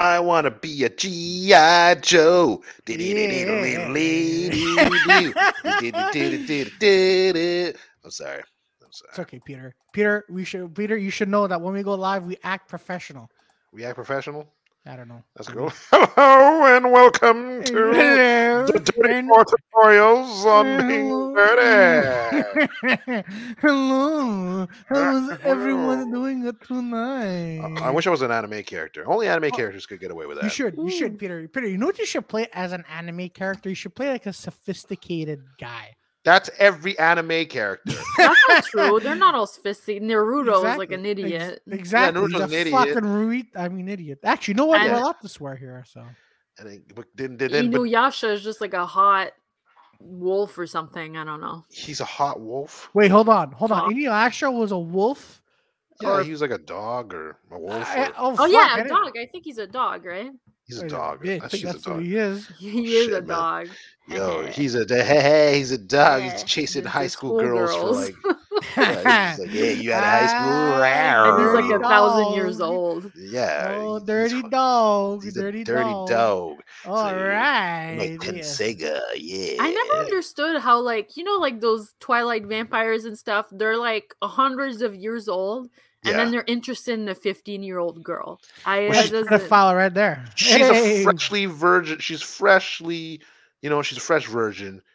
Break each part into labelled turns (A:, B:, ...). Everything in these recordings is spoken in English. A: I want to be a G.I. Joe. I'm sorry. I'm
B: It's
A: sorry.
B: okay, Peter. Peter, we should Peter, you should know that when we go live, we act professional.
A: We act professional.
B: I don't know.
A: Let's go. Hello and welcome to
B: Hello.
A: the Dirty
B: and-
A: Tutorials on Being Dirty.
B: Hello. How's everyone
A: Hello.
B: doing it tonight?
A: I I wish I was an anime character. Only anime
B: Oh.
A: characters could get away with
B: you
A: that.
B: should, you
C: Ooh.
B: should, Peter. Peter, you know what you should play as an anime character? You should play like a sophisticated guy.
A: That's every anime character.
C: That's not true. They're not all sophisticated. Naruto is like
B: Exactly.
C: an
B: Ex-
C: idiot.
B: exactly.
A: Naruto's
B: He's
A: an
B: a
A: idiot.
B: fucking Rui, I mean idiot. Actually, you know what?
C: And-
B: We're allowed to swear here, so
A: and then, but then, then, then but
C: Inuyasha is just like a hot wolf or something. I don't know.
A: he's a hot wolf.
B: wait, hold on, hold on.
C: Fuck.
B: Inuyasha was a wolf.
A: Yeah,
C: Or-
A: he was like a dog or a wolf.
B: I-
A: or-
B: oh,
C: Oh
B: fuck, I
C: yeah, a
B: didn't-
C: dog. I think he's a dog, right?
A: he's a
B: He's
A: dog.
B: bitch,
A: I think he's a
B: that's who
A: dog.
B: he is.
C: He is
A: shit,
C: a
A: man.
C: dog.
A: Yo, he's a da- hey, hey, he's a dog. He's
C: Yeah,
A: chasing
C: he's
A: high
C: just
A: school girls,
C: schoolgirls.
A: for like, yeah, he's just like, yeah, you out of high school?
B: Ah,
C: And he's like a
B: Dirty
C: thousand years
B: dog.
C: old.
A: yeah,
B: Oh,
A: he's
B: dirty
A: hot.
B: dog,
A: He's
B: dirty,
A: a dirty
B: dog.
A: dog.
B: All
A: like,
B: right.
A: Like
B: yeah.
A: Pensega, yeah.
C: I never understood how, like, you know, like those Twilight vampires and stuff, they're like hundreds of years old,
A: Yeah.
C: and then they're interested in a 15 year old girl. I
B: Well,
C: that
B: she's a
C: doesn't-
B: pedophile right there.
A: She's
B: Hey.
A: a freshly virgin. She's freshly, you know, she's a fresh virgin.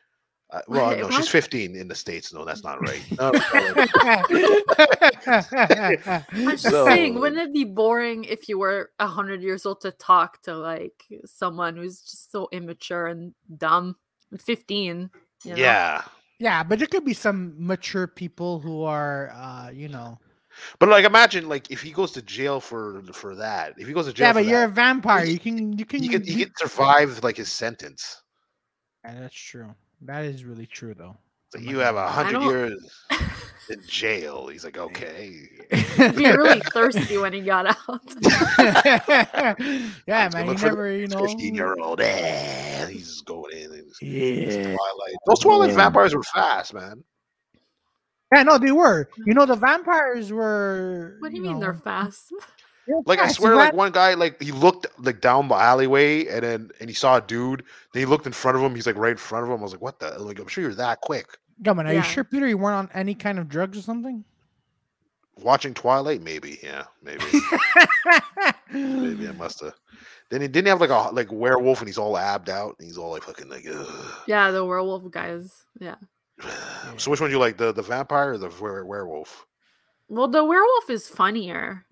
A: Uh, well,
C: Wait,
A: no,
C: what?
A: she's 15 in the states. No, that's not right. No, no,
C: I'm just
A: So-
C: saying, wouldn't it be boring if you were a hundred years old to talk to like someone who's just so immature and dumb? and 15. you know?
A: yeah,
B: yeah, but there could be some mature people who are, uh, you know.
A: but like, imagine like if he goes to jail for for that. If he goes to jail,
B: Yeah,
A: for
B: but you're a
A: that,
B: vampire.
A: He-
B: You can, you can,
A: he could he
B: you-
A: could survive like his sentence.
B: Yeah, that's true. That is really true, though.
A: Like, Eh,
B: I'm not
A: you
B: gonna
A: have a
B: lie.
A: hundred
C: don't-
A: years in jail. He's like, okay,
C: He'd be really thirsty when he got out.
B: yeah,
A: Let's go
B: man. You
A: look for the
B: never, you know.
A: 15 year old. Eh, he's just going in. And just, it's
B: Yeah.
A: Twilight. Those Twilight
B: Yeah.
A: vampires were fast, man.
B: Yeah, no, they were. You know, the vampires were.
C: What do you mean they're
B: know,
C: fast?
B: they're
A: Like I
B: fast. You
A: swear,
B: got-
A: like one guy, like he looked like down the alleyway, and then and he saw a dude. Then he looked in front of him. He's like right in front of him. I was like, what the? Like I'm sure you're that quick.
B: Come on, are
C: Yeah.
B: you sure, Peter? You weren't on any kind of drugs or something?
A: Watching Twilight, maybe, yeah, maybe, maybe I must have. Then he didn't he have like a like werewolf, and he's all abbed out, and he's all like fucking like. Ugh.
C: Yeah, the werewolf guys. Yeah.
A: So which one do you like, the the vampire or the were- werewolf?
C: Well, the werewolf is funnier.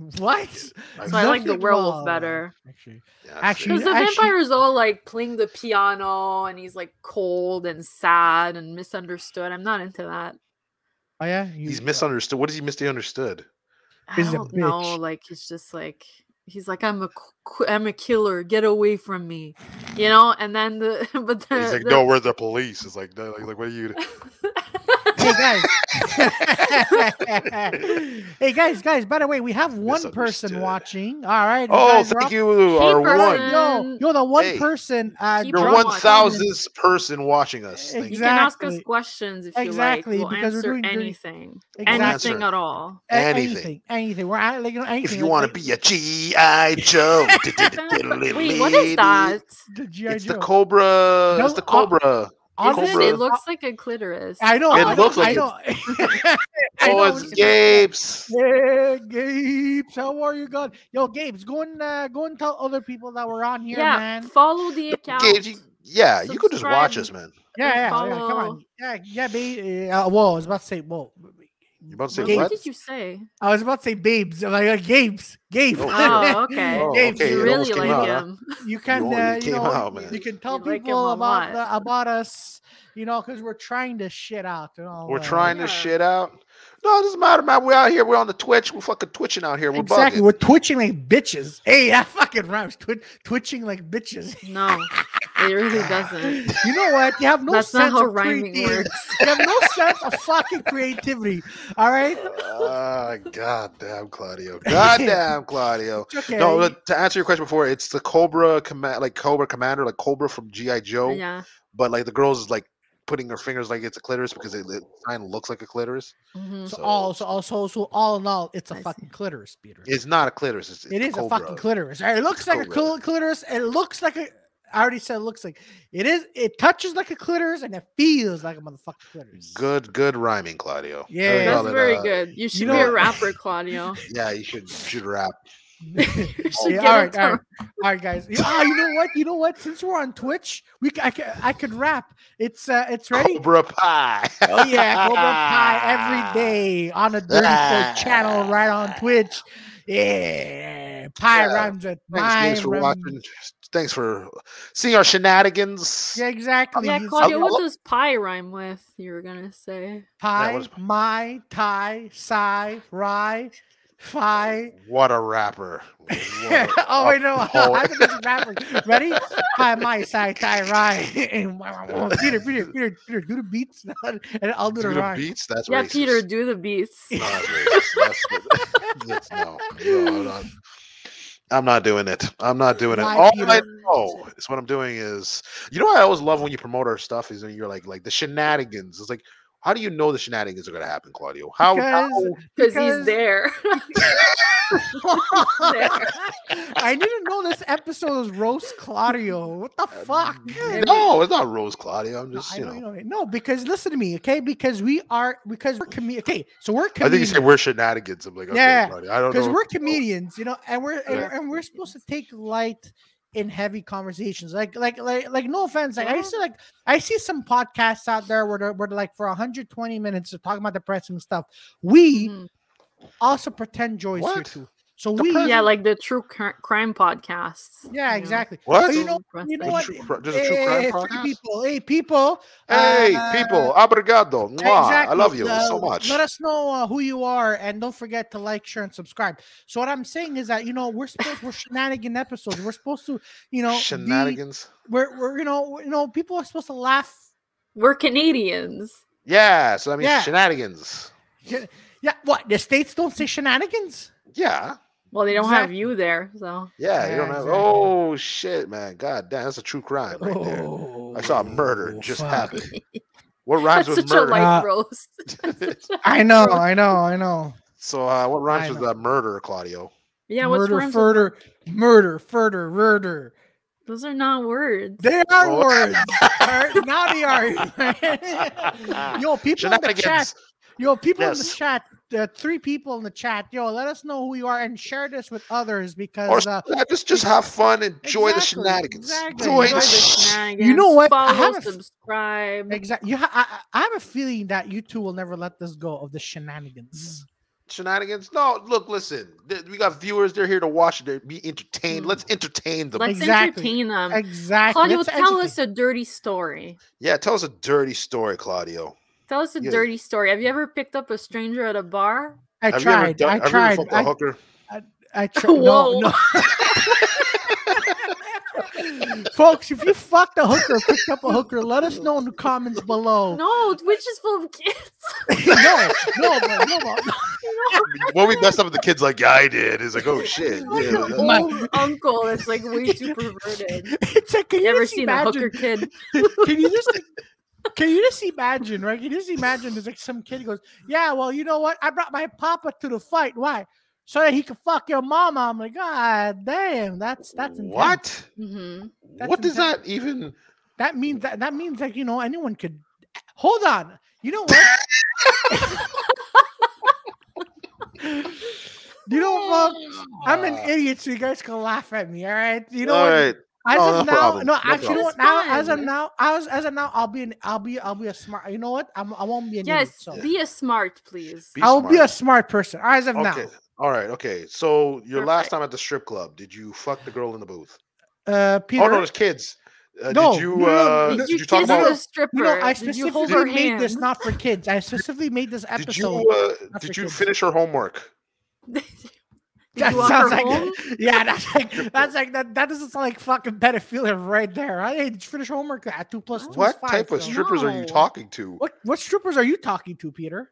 B: what? So
C: So I like the werewolf better.
B: Actually,
A: Yeah,
B: Actually-
C: Because the
B: I should-
C: vampire is all like playing the piano and he's like cold and sad and misunderstood. I'm not into that.
B: oh yeah, you,
A: he's misunderstood. What is he misunderstood?
C: I
B: He's a
C: don't know.
B: bitch.
C: Like he's just like he's like I'm a qu- I'm a killer. Get away from me, you know. And then the but the,
A: He's like,
C: Uh, the-
A: no, we're the police. It's like, no, like, like, what are you?
B: Hey guys. hey guys, guys. By the way, we have one person
A: Misunderstood.
B: watching. All right. you
A: Oh,
B: guys are
A: thank
B: up-
A: you,
C: Hey,
A: our
C: person.
A: one,
B: Yo, you're the one
A: Hey.
B: person. Uh,
C: Keep
A: your
C: Drama.
A: one thousandth person watching us. Thank
C: you
A: you.
C: can ask us
B: Exactly.
C: questions if
B: Exactly,
C: you like. We'll
B: because we're
C: answer
B: doing dirty-
C: anything,
B: Exactly.
C: anything at all.
B: a-
A: anything.
B: anything, anything. We're at, like, you know, anything.
A: If you want to be a GI Joe,
C: Wait, what is that? oh,
B: the GI
A: It's the
B: Joe.
A: cobra.
B: No,
A: it's the
B: uh,
A: cobra.
C: Is
B: Honestly,
C: it,
A: Cobra.
C: it looks like a clitoris.
B: I know.
A: It
B: I
A: looks
B: know,
A: like
B: I know. I
A: oh,
B: know,
A: it's
B: it's-
A: Gapes.
B: Yeah, Gabes, how are you, God? Yo, Gabes, go and uh, go and tell other people that we're on here,
C: yeah,
B: man.
C: follow the account.
A: Gapes. you- Yeah, you could just watch us,
C: Subscribe.
A: man.
B: Yeah, yeah, yeah, come
C: follow.
B: on. Yeah, yeah, babe. Uh, whoa, I was about to say, whoa.
A: You about to say
C: Wait,
A: what?
C: what did you say?
B: I was about to say, babes. I'm like, uh, Gabes, Gabe.
C: Oh, okay.
A: Oh,
B: Gabes,
A: okay,
C: you
A: it
C: really
A: almost came
C: like
A: out, huh?
C: him.
B: you can,
A: all-
B: uh,
A: it
B: you
A: came
B: know,
A: out, man.
B: you can tell
C: You like him
B: people
C: a
B: about
C: lot.
B: the, about us, you know, because we're trying to shit out. You know,
A: We're
B: uh,
A: trying this
C: Yeah.
A: shit out. No, it doesn't matter, man. We're out here. We're on the Twitch. We're fucking twitching out here. We're
B: Exactly,
A: bugging.
B: we're twitching like bitches. Hey, that fucking rhymes. Twi- twitching like bitches.
C: No, it really doesn't.
B: You know what? You have no
C: That's not
B: sense
C: how
B: of
C: rhyming
B: creativity.
C: works.
B: You have no sense of fucking creativity. All right.
A: Ah, God damn, Claudio. God damn, Claudio.
B: It's okay.
A: No, but to answer your question before, it's the Cobra command, like Cobra Commander, like Cobra from GI Joe,
C: Yeah.
A: but like the girls is like putting her fingers like it's a clitoris because it, it kind of looks like a clitoris.
C: Mhm.
B: So,
A: So-
B: all so all so, so all in all, it's a
C: I see.
B: fucking clitoris, Peter.
A: It's not a clitoris. It's, it's
B: It
A: the
B: is a
A: cobra.
B: fucking clitoris. It looks like a
A: cobra.
B: cl- clitoris. It looks like a. I already said it looks like. It is. It touches like a clitoris and it feels like a motherfucking clitoris.
A: Good, good rhyming, Claudio. Very
B: Yeah.
A: well
C: That's
A: done,
C: very
A: uh,
C: good. You should be
B: know-
C: a rapper, Claudio.
A: Yeah, you should should rap.
C: You should
B: Oh, Yeah, all
C: get a
B: right, all right.
C: term.
B: All right, guys. You- Ah, you know what? You know what? Since we're on Twitch, we c- I could I could rap. It's uh, it's ready.
A: Cobra pie.
B: Oh yeah, Cobra Pie every day on the Dirty Folk channel right on Twitch. Yeah, pie
A: Yeah.
B: rhymes with
A: Thanks,
B: mine.
A: thanks for
B: rhymes-
A: watching. Thanks for seeing our shenanigans.
B: Yeah, exactly.
C: Yeah,
B: He's-
C: Claudio,
A: I'll-
C: what does pie rhyme with? You were gonna say.
A: Yeah,
B: Pie,
A: what is-
B: my, tie, psi, rye, fi.
A: What a rapper. What a-
B: oh, wait, no.
A: oh.
B: I think it's rapping. Ready? Pie, my, psi, tie, rye. And wah, wah, wah. Peter, Peter, Peter, Peter, do the beats, and I'll do the
A: Do the
B: rhyme.
A: beats? That's
C: yeah,
A: racist.
C: Peter, do the beats.
A: No, that's racist. That's- that's- no, no, I'm not. I'm not doing it. I'm not doing it.
B: Why,
A: All
B: Peter?
A: I know is what I'm doing is, you know, what I always love when you promote our stuff is when you're like, like the shenanigans. It's like, how do you know the shenanigans are going to happen, Claudio? How,
B: Because-
A: how-
C: Because
B: Because-
C: he's there.
B: I didn't know this episode was roast Claudio. What the fuck?
A: Uh, No, it's not Rose Claudio. I'm
B: No,
A: just,
B: I
A: you
B: know
A: know.
B: you don't- no, because listen to me, okay? Because we are because we're comedians. Okay, so we're
A: I think you
B: comedians.
A: said we're shenanigans. I'm like, okay,
B: Yeah,
A: Claudio, I don't know.
B: because
A: if
B: we're
A: you know.
B: comedians, you know, and we're and,
A: Yeah.
B: we're- and we're supposed to take light in heavy conversations. Like like like like no offense, like I
C: Yeah.
B: see
A: Mm-hmm.
B: like I see some podcasts out there where they're, where they're like for 120 minutes they're talking about depressing stuff. We
C: Mhm.
B: also pretend joy's here
A: Mm-hmm. What?
B: too. So we
A: Depressing?
C: yeah, like the true cr- crime podcasts.
B: yeah,
C: you know.
B: exactly.
A: What?
B: But you know,
C: So
B: you know
C: depressing.
B: what?
A: There's a true cri- there's a true crime
B: Hey,
A: podcast?
B: people, hey, people.
A: Hey,
B: uh,
A: people, obrigado. Mwah. I
B: exactly,
A: love you
B: uh,
A: so much.
B: Let us know uh, who you are, and don't forget to like, share, and subscribe. So what I'm saying is that you know we're supposed we're shenanigan episodes. We're supposed to, you know, be-
A: shenanigans.
B: we're, we're you know you know people are supposed to laugh.
C: We're Canadians.
A: Yeah, so that means
B: Yeah.
A: shenanigans.
B: Yeah, what the states don't say shenanigans.
A: Yeah,
C: Well, they don't have
B: Exactly.
C: you there, so
A: yeah.
B: Yeah,
A: you don't have.
B: exactly.
A: Oh shit, man! God damn, that's a true crime right there. I saw a murder
B: Oh,
A: just
B: fuck.
A: happen. What rhymes
C: that's
A: with
C: such a
A: murder?
B: Ah.
C: light roast.
B: I know, I know, I know.
A: so uh, what
B: I
A: rhymes with
B: know.
A: uh, murder, Claudio?
C: Yeah, what's
B: murder,
C: rhymes with-
B: further, murder, further, murder.
C: Those are not words.
B: They are
A: Oh.
B: words. all right? now they are. Yo, people in the chat,
A: Shenanigans.
B: Yo, people in the
A: Yes.
B: chat, uh, three people in the chat. Yo, let us know who you are and share this with others
A: Or
B: because uh,
A: yeah, just just have fun, enjoy
B: Exactly,
A: the shenanigans.
B: exactly.
A: Enjoy
C: Enjoy the
A: the
C: shenanigans.
B: You know what? I
C: Follow,
B: have a-
C: subscribe.
B: exactly. You ha- I- I, I have a feeling that you two will never let this go of the shenanigans.
A: shenanigans. No, look, listen. th- we got viewers. They're here to watch. They're be entertained.
C: Mm.
B: Hmm.
A: Let's entertain them.
C: Let's
B: Exactly.
C: entertain
A: Mm.
C: them.
B: Exactly.
C: Claudio,
B: Let's
C: tell
B: educate.
C: us a dirty story.
A: yeah, tell us a dirty story, Claudio.
C: Tell us a
A: Yeah.
C: dirty story. Have you ever picked up a stranger at a bar?
B: I
A: have you ever
B: tried.
A: done,
B: I
A: have
B: tried.
A: You ever fucked a
B: I,
A: hooker?
B: I tried. No,
C: Whoa.
B: no. Folks, if you fucked a hooker, picked up a hooker, let us know in the comments below.
C: No, Twitch is full of kids.
B: no, no, but- no, but-
A: when we messed up with the kids, like, yeah, I did. It's like, oh shit.
C: like
A: yeah,
C: an
A: that-
B: My-
C: old uncle that's like way too perverted.
B: It's like, can
C: You
B: you
C: ever
B: just
C: seen
B: imagine?
C: a hooker kid?
B: can you just can you just imagine right can you just imagine there's like some kid goes yeah well you know what i brought my papa to the fight why so that he could fuck your mama i'm like god damn that's that's intense.
A: what?
C: hmm
B: That's
A: what does
B: intense.
A: that even?
B: that means that that means like you know anyone could hold on you know what you know what folks? i'm
A: Ah.
B: an idiot so you guys can laugh at me all right you know
A: All
B: what
A: right.
B: As
A: No,
B: of
A: no
B: now,
A: Oh, problem.
B: no,
A: No
B: actually, you know what,
C: problem.
B: now as
C: It's
B: of
C: fine.
B: now, I was as of now, I'll be an, I'll be, I'll be a smart. You know what? I'm, I won't be an idiot.
C: Yes,
B: So.
C: be a smart, please.
A: Be
B: I'll be a
A: smart.
B: smart person. As of
A: Okay. All right. Okay. So your last
C: Perfect.
A: time at the strip club, did you fuck the girl in the booth?
B: now, uh, Peter.
A: Oh no, there's kids. Uh,
B: No,
A: Did you?
B: no, no,
A: uh,
C: Did you,
A: talk
C: kiss
A: about?
C: the stripper?
B: you know, I
C: Did you hold
B: specifically
C: her
B: made
C: hand?
B: this not for kids. I specifically made this
A: Did you?
B: episode.
A: Uh,
B: not for
A: did you
B: kids.
A: finish her homework?
C: Did
B: That
C: you walk her
B: sounds like
C: home?
B: yeah, that's like that's like that. That doesn't sound like fucking pedophilia right there. I didn't finish homework at two plus two is
A: What
B: five,
A: type of
B: so-
A: strippers are you
C: No.
A: talking to?
B: What what strippers are you talking to, Peter?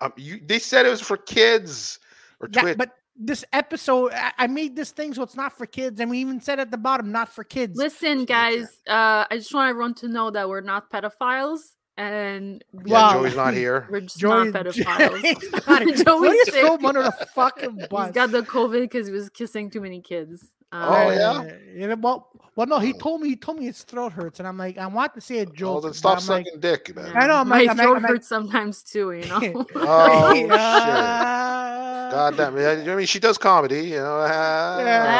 A: Um, you, they said it was for kids or
B: Yeah,
A: Twitch.
B: but this episode, I, I made this thing so it's not for kids, and we even said at the bottom, not for kids.
C: Listen,
A: Something like
C: guys, uh, I just want everyone to know that we're not pedophiles and we
A: Yeah,
B: Wow.
A: Joey's not here.
C: we're just
B: Joey,
C: not pedophiles.
B: Joey's not here.
C: Joey's
B: Joey's
C: sick.
B: thrown under the fucking
C: He's
B: bus.
C: got the COVID because he was kissing too many kids. Um,
A: Oh, yeah?
B: yeah, well, well, no, he
A: Oh.
B: told me he told me his throat hurts, and I'm like, I want to say a joke.
A: Well, then
B: but
A: stop
B: I'm like,
A: sucking dick, man.
B: I know, I'm
C: my
B: like- I'm like-
C: throat
B: I'm like-
C: hurts sometimes too. You know.
A: Oh, shit.
B: yeah.
A: God damn it. I mean, she does comedy, you know.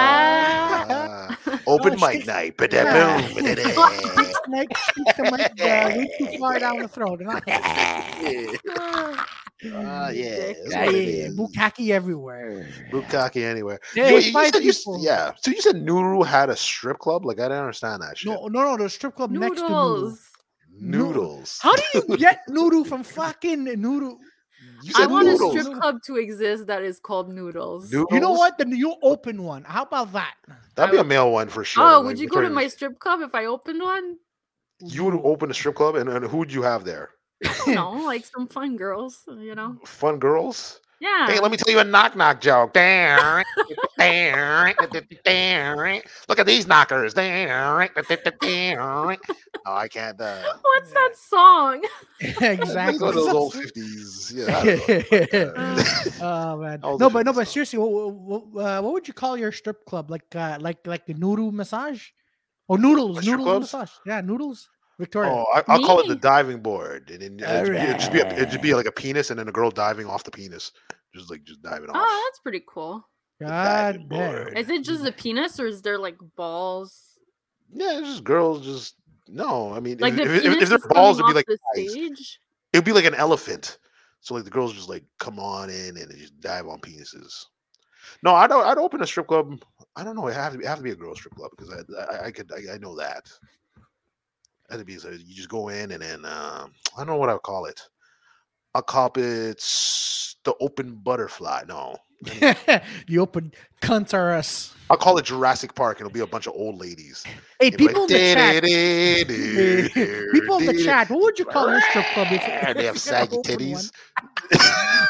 B: Yeah.
A: Ah. open
B: No,
A: mic
B: Oh, she's-
A: night.
B: Yeah.
A: ba-da-boom, ba-da-da.
B: Snake sticks the mic uh, way too far down the throat. And I,
A: Ah, yeah.
C: Dick.
A: that's
B: yeah,
A: what it
B: yeah,
A: is.
B: bukkake everywhere.
A: Bukkake anywhere.
B: Yeah,
A: You-
B: it's
A: you
B: five
A: said you s-
B: people.
A: yeah. So you said Nuru had a strip club? Like, I didn't understand that shit.
B: No, no, no, the strip club next to Noodle.
C: Noodles.
B: Noodle.
A: Noodles.
B: How do you get Noodle from fucking Noodle?
A: You
C: I
A: said
C: want
A: noodles.
C: a strip club to exist that is called Noodles.
A: Noodles?
B: You know what? Then you open one. How about that?
A: That'd
C: I
A: be a
C: would-
A: male one for sure.
C: Oh,
A: like,
C: would you
A: we're
C: go to
A: talking-
C: my strip club if I opened one?
A: You would open a strip club, and, and who'd you have there?
C: You know, like some fun girls. You know.
A: Fun girls.
C: Yeah.
A: Hey, let me tell you a knock knock joke. Look at these knockers. No, I can't. Uh,
C: What's that song?
A: let's
B: exactly.
A: go to those old fifties. Yeah. I don't know.
B: oh
A: Uh,
B: man.
A: All
B: No,
A: the
B: but
A: different
B: no, but
A: stuff.
B: seriously, what, what, what, uh, what would you call your strip club? Like, uh, like, like the noodle massage, or noodles,
A: Like strip
B: noodles
A: clubs?
B: massage. Yeah, noodles. Victoria.
A: Oh, I, I'll call it the
C: Me?
A: diving board, and then uh, it'd, be- it'd just be a, it'd just be like a penis, and then a girl diving off the penis, just like just diving
C: Oh,
A: off.
C: that's pretty cool.
B: God
A: diving
B: damn.
A: board.
C: Is it just a penis or is there like balls?
A: Yeah, it's just girls. Just no. I mean,
C: Like
A: if,
C: the
A: if, if,
C: penis
A: if their
C: is
A: balls would
C: coming
A: be like
C: off the
A: guys.
C: stage.
A: it'd be like an elephant. So like the girls just like come on in and they just dive on penises. No, I don't. I'd open a strip club. I don't know. It have to be, have to be a girls strip club because I, I I could I, I know that. That'd be so you just go in and then um, I don't know what I'll call it. I'll call it s- the open butterfly. No,
B: you open cunts are us.
A: I'll call it Jurassic Park. and It'll be a bunch of old ladies.
B: Hey,
A: They'll be
B: people in the chat.
A: "Dee-dee-dee-dee-dee,
B: People in the
A: dee-dee-dee."
B: chat. What would you call your strip club if
A: And
B: if
A: they
B: you
A: have
B: ever
A: saggy
B: opened one?
A: titties.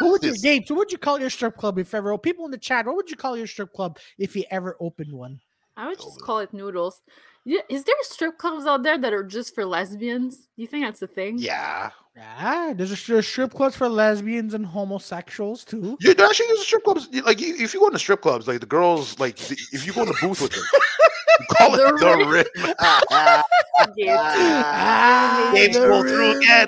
B: What would you,
A: This-
B: Gabe? So, what would you call your strip club if ever? People in the chat. What would you call your strip club if you ever opened one?
C: I would just
A: Totally.
C: call it noodles. Yeah, is there strip clubs out there that are just for lesbians? You think that's a thing?
A: Yeah,
B: Yeah, Ah, there's a there's strip clubs for lesbians and homosexuals too.
A: You there actually use strip clubs. you- Like you- if you go into strip clubs, like the girls, like the, if you go in the booth with them, you call it
C: The
A: the rim.
B: Uh,
C: Yeah.
B: Ah,
A: Games
B: the
A: go through
B: rim.
A: again.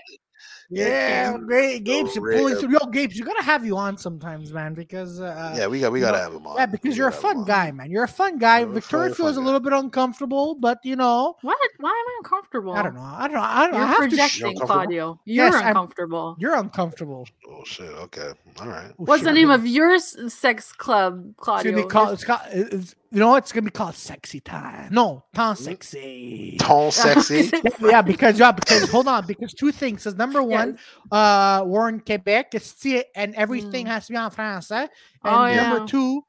B: Yeah,
A: Games
B: great. Gabe's
A: the
B: pulling
A: rim.
B: through. Yo, Gabe, you gotta have you on sometimes, man, because uh,
A: Yeah, we got we
B: you
A: gotta
B: know-
A: have them on.
B: yeah, because
A: We
B: you're a
A: gotta have 'em
B: fun
A: on.
B: guy, man. You're a fun guy.
A: You're a
B: Victoria
A: fun-
B: feels a
A: fun guy.
B: little bit uncomfortable, but you know,
C: What? Why am I uncomfortable?
B: I don't know. I don't know. I don't know. I
C: You're
B: have to sh-
C: projecting,
A: uncomfortable?
C: Claudio. You're
B: Yes, I'm-
C: uncomfortable.
B: you're uncomfortable.
A: Oh shit. Okay. All right.
B: Oh,
C: What's
B: shit.
C: the name of your s- sex club,
B: It's
C: Claudio?
B: gonna be called. It's called. It's, you know what? It's gonna be called sexy time. No, time
A: Mm-hmm.
B: sexy.
A: Tall, sexy.
B: yeah, because yeah, because hold on, because two things. Is number one, uh, we're in Quebec, it's see, and everything
C: Mm.
B: has to be en français. And
C: Oh,
B: number
C: yeah.
B: two,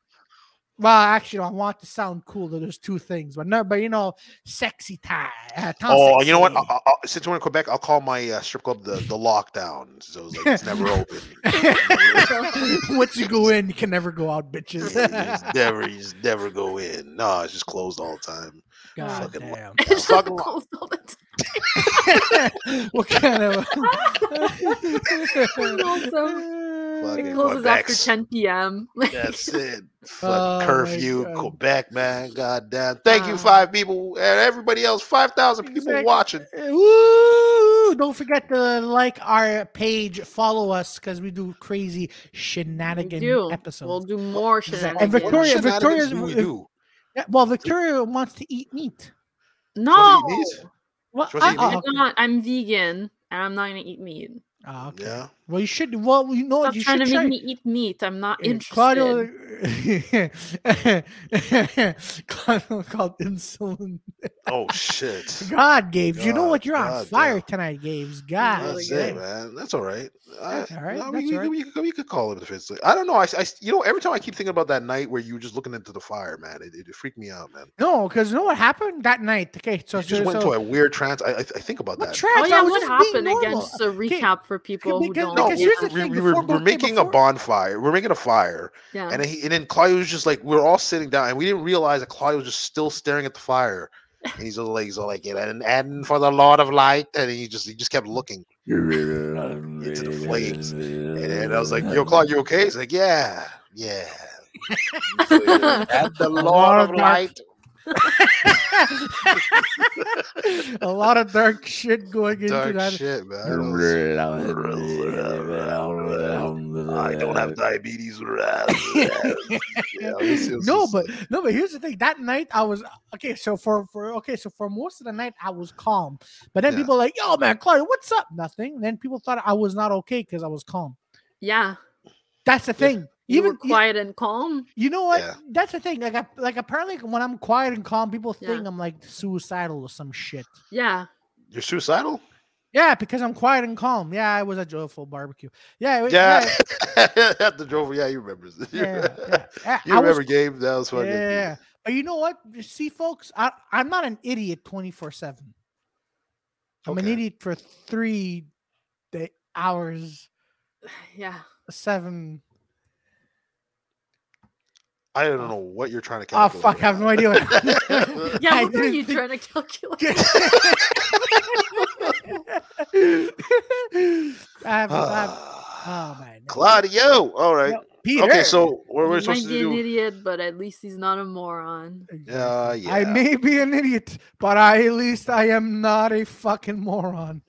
B: well, actually, I want to sound cool. That there's two things, but no, but you know, sexy time. Uh, temps
A: Oh, you know what? I,
B: sexy.
A: I, I- since we're in Quebec, I'll call my uh, strip club the the lockdown. So it's, like, it's never open.
B: Once you go in, you can never go out,
A: You
B: bitches.
A: just never, you just never go in. No, it's just closed all the time.
B: God
A: Fucking
B: damn.
C: It's
A: Fuck off.
C: just closed all the time.
B: what kind of?
A: Fucking
C: It closes after
A: Quebec's-
C: 10 p.m. Like,
A: That's it. Fuck
B: Oh my
A: curfew,
B: God. Ah.
A: Quebec, man. Goddamn. Thank you,
C: Wow.
A: five people and everybody else, five thousand people
B: Exactly.
A: watching.
B: Woo! Don't forget to like our page, follow us because we do crazy
C: we
B: shenanigan
C: do.
B: episodes.
C: We'll do more shenanigans.
B: Exactly. And Victoria-
A: What shenanigans
B: Victoria's-
A: do we do?
B: Yeah, well, Victoria wants to eat meat.
C: No,
A: What do you need?
B: Well,
A: She wants to eat
B: I-
A: meat?
B: oh,
C: I'm
B: okay.
C: not. I'm vegan and I'm not going to eat meat.
B: Ah, okay.
A: Yeah.
B: Well, you should. Well, you know what?
C: Stop
B: You
C: trying
B: should
C: to
B: try.
C: make me eat meat. I'm not
B: Yeah,
C: interested. Oh,
B: Claudio, Claudio called insulin.
A: Oh shit.
B: God, Gabe, you know
A: God,
B: what? You're on
A: God,
B: fire
A: yeah.
B: tonight, Gabe. God,
A: That's
C: really
A: it,
B: damn.
A: man. That's all right. I,
B: That's all right.
A: no,
B: That's
A: we, we,
B: all right.
A: we, could- we could call it if it's. Like, I don't know. I, I, you know, every time I keep thinking about that night where you were just looking into the fire, man, it, it freaked me out, man.
B: no, because you know what happened that night. Okay, so
A: You just
B: so,
A: went
B: so,
A: into a weird trance. I, I, I think about
B: what
A: that.
B: tracks?
C: Oh yeah,
B: I was
C: what
B: just being
C: happened again?
B: normal.
C: Just a
B: Okay,
C: recap for people who
B: because-
C: don't.
A: No,
B: because here's
A: we,
B: the thing,
A: we were,
B: before-
A: we're making a
B: before-
A: bonfire. We're making a fire,
C: yeah.
A: And then he, and then Claudio was just like, we were all sitting down, and we didn't realize that Claudio was just still staring at the fire. And he's all like, he's all like, "Yeah, and, and for the Lord of Light, and he just he just kept looking.
D: into
A: the flames. And, and I was like, "Yo, Claude, you okay?" He's like, "Yeah, yeah." and the Lord
B: Lord
A: of
B: of
A: Light.
B: a lot of dark shit going into
A: Dark
B: that.
A: shit, man. I was- I
D: I
A: don't have diabetes. yeah, this is-
B: no, but no, but here's the thing. That night I was okay. So for for okay, so for most of the night I was calm. But then
A: Yeah.
B: people were like, yo, man, Claudio, what's up? Nothing. then people thought I was not okay because I was calm.
C: Yeah.
B: That's the
A: Yeah.
B: thing.
C: You were
B: Even e you,
C: quiet and calm.
B: you know what?
A: Yeah.
B: That's the thing. Like I, like apparently when I'm quiet and calm, people
C: Yeah.
B: think I'm like suicidal or some shit.
C: Yeah.
A: you're suicidal.
B: Yeah, because I'm quiet and calm. Yeah, it was a joyful barbecue. Yeah, it-
A: Yeah, at the Drover. Yeah, you remember.
B: yeah, yeah, yeah.
A: You
B: I was
A: remember game? That was fucking.
B: Yeah, but you know what? You see, folks, I, I'm not an idiot 24 seven. I'm an
A: Okay.
B: idiot for three day, hours,
C: Yeah.
B: seven.
A: I don't know what you're trying to
B: Oh
A: calculate.
B: Uh, fuck, I have no idea. What
C: Yeah.
B: I
C: What are
B: didn't
C: you
B: think-
C: trying to calculate?
B: I have, I have-
A: Ah,
B: oh man,
A: Claudio. All right.
B: No, Peter.
A: Okay, so what we're
C: He
A: we
C: might
A: supposed
C: be
A: to
C: an
A: do?
C: idiot, but at least he's not a moron.
A: Uh,
B: Exactly.
A: yeah.
B: I may be an idiot, but I at least I am not a fucking moron.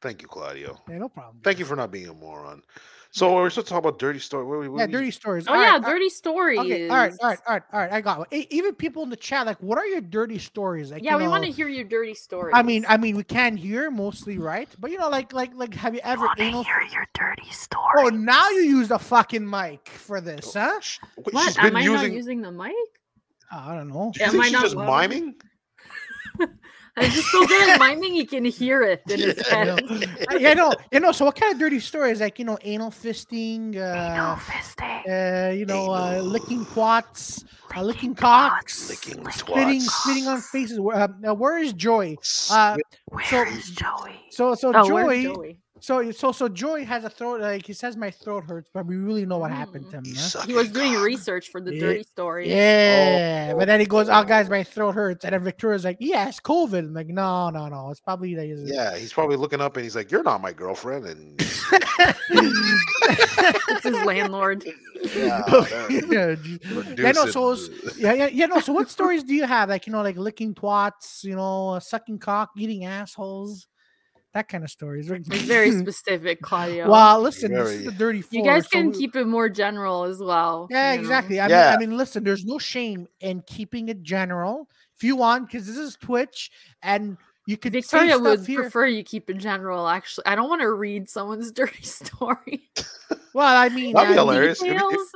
A: Thank you, Claudio.
B: Yeah, no problem.
A: Thank you for not being a moron. So we're supposed to talk about dirty story. What, we- what
B: Yeah,
A: we-
B: dirty stories.
C: Oh
B: All right,
C: yeah,
B: all-
C: dirty stories.
B: Okay, all right, all right, all right, all right. I got one. E- Even people in the chat, like, what are your dirty stories? Like,
C: Yeah,
B: you
C: we
B: know,
C: want to hear your dirty stories.
B: uh, I mean, I mean, we can hear mostly, right? But you know, like, like, like, have you ever anal?
C: your dirty
B: Oh,
C: story.
B: now you use the fucking mic for this, huh?
A: Sh- She's
C: what?
A: been
C: Am I
A: using.
C: not using the mic?
B: I don't know.
A: do you
C: Am
A: think
C: I
A: she's
C: not
A: just
C: loud?
A: miming?
C: I'm just so good at miming. You can hear it in his
A: Yeah.
B: You know,
C: head.
B: I- yeah, no, you know. So, what kind of dirty stories? Like, you know, anal fisting, uh, uh you know, uh, licking quats, uh, licking cocks,
A: Licking
B: spitting,
A: twats.
B: spitting on faces. Where- Uh, now, where is Joy? Uh,
A: Spit-
B: so,
C: Joey?
B: so, so,
C: Oh,
B: Joy.
C: where's Joey?
B: So so so Joey has a throat like he says my throat hurts, but we really know what happened
C: Mm.
B: to him.
A: you
B: huh?
A: suck
C: He was
A: at
C: doing
A: cock.
C: research for the
B: Oh Yeah.
C: dirty story.
B: Yeah,
A: oh,
B: but then he goes, "Oh, guys, my throat hurts," and then Victoria's like, "Yeah, it's COVID." I'm like, "No, no, no, it's probably that." he's-"
A: Yeah, he's probably looking up and he's like, "You're not my girlfriend." And
C: It's his landlord.
A: yeah, that-
B: yeah, ju- yeah, no,
A: producing-
B: so it's- yeah, yeah, yeah, no. So, what stories do you have? Like, you know, like licking twats, you know, uh, sucking cock, eating assholes, that kind of stories. Like,
C: It's very specific, Claudio.
B: Well, listen, this
A: Very-
B: is the dirty.
C: you
B: four,
C: guys
B: so
C: can
B: we-
C: keep it more general as well.
B: Yeah,
C: you know?
B: exactly. I
A: Yeah.
B: mean, I mean, listen, there's no shame in keeping it general if you want, because this is Twitch, and you could say
C: Victoria
B: stuff
C: would
B: here.
C: prefer you keep it general. Actually, I don't want to read someone's dirty story.
B: Well, I mean, uh,
A: That'd be
B: I mean,
A: hilarious. If you- if-
C: Details?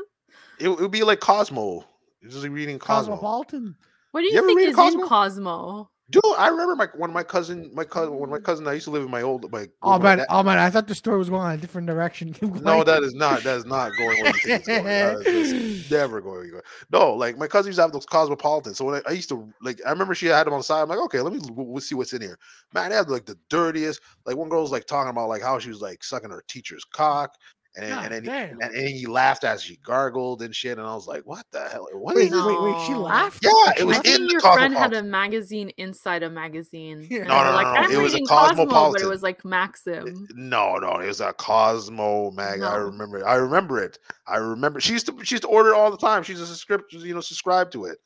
A: It, it would be like Cosmo. You're Just like reading Cosmo.
B: Cosmopolitan.
C: What do you,
A: You ever
C: think
A: read
C: is
A: Cosmo?
C: in Cosmo?
A: Dude, I remember my when my cousin, my cousin, when my cousin, I used to live in my old, my.
B: Oh
A: with my
B: man,
A: dad-
B: oh man, I thought the story was going in a different direction. Keep
A: No,
B: going.
A: that is not. That is not going where you think it's going. That is just never going. where you go. No, like my cousin used to have those cosmopolitans. So when I, I used to like, I remember she had them on the side. I'm like, okay, let me l- we'll see what's in here. Man, they had like the dirtiest. Like one girl was like talking about like how she was like sucking her teacher's cock, and then,
B: God
A: and then he-
B: damn.
A: and, and he laughed as she gargled and shit. And I was like, what the hell? What
B: Wait,
A: is
B: wait,
A: this?
B: wait, wait, she
C: No.
B: laughed.
A: Yeah, it was
C: I
A: in
C: think
A: the
C: your friend had a
A: cosmopolitan.
C: magazine inside a magazine.
B: Yeah.
C: and
B: No,
C: they were
B: no,
C: like,
B: no, no,
C: I'm
B: it
A: was a
C: reading Cosmo, but it
A: Cosmopolitan.
C: was like Maxim.
A: No, no, it was a Cosmo mag. I
C: No.
A: remember. I remember it. I remember. She used to. She used to order it all the time. She's a subscription. You know, subscribe to it.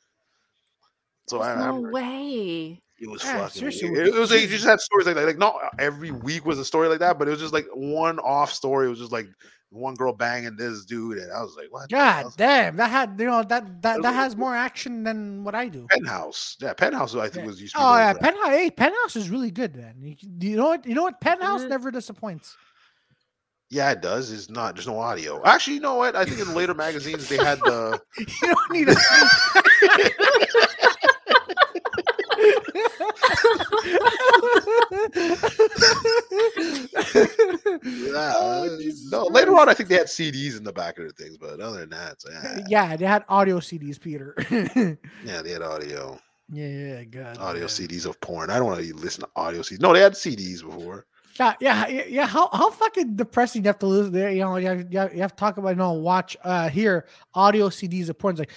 A: So I,
C: There's
A: I
C: no
A: remember.
C: way.
A: It was
B: Yeah,
A: fucking.
B: seriously,
A: weird.
B: what
A: It, was like you
B: the-
A: just had stories like that. Like not every week was a story like that, but it was just like one off story. It was just like one girl banging this dude, and I was like, what? the
B: God
A: hell's-
B: damn, that had you know that that, that
A: Really?
B: has more action than what I do.
A: Penthouse. Yeah, penthouse. I think
B: Yeah.
A: was used. To be
B: Oh
A: known
B: yeah,
A: for that.
B: penthouse. Hey, penthouse is really good, man. You, you know what? You know what? Penthouse
C: it?
B: never disappoints.
A: yeah, it does. It's not. There's no audio. Actually, you know what? I think in later magazines they had the.
B: You don't need a.
A: Yeah,
B: Oh,
A: uh,
B: Jesus
A: no. Later
B: Christ.
A: on, I think they had CDs in the back of the things, but other than that, it's, yeah,
B: yeah, they had audio CDs, Peter.
A: yeah, they had audio,
B: yeah, God.
A: audio
B: damn.
A: CDs of porn. I don't want to listen to audio CDs. No, they had CDs before.
B: Yeah, yeah, yeah, yeah. How how fucking depressing you have to lose there. You know, you have, you have, you have to talk about you know, watch uh here audio CDs of porn. It's like,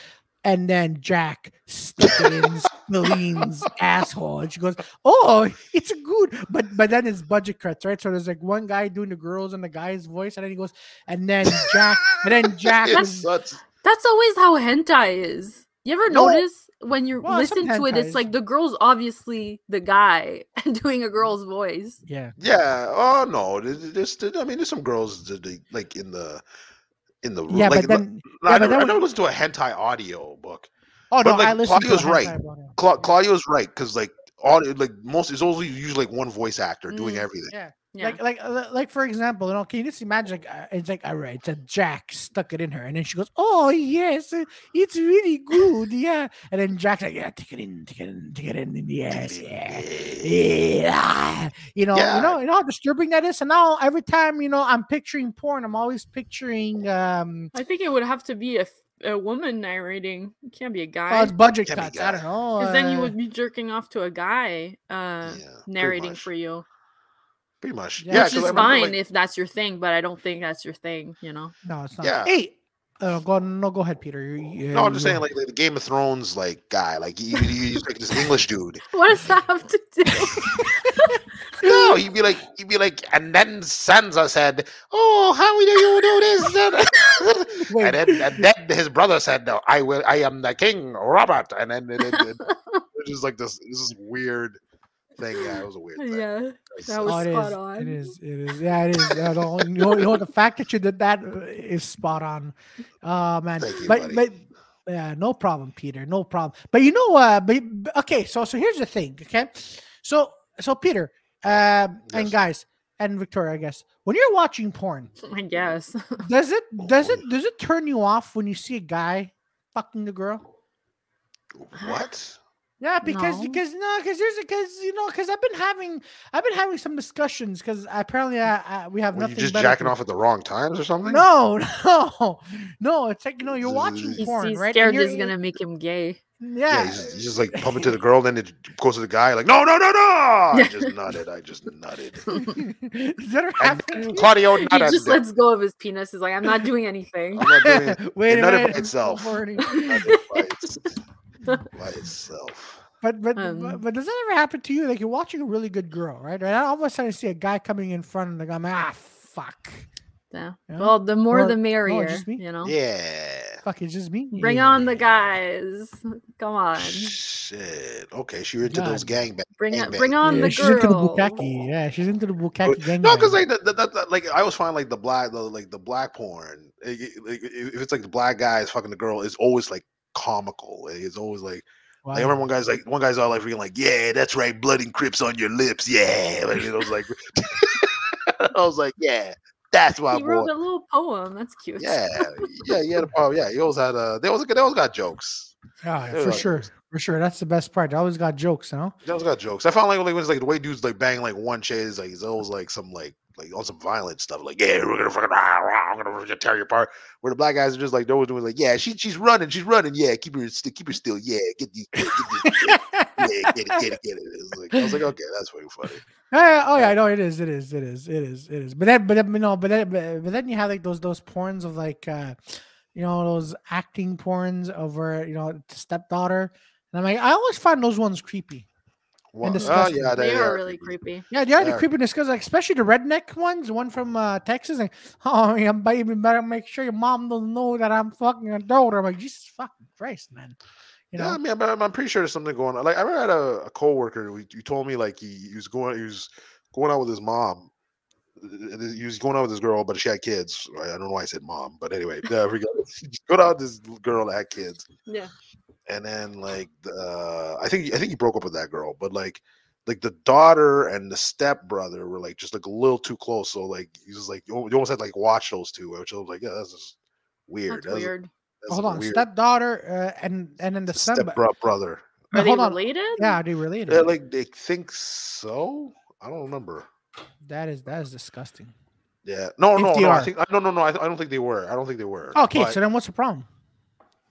B: and then Jack stuck it in his Colleen's asshole. And she goes, Oh, it's good. But but then it's budget cuts, right? So there's like one guy doing the girls and the guy's voice, and then he goes, and then Jack, and then Jack
A: It's
B: was-
A: such-
C: That's always how hentai is. You ever
A: No.
C: notice when you
B: Well, some
C: listen to it,
B: hentais.
C: it's like the girl's obviously the guy and doing a girl's voice.
B: Yeah.
A: yeah. Oh no. There's, there's, there- I mean, there's some girls that they, like in the in the
B: Yeah,
A: like,
B: but
A: no-
B: then
A: no,
B: yeah,
A: I,
B: but
A: never,
B: then
A: I
B: when-
A: never listened to a hentai audio book.
B: oh
A: but,
B: no,
A: like,
B: I listened
A: Claudio's
B: to a
A: right.
B: hentai one.
A: Cla- Claudio's right because like audio, like most, it's always usually like one voice actor doing
C: Mm.
A: everything.
B: Yeah.
C: Yeah.
B: Like, like, uh, like for example, you know, can you just imagine? Like, uh, it's like, all right, it's a Jack stuck it in her, and then she goes, "Oh yes, uh, it's really good, yeah." And then Jack's like, "Yeah, take it in, take it in, take it in, yes, yeah, yeah." You know,
A: Yeah.
B: you know, you know how disturbing that is. And now every time you know I'm picturing porn, I'm always picturing um,
C: I think it would have to be a, f- a woman narrating. It can't be a
B: well,
C: guy.
B: it's budget
A: Can't be
B: cuts. I
A: guy.
B: don't know.
C: Because then you
B: uh,
C: would be jerking off to a guy uh,
A: pretty
C: narrating
A: much.
C: for you.
A: Pretty much.
B: Yeah,
A: Yeah,
C: Which
A: 'cause I
C: is
A: remember,
C: fine
A: like-
C: if that's your thing, but I don't think that's your thing, you know?
B: no, it's not.
A: Yeah.
B: Hey, uh, go no, go ahead, Peter. You, you,
A: no, I'm just
B: you-
A: saying like, like the Game of Thrones like guy, like he, he, he's like this English dude.
C: What does that have to do?
A: No, he'd be like, he'd be like, and then Sansa said, "Oh, how do you do this?" Then-
B: Wait.
A: and, then, and then his brother said, "No, I will. I am the king, Robert." And then it, it, it, it's just like this, this is weird thing. Yeah, it was a weird thing.
C: yeah.
A: It's-
C: that was-
B: Oh, it
C: spot
B: is,
C: on.
B: It is. It is. Yeah, it is. I don't, you, know, you know, the fact that you did that uh, is spot on. Oh man,
A: Thank you, buddy.
B: but but yeah, no problem, Peter. No problem. But you know, uh, but, but- okay. So so here's the thing. Okay, so so Peter uh, and
A: Yes.
B: guys and Victoria, I guess when you're watching porn,
C: I guess.
B: does it does it
A: Oh.
B: does it turn you off when you see a guy fucking the girl?
A: what?
B: Yeah, because
C: No.
B: because no, because there's because you know because I've been having I've been having some discussions because apparently I, I, we have
A: Were you
B: nothing.
A: just
B: better
A: jacking
B: to-
A: off at the wrong times or something?
B: No, no, no. It's like you know you're watching
A: He's-
C: He's,
B: porn,
C: he's
B: right? And
C: scared
B: you're-
C: this is going to make him gay.
A: Yeah,
B: Yeah,
A: he's just, he's just like pumping to the girl, then it goes to the guy, like, "No, no, no, no!" I just nutted. I just nutted.
B: Does that
A: And
B: happen?
A: then Claudio
C: He
A: nutted.
C: just lets go of his penis. He's like, I'm not doing anything.
A: I'm not doing it.
B: Wait
A: nutted
B: a
A: by
B: minute. I'm still
A: itself.
B: burning.
A: Not just by, its- by itself.
B: But but, but
C: Um,
B: but does that ever happen to you? Like you're watching a really good girl, right? And all of a sudden you see a guy coming in front, and like I'm ah fuck,
C: Yeah.
B: Yeah.
C: Well, the more
B: Or-
C: the
B: oh,
C: merrier,
B: just me?
C: you know.
A: Yeah.
B: fuck it's just me.
C: Bring
B: Yeah.
C: on the guys. Come on.
A: Shit. Okay, she into those gangbang.
C: Bring
A: Bang,
C: on,
A: bang.
C: bring on
B: Yeah,
C: the
B: she's into the
C: girl.
B: bukkake. Yeah, she's into the bukkake gang.
A: Oh, No, because like that, that, that- like I always find like the black, the, like the black porn. eh, eh, Like if if it's like the black guy is fucking the girl, it's always like comical. Eh, It's always like, like, I remember one guy's like one guy's all like freaking like, yeah, that's right, blood and crips on your lips, yeah. Like, it was like, I was like, yeah, that's my
C: He
A: boy.
C: wrote a little poem. That's cute.
A: Yeah, yeah, yeah. Oh, yeah. He always had uh, they always they always got jokes. Yeah,
B: Oh, for
A: like-
B: sure, for sure. That's the best part. I always got jokes, huh?
A: Jones got jokes. I found like like when it's like the way dudes like bang like one shit is like it's always like some like like on some violent stuff. Like yeah, we're gonna fucking rah, rah, I'm gonna fucking tear you apart. Where the black guys are just like they're always doing like yeah, she she's running, she's running. Yeah, keep her still, keep her still. Yeah, get these, get these, yeah, get it, get it, get it. It's like, I was like okay, that's pretty funny.
B: Yeah, oh yeah, I
A: Yeah.
B: know it is, it is, it is, it is, it is. But then, but then, no, but then, but, but then you have like those those porns of like, uh you know, those acting porns over, you know, stepdaughter. And I'm like, I always find those ones creepy.
A: Well,
B: disgusting.
C: They are really creepy.
B: Yeah, they are the
A: Yeah.
B: creepiness because, like, especially the redneck ones. The one from uh, Texas, like, oh, yeah, baby, better make sure your mom doesn't know that I'm fucking your daughter. I'm like, Jesus fucking Christ, man. You know,
A: Yeah, I mean, I'm- I'm, I'm pretty sure there's something going on. Like, I remember I had a, a coworker who who told me like he, he was going, he was going out with his mom. Uh, uh, He was going out with this girl, but she had kids. right? I don't know why I said mom, but anyway, uh, we got going out with this girl that had kids,
C: Yeah.
A: and then like the- uh, I think I think he broke up with that girl, but like like the daughter and the stepbrother were like just like a little too close. So like he was like you al- you almost had to like watch those two, which I was like, yeah, that's just weird.
C: That's
A: That's,
C: weird.
A: that's
B: hold on,
A: weird.
B: stepdaughter uh, and and then the son. but-
A: Stepbro- brother.
B: but
C: Are they
B: hold on,
C: related?
B: yeah, are they related?
A: Yeah, Uh, like they think so. I don't remember.
B: that is that is disgusting.
A: Yeah, no,
B: If
A: no,
B: they
A: no. I
B: are.
A: think I- no, no, no. I, th- I don't think they were. I don't think they were.
B: Okay,
A: but-
B: so then what's the problem?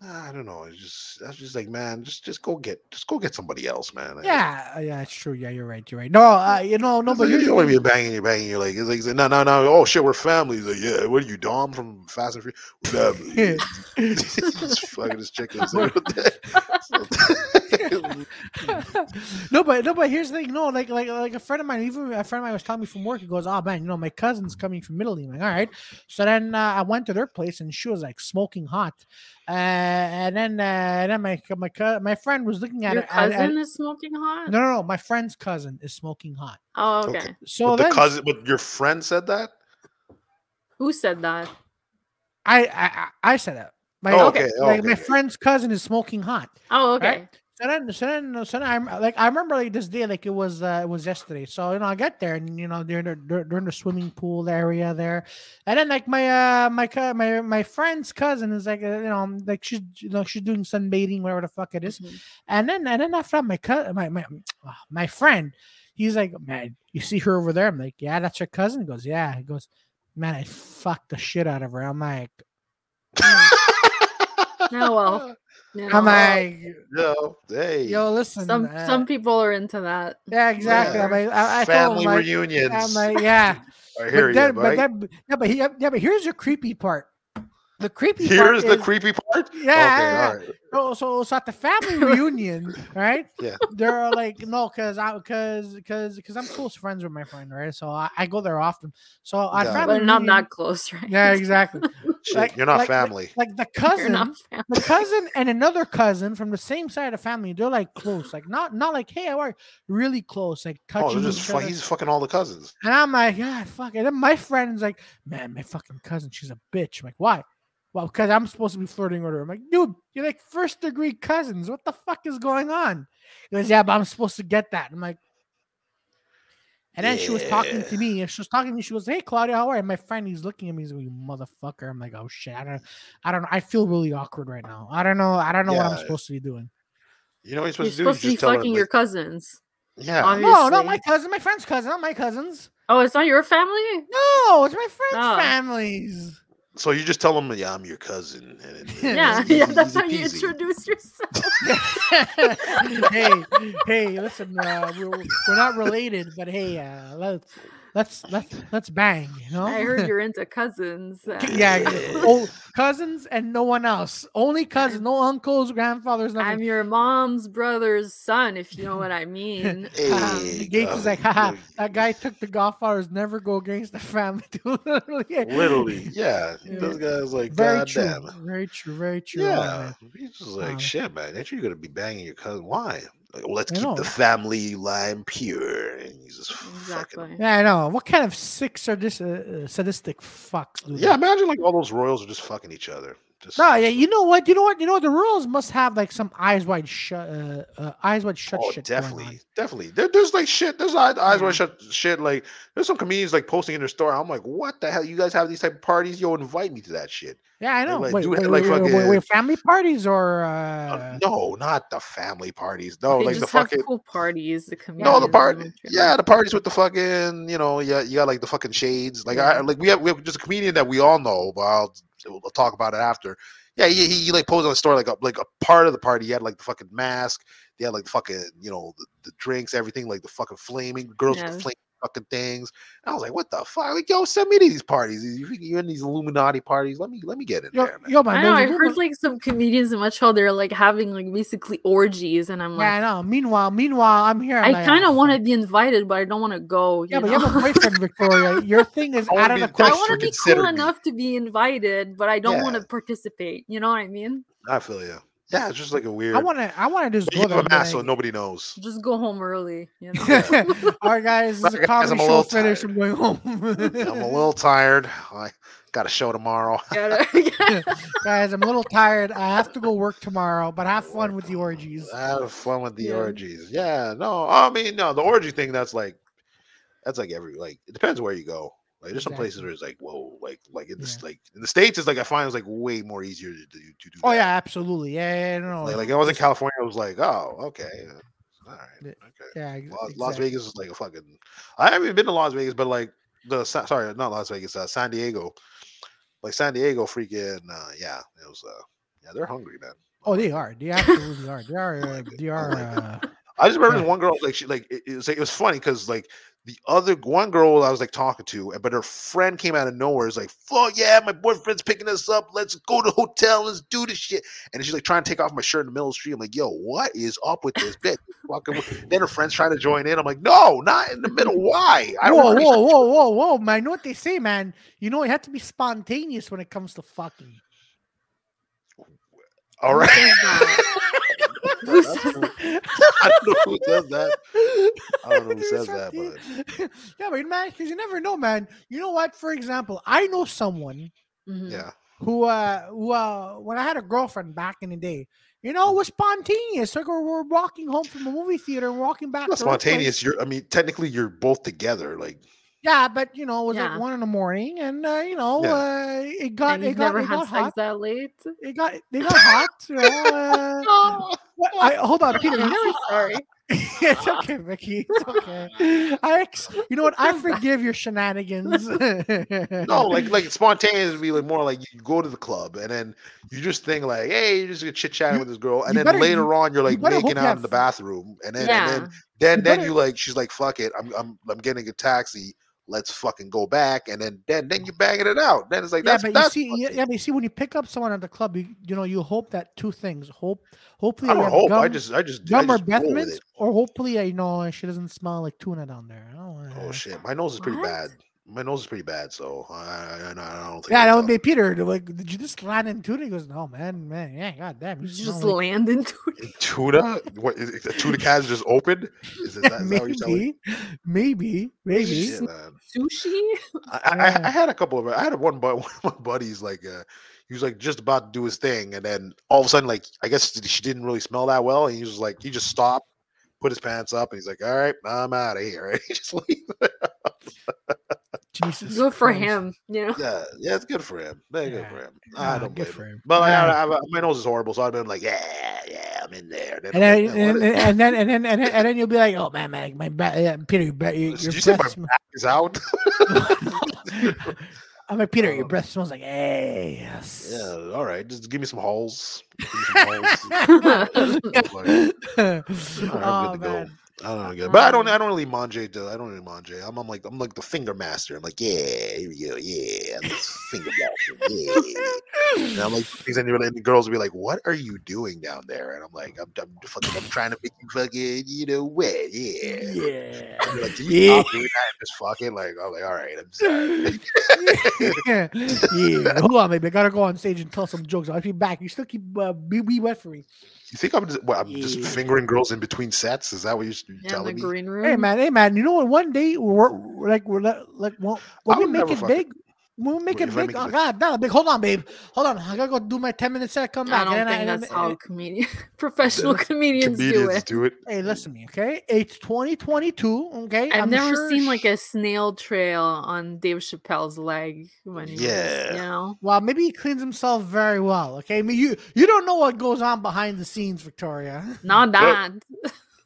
A: I don't know. It's just that's just like man, just just go get just go get somebody else, man. Like,
B: Yeah, uh, yeah, it's true. Yeah, you're right. You're right. No, uh, you know, no,
A: it's
B: but
A: like, you
B: here's
A: don't
B: the
A: want to
B: thing.
A: be banging, you banging. You're like, it's like, no, no, no. Oh shit, we're family. He's like, yeah. What are you, Dom from Fast and Furious? We're family. Just fucking this chicken. It's like, what the-
B: no, but no, but here's the thing. No, like like like a friend of mine, even a friend of mine was telling me from work. He goes, "Oh man, you know my cousin's coming from Italy." I'm like, all right. So then uh, I went to their place, and she was like smoking hot. Uh, and then uh, and then my my cou- my friend was looking at
C: Your
B: her. at- at-
C: cousin is smoking hot.
B: no, no, no. My friend's cousin is smoking hot.
C: Oh,
A: Okay.
C: okay.
B: So
A: the
B: then
A: cousin, but your friend said that.
C: Who said that?
B: I, I I I said that. My,
A: Oh,
B: okay.
A: okay. Oh,
B: like,
A: okay,
B: my
A: okay.
B: friend's cousin is smoking hot.
C: Oh, okay.
B: Right? So then, so then, so then I'm like, I remember like this day, like it was, uh, it was yesterday. So you know, I get there, and you know, they're in the, they're, they're in the swimming pool area there, and then like my uh my cou- my my friend's cousin is like, uh, you know, like she's you know she's doing sunbathing, whatever the fuck it is,
C: Mhm.
B: and then and then after that, my cousin, my my ah, my friend, he's like, man, you see her over there? I'm like, yeah, that's your cousin. He goes, yeah. He goes, man, I fucked the shit out of her. I'm like, Mm.
C: Oh, well. Yeah.
B: I'm like,
A: Yo, hey.
B: yo, listen,
C: some
B: uh,
C: some people are into that.
B: yeah, exactly. I'm
C: Yeah.
B: like, I, I told him,
A: family
B: like,
A: reunions.
B: I'm like, yeah.
A: I hear
B: but then,
A: you,
B: but
A: buddy.
B: then, yeah, but he, yeah, but here's the creepy part. The creepy part
A: Here's the
B: is-
A: creepy part.
B: Yeah, yeah,
A: okay, all
B: yeah.
A: right.
B: So, so, so at the family reunion, right?
A: Yeah.
B: There are like no, cause I, cause, cause, cause I'm close friends with my friend, right? So I, I go there often. So at
A: Yeah.
B: family
C: But not
B: reunion-
C: that close, right?
B: Yeah, exactly.
A: Shit,
B: Like-
A: you're not
B: like-
A: family.
B: Like the
C: You're
B: cousin,
C: not fam-
B: the cousin and another cousin from the same side of family, they're like close, like not, not like hey, how are you?" Really close, like
A: oh,
B: touching
A: they're just
B: each
A: fu-
B: other.
A: he's fucking all the cousins.
B: And I'm like, yeah, fuck. And then my friend's like, man, my fucking cousin, she's a bitch. I'm like, why? Well, because I'm supposed to be flirting with her. I'm like, dude, you're like first degree cousins. What the fuck is going on? He goes, yeah, but I'm supposed to get that. I'm like, and then she was talking to
A: Yeah.
B: me, and she was talking to me. She goes, "Hey, Claudia, how are you?" And my friend, he's looking at me, he's like, "You motherfucker!" I'm like, "Oh shit, I don't, I don't know. I feel really awkward right now. I don't know. I don't know what I'm
A: Yeah.
B: supposed to be doing."
A: You know what you're supposed
C: You're
A: to do?
C: supposed to
A: You
C: be
A: just tell her,
C: fucking your
A: like,
C: cousins.
A: yeah.
C: on-
B: No, no,
C: Obviously.
B: my cousin, my friend's cousin, not my cousins.
C: Oh, it's not your family?
B: No, it's my friend's
C: Oh.
B: families.
A: So you just tell him, yeah, I'm your cousin. And it- it's
C: Yeah,
A: easy-
C: yeah, that's how you
A: easy peasy.
C: introduce yourself.
B: hey, hey, listen, uh, we're, we're not related, but hey, uh, let's let's let's let's bang, you know?
C: I heard you're into cousins. uh,
B: yeah, yeah. oh, cousins and no one else. Only cousins, no uncles, grandfathers,
C: I'm
B: nothing.
C: your mom's brother's son, if you know what I mean.
B: Um,
A: Hey,
B: the Gates is
A: uh,
B: like, haha,
A: you-
B: that guy took the Godfathers. Never go against the family.
A: Literally, yeah. This guy's like,
B: very
A: God
B: true,
A: damn.
B: very true, very true. Um, Oh,
A: Yeah.
B: man.
A: He's just like,
B: Wow.
A: shit, man. Ain't you gonna be banging your cousin? Why? Like, well, let's
B: I
A: keep
B: know.
A: the family line pure. And he's just fucking.
C: Exactly.
B: yeah, I know. What kind of sick sadis- uh, sadistic fucks? do
A: Yeah,
B: that?
A: imagine like all those royals are just fucking each other. Just
B: No, yeah, you know what? You know what? You know what? The Royals must have like some eyes wide shut, uh, uh, eyes wide shut
A: Oh,
B: shit. going on.
A: definitely, definitely. There, there's like shit. There's eyes, eyes
C: Yeah.
A: wide shut shit. Like there's some comedians like posting in their story. I'm like, what the hell? You guys have these type of parties? Yo, invite me to that shit.
B: Yeah, I know.
A: like,
B: wait,
A: do
B: wait,
A: it like
B: wait, wait, wait,
A: fucking-
B: wait, family parties or
A: Uh,
B: uh,
A: no, not the family parties. No,
C: they
A: Oh, like
C: just
A: the fucking.
C: have cool parties. The comedians.
A: No, the part,
C: and shit
A: yeah,
C: like
A: the parties with the fucking, you know, yeah, you got like the fucking shades, like I,
C: Yeah.
A: like we have, we have just a comedian that we all know, but I'll we'll talk about it after. Yeah, he, he, he like posed on the story like a, like a part of the party. He had like the fucking mask, they had like the fucking, you know, the, the drinks, everything, like the fucking flaming girls with the
C: Yeah.
A: flaming fucking things. I was like, what the fuck? Like, yo, send me to these parties. You, you're in these Illuminati parties. Let me let me get in
B: yo,
A: there. Man.
B: yo, man,
C: I know. I
B: there's a rumor-
C: heard like some comedians in Montreal. They're like having like basically orgies, and I'm
B: yeah, I
C: like,
B: know. Meanwhile, meanwhile, I'm here. uh,
C: I kind of want to be invited, but I don't want to go.
B: Yeah,
C: you
B: but you have a
C: know?
B: boyfriend, Victoria. Your thing is
A: I wanna
B: out of
A: be
B: the
A: the
C: I
A: best
B: question.
A: for
C: want to be
A: consider
C: cool
A: me.
C: enough to be invited, but I don't
A: Yeah.
C: want to participate. You know what I mean?
A: I feel you. Yeah, it's just like a weird.
B: I want to. I want to just
A: But
B: go
A: you
B: there.
A: have
B: and
A: a
B: be
A: mask so
B: like-
A: nobody knows.
C: Just go home early. You know?
B: All right, guys, this
A: Sorry,
B: is a
A: guys,
B: comedy
A: I'm a
B: show
A: little
B: finish. I'm going home.
A: I'm a little tired. I got a show tomorrow.
C: Gotta-
B: guys, I'm a little tired. I have to go work tomorrow, but have fun with the orgies.
A: Have fun with the
C: Yeah.
A: orgies. Yeah, no, I mean, no, the orgy thing. That's like, that's like every like. It depends where you go. Like, there's some places
B: Exactly.
A: where it's like, whoa, like, like in this,
B: Yeah.
A: like in the states, it's like I find it's like way more easier to do. To do
B: Oh
A: that.
B: yeah, absolutely. Yeah, yeah, yeah, no, no,
A: Like,
B: no.
A: like I was in California, I was like, oh, okay, yeah, all right,
B: Yeah.
A: okay.
B: yeah, ex-
A: Las, Las
B: exactly.
A: Vegas is like a fucking. I haven't even been to Las Vegas, but like the Sa- sorry, not Las Vegas, uh, San Diego. Like San Diego, freaking uh, yeah, it was. uh Yeah, they're hungry, man.
B: Oh, they are. They absolutely are. They are. Uh, they are. Uh,
A: I just remember
B: Yeah.
A: one girl like she like it, it was like it was funny because like The other one girl I was like talking to, but her friend came out of nowhere. Is like, "Fuck yeah, my boyfriend's picking us up. Let's go to the hotel. Let's do this shit." And she's like trying to take off my shirt in the middle of the street. I'm like, "Yo, what is up with this bitch?" Fucking. with-" Then her friends trying to join in. I'm like, "No, not in the middle. Why? I
B: whoa,
A: wanna-
B: whoa, whoa, whoa, whoa, man! You know what they say, man? You know you have to be spontaneous when it comes to fucking.
A: All right.
C: Who says that? Who says that?
A: I don't know who does that. I don't know who says that, but
B: but yeah, but man, because you never know, man. You know what? For example, I know someone Hmm.
C: Mhm.
A: yeah,
B: who, uh, who, uh, when I had a girlfriend back in the day, you know, it
A: Mm.
B: was spontaneous. Like we're, we're walking home from a movie theater and walking back.
A: not
B: to her place.
A: spontaneous. You're. I mean, technically, you're both together. Like,
B: Yeah, but you know, it was
C: Yeah.
B: like one in the morning, and uh, you know,
A: Yeah.
B: uh, it got
C: And
B: it
C: you've
B: got,
C: never
B: it
C: had
B: got
C: sex
B: hot.
C: that late?
B: It got they got hot. You know, uh,
A: oh,
B: what- I, hold on, Peter.
C: Peter, I'm
B: you
C: really sorry.
B: it's okay, Vicky. It's okay. I ex- you know what? I forgive your shenanigans.
A: no,
B: no,
A: like like spontaneous would be like more like you go to the club and then you just think like, hey, you're just gonna chit chatting
B: You-
A: with this girl, and
B: you
A: then
B: better-
A: later
B: you-
A: on you're
B: you
A: like
B: better hope
A: making
B: you
A: out
B: have-
A: in the bathroom, and then
C: yeah.
A: and then then
B: You
A: then
B: better-
A: you like she's like, fuck it, I'm I'm I'm getting a taxi. Let's fucking go back, and then then then you're banging it out. Then it's like
B: yeah,
A: that's
B: but you
A: that's
B: see, yeah,
A: spontaneous.
B: yeah, but you see, when you pick up someone at the club, you you know, you hope that two things: hope, hopefully,
A: I
B: you
A: don't
B: have
A: hope. I
B: gum-
A: just I just I
B: gum or
A: just roll with
B: Bethman's,
A: it.
B: or hopefully, uh, you know, she doesn't smell like tuna down there. Oh,
A: Oh
B: uh,
A: shit, my nose is pretty
C: What?
A: bad. My nose is pretty bad, so I I, I don't- I don't think.
B: Yeah,
A: I'd
B: that would
A: go.
B: be Peter. They're like, did you just land in tuna? He goes, no, man, man, yeah, goddamn, you
C: You
B: smell
C: just
B: like
C: land into it.
A: tuna. What is it, the tuna cans just opened? Is, it- that, is that what you're telling me?
B: maybe, maybe, maybe.
A: Shit, man.
C: Sushi?
A: I, I, I
B: Yeah.
A: had a couple of I had one bu- one of my buddies like uh he was like just about to do his thing and then all of a sudden like I guess th- she didn't really smell that well and he was like he just stopped, put his pants up and he's like all right I'm out of here and he just leave.
B: Jesus,
C: Good for
B: Christ.
C: him, you know?
A: yeah yeah it's good for him yeah, good
B: Yeah.
A: for him I
B: Ah,
A: don't
B: good
A: blame
B: for
A: him
B: him.
A: but I,
B: Yeah.
A: I, I- my nose is horrible so I've been like yeah yeah I'm in there I'm
B: And then,
A: like, "Man, what
B: and,
A: is-
B: and then and then and then and then you'll be like, oh man, man, my back, yeah, Peter, your, breath- your,
A: Did
B: your
A: you say my
B: breath. Sm-
A: is out
B: I'm like Peter, your
A: Oh.
B: breath smells like ass.
A: yeah all right just give me some holes give me some holes Like,
B: oh,
A: good to go.
B: man.
A: I don't get, but I don't.
C: Um,
A: I don't really manje. though. I don't really manje. I'm, I'm like I'm like the finger master. I'm like yeah, here we go, yeah, I'm the finger master, yeah. And I'm like these and the girls will be like, what are you doing down there? And I'm like, I'm, I'm fucking, I'm trying to make you fucking, you know, wet, yeah.
B: Yeah.
A: And they're Like, Can you
B: Yeah.
A: stop doing that? And just fucking like, I'm like, all right, I'm sorry.
B: yeah. yeah. Hold on, baby. I gotta go on stage and tell some jokes. I'll be back. You still keep uh, be, be wet for me.
A: You think I'm just, what, I'm just
B: Yeah.
A: fingering girls in between sets? Is that what you're, you're
C: In the
A: telling me?
C: green room.
B: Hey man, hey man. You know what? One day we're we're like we're like, like when, when
A: I
B: we
A: would
B: make
A: never
B: it
A: fucking-
B: big, when we make
A: If
B: it
A: I
B: big.
A: make it
B: oh
A: big.
B: god, no, big. Hold on, babe. Hold on. I gotta go do my ten minutes. I come
C: I
B: back.
C: don't
B: and then
C: think
B: and
C: that's
B: then-
C: how comedian professional comedians, do
A: Comedians
C: it.
A: do it.
B: Hey, listen to me, okay? It's 2022, okay?
C: I've
B: I'm
C: never
B: sure
C: seen like
B: sh-
C: a snail trail on Dave Chappelle's leg when he was,
A: Yeah.
C: you know.
B: Well, maybe he cleans himself very well, okay? I mean, you you don't know what goes on behind the scenes, Victoria.
C: Not that.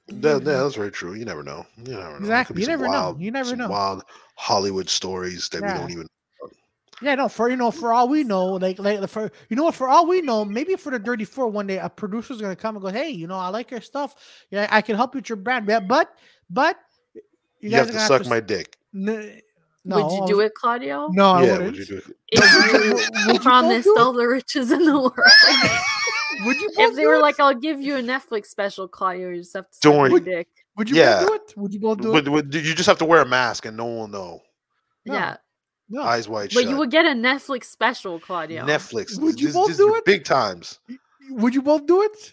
A: Yeah, yeah, that's very true. You never know. You never know. It
B: Exactly.
A: could be
B: You
A: some
B: never know. You never
A: some
B: know.
A: Wild Hollywood stories that we
B: Yeah.
A: don't even.
B: Yeah, no, for you know, for all we know, like like for you know what, for all we know, maybe for the dirty four one day a producer's gonna come and go, Hey, you know, I like your stuff. Yeah, I can help you with your brand. Yeah, but but
A: You, have
B: guys are
A: to
B: gonna
A: suck
B: s-
A: my dick.
B: n- no,
C: Would you do it, Claudio?
B: No, I
A: yeah,
B: wouldn't.
A: would you do? it?
C: If
B: Would you
C: you
B: both
C: promised
B: do it?
C: all the riches in the world.
B: Would you both
C: if they
B: do
C: were
B: it?
C: like, I'll give you a Netflix special, Claudio, you just have to
A: Don't
C: suck your
A: worry.
C: dick.
B: would you
A: Yeah.
B: both do it? Would you both do
A: Would,
B: it?
A: would, you just have to wear a mask and no one will know.
B: No,
C: yeah.
B: No.
A: Eyes wide
C: But
A: shut.
C: you would get a Netflix special, Claudio.
A: Netflix.
B: Would you
A: this,
B: both
A: this
B: do
A: your
B: it?
A: Big times.
B: would you both do it?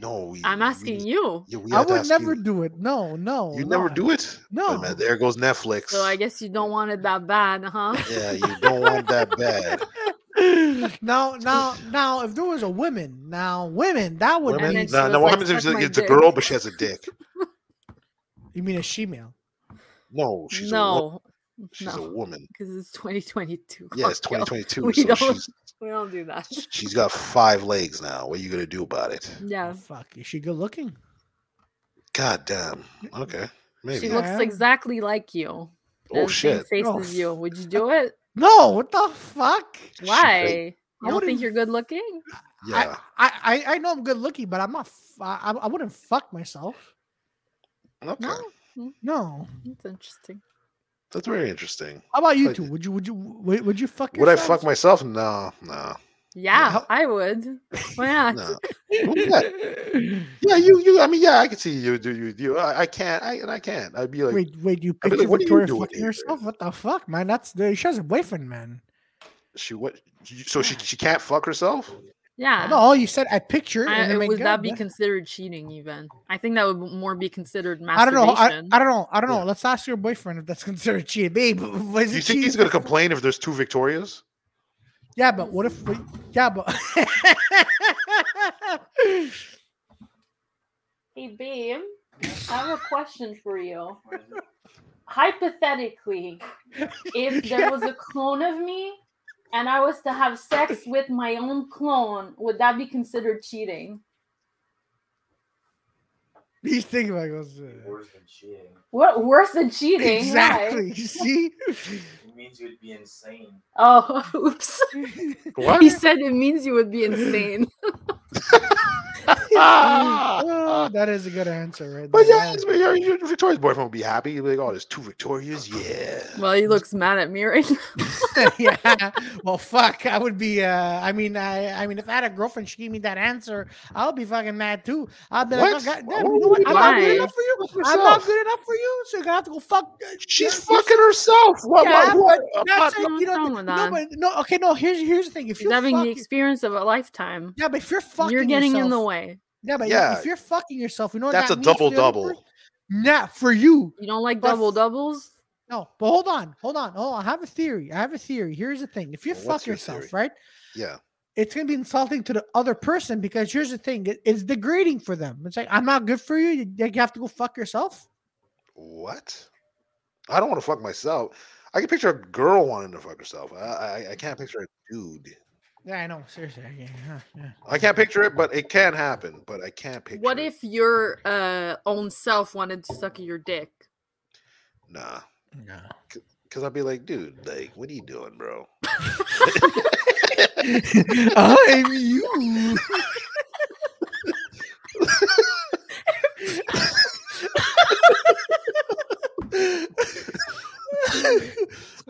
A: No, we,
C: I'm asking you.
A: you we
B: I
A: have to
B: would
A: ask
B: never
A: You,
B: do it. No, no.
A: you never
B: no.
A: do it. But,
B: No.
A: man, there goes Netflix.
C: So I guess you don't want it that bad, huh?
A: yeah, you don't want that bad.
B: now, now, now, if there was a woman, now women, that would
A: Women,
C: then
B: be.
C: she
A: no,
C: was
A: no,
C: like,
A: what happens if
C: "Suck
A: it's,
C: my
A: it's a
C: dick."
A: girl but she has a dick?
B: You mean a shemale?
A: No, she's a woman.
C: no.
A: She's a
C: no.
A: woman.
C: Because it's 2022.
A: Yeah, it's
C: Claudio.
A: 2022.
C: We
A: so
C: don't-
A: she's
C: We don't do that.
A: She's got five legs now. What are you gonna do about it?
C: Yeah.
B: Oh, fuck, is she good looking?
A: God damn. Okay. Maybe.
C: She
B: Yeah.
C: looks exactly like you.
A: oh
C: The same
A: shit.
C: Face
B: Oh,
C: as you. Would you do it?
B: No, what the fuck?
A: She-
C: Why?
B: I
C: You don't
B: wouldn't-
C: think you're good looking?
A: Yeah.
B: I, I, I know I'm good looking, but I'm not. f- I, I- I wouldn't fuck myself.
A: okay.
C: No.
B: No.
C: It's interesting.
A: That's very interesting.
B: How about you
A: Like-
B: two? Would you would you would, would you fuck
A: Would I fuck
B: yourselves?
A: myself? No, no.
C: Yeah,
B: how-
C: I would. Why not?
A: No. Yeah, you, you. I mean, yeah, I can see you, do you, you. I, I can't. I and I can't. I'd be like,
B: Wait, wait, you
A: I'd be
B: picture
A: like, what are you
B: Victoria
A: doing
B: fucking
A: here?
B: herself? What the fuck, man? That's the she has a boyfriend, man.
A: she what? you- So she she can't fuck herself?
C: Yeah.
B: No, all you said I picture.
C: I-
B: and I'm like,
C: would
B: God
C: that be
B: damn.
C: considered cheating? Even I think that would more be considered
B: I don't know.
C: masturbation.
B: I, I don't know. I don't know.
A: Yeah.
B: Let's ask your boyfriend if that's considered cheating, babe. was
A: Do
B: it
A: you think he's
B: cheating?
A: gonna complain if there's two Victorias?
B: Yeah, but what if? We, yeah, but
C: Hey, babe, I have a question for you. Hypothetically, if there was a clone of me and I was to have sex with my own clone, would that be considered cheating?
B: he's thinking like this, uh,
E: Worse than cheating.
C: What worse than cheating? Why?
B: exactly. You see,
E: It means you'd be insane.
C: Oh, oops.
A: What?
C: He said it means you would be insane.
A: Ah!
B: Oh, that is a good answer, right?
A: But
B: there.
A: yeah, it's- but your, your Victoria's boyfriend would be happy. He'd be like, oh, there's two Victorias. Yeah.
C: Well, he looks mad at me right now.
B: yeah. Well, fuck. I would be. Uh, I mean, I. I mean, if I had a girlfriend, she gave me that answer, I would be fucking mad too. I'd be
A: What?
B: like, oh, God,
A: Why
B: damn, you
A: would
B: know what?
A: you
B: I'm not
C: lie?
B: good enough for you.
A: Fuck
B: I'm not
A: herself.
B: good enough for you, so you're gonna have to go fuck.
A: She's
B: Yeah,
A: fucking herself. What?
C: Yeah,
A: what, what? Uh, I'm
B: That's
A: not-
B: it. You
C: wrong
B: know,
C: with
B: no,
C: that.
B: but no. Okay, no. Here's here's the thing. If
C: He's
B: you
C: having
B: fuck,
C: the experience of a lifetime.
B: yeah, but if you're fucking,
C: You're getting
B: yourself,
C: in the way.
B: Yeah, but yeah.
A: Yeah.
B: if you're fucking yourself, you know what
A: That's
B: that
A: a
B: means
A: double
B: for the other person?
A: double.
B: Nah, for you.
C: You don't like
B: But-
C: double doubles?
B: No, but hold on, hold on, hold on. I have a theory. I have a theory. Here's the thing: if you
A: Well,
B: fuck
A: what's your
B: yourself,
A: theory?
B: right,
A: Yeah.
B: it's gonna be insulting to the other person because here's the thing: it- it's degrading for them. It's like I'm not good for you. You, you have to go fuck yourself.
A: What? I don't want to fuck myself. I can picture a girl wanting to fuck herself. I, I, I can't picture a dude.
B: Yeah, I know. Seriously, I can't- huh, yeah.
A: I can't picture it, but it can happen. But I can't picture.
C: What
A: it.
C: if your uh, own self wanted to suck your dick?
A: Nah,
B: No.
A: because I'd be like, dude, like, what are you doing, bro?
B: I'm you.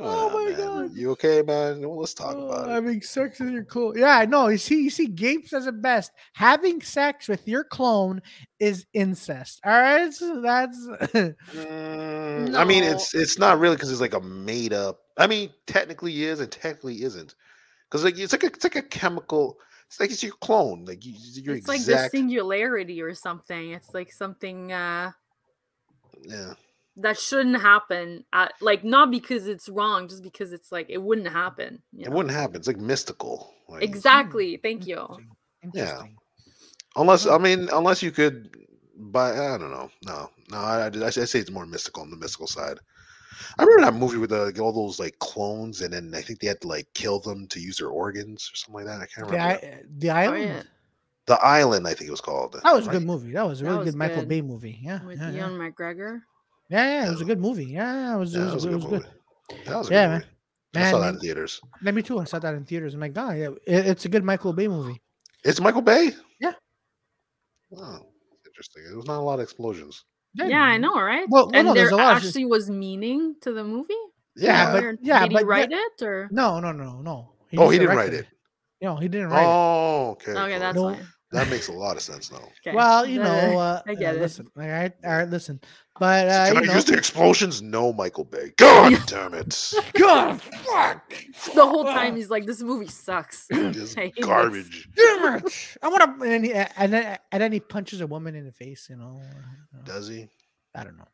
B: Oh my
A: man.
B: God.
A: you okay, man? Well, let's talk about
C: Oh,
A: it.
B: Oh, Having sex with your clone. Yeah, I know. You see, you see, Gabe says it best. Having sex with your clone is incest. All right, so that's
A: Mm, I mean,
C: No.
A: it's it's not really because it's like a made up. I mean, technically is and technically isn't, because like it's like a, it's like a chemical. It's like it's your clone. Like you, your
C: it's like the
A: exact.
C: singularity or something. It's like something uh,
A: yeah.
C: that shouldn't happen. At, like not because it's wrong, just because it's like it wouldn't happen. you
A: It
C: know?
A: wouldn't happen. It's like mystical. Like,
C: Exactly. Thank you.
B: Interesting, interesting.
A: Unless
B: Oh.
A: I mean, unless you could buy. I don't know. No, no. I, I, I say it's more mystical on the mystical side. I remember that movie with uh, all those like clones, and then I think they had to like kill them to use their organs or something like that. I can't
B: The,
A: remember.
B: I- the island.
C: Oh, yeah.
A: the Island, I think it was called.
B: That was a
A: right?
B: good movie. That was a
C: That
B: really
C: was
B: good Michael
C: good.
B: Bay movie. Yeah,
C: With
B: yeah, yeah.
C: Ian McGregor.
B: Yeah, yeah, it was a
A: Yeah.
B: good movie. Yeah, it was,
A: Yeah,
B: it was, it was good.
A: movie. That was a
B: Yeah,
A: good
B: man.
A: movie. I saw
B: Man,
A: that in
B: man.
A: theaters.
B: Let me too. I saw that in theaters. I'm like, God, yeah, it- it's a good Michael Bay movie.
A: It's Michael Bay.
B: Yeah.
A: Oh, interesting. There was not a lot of explosions.
C: Yeah, I know, right?
B: Well- well,
C: and
B: no, there's
C: there
B: a lot, it's just-
C: actually was meaning to the movie.
B: Yeah, but-
C: Or
B: yeah,
C: did
B: but
C: he
B: yeah-
C: write it or?
B: No, no, no, no.
A: Oh,
B: just
A: he didn't write
B: directed
A: it.
B: No, he didn't write it.
A: Oh, okay.
C: Okay,
A: cool.
C: that's
B: No.
C: fine.
A: that makes a lot of sense now.
C: Okay.
B: Well, you
C: Uh,
B: know, uh,
C: I get
B: uh,
C: it.
B: Listen, all right, all right, listen, but uh,
A: Can I
B: you know,
A: use the explosions? No, Michael Bay. God damn it!
B: God, fuck,
C: the whole
B: uh,
C: time he's like, "This movie sucks."
A: This
C: I hate this.
A: garbage.
B: damn it! I want to, and, he- and then and then he punches a woman in the face. You know, uh,
A: Does he?
B: I don't know,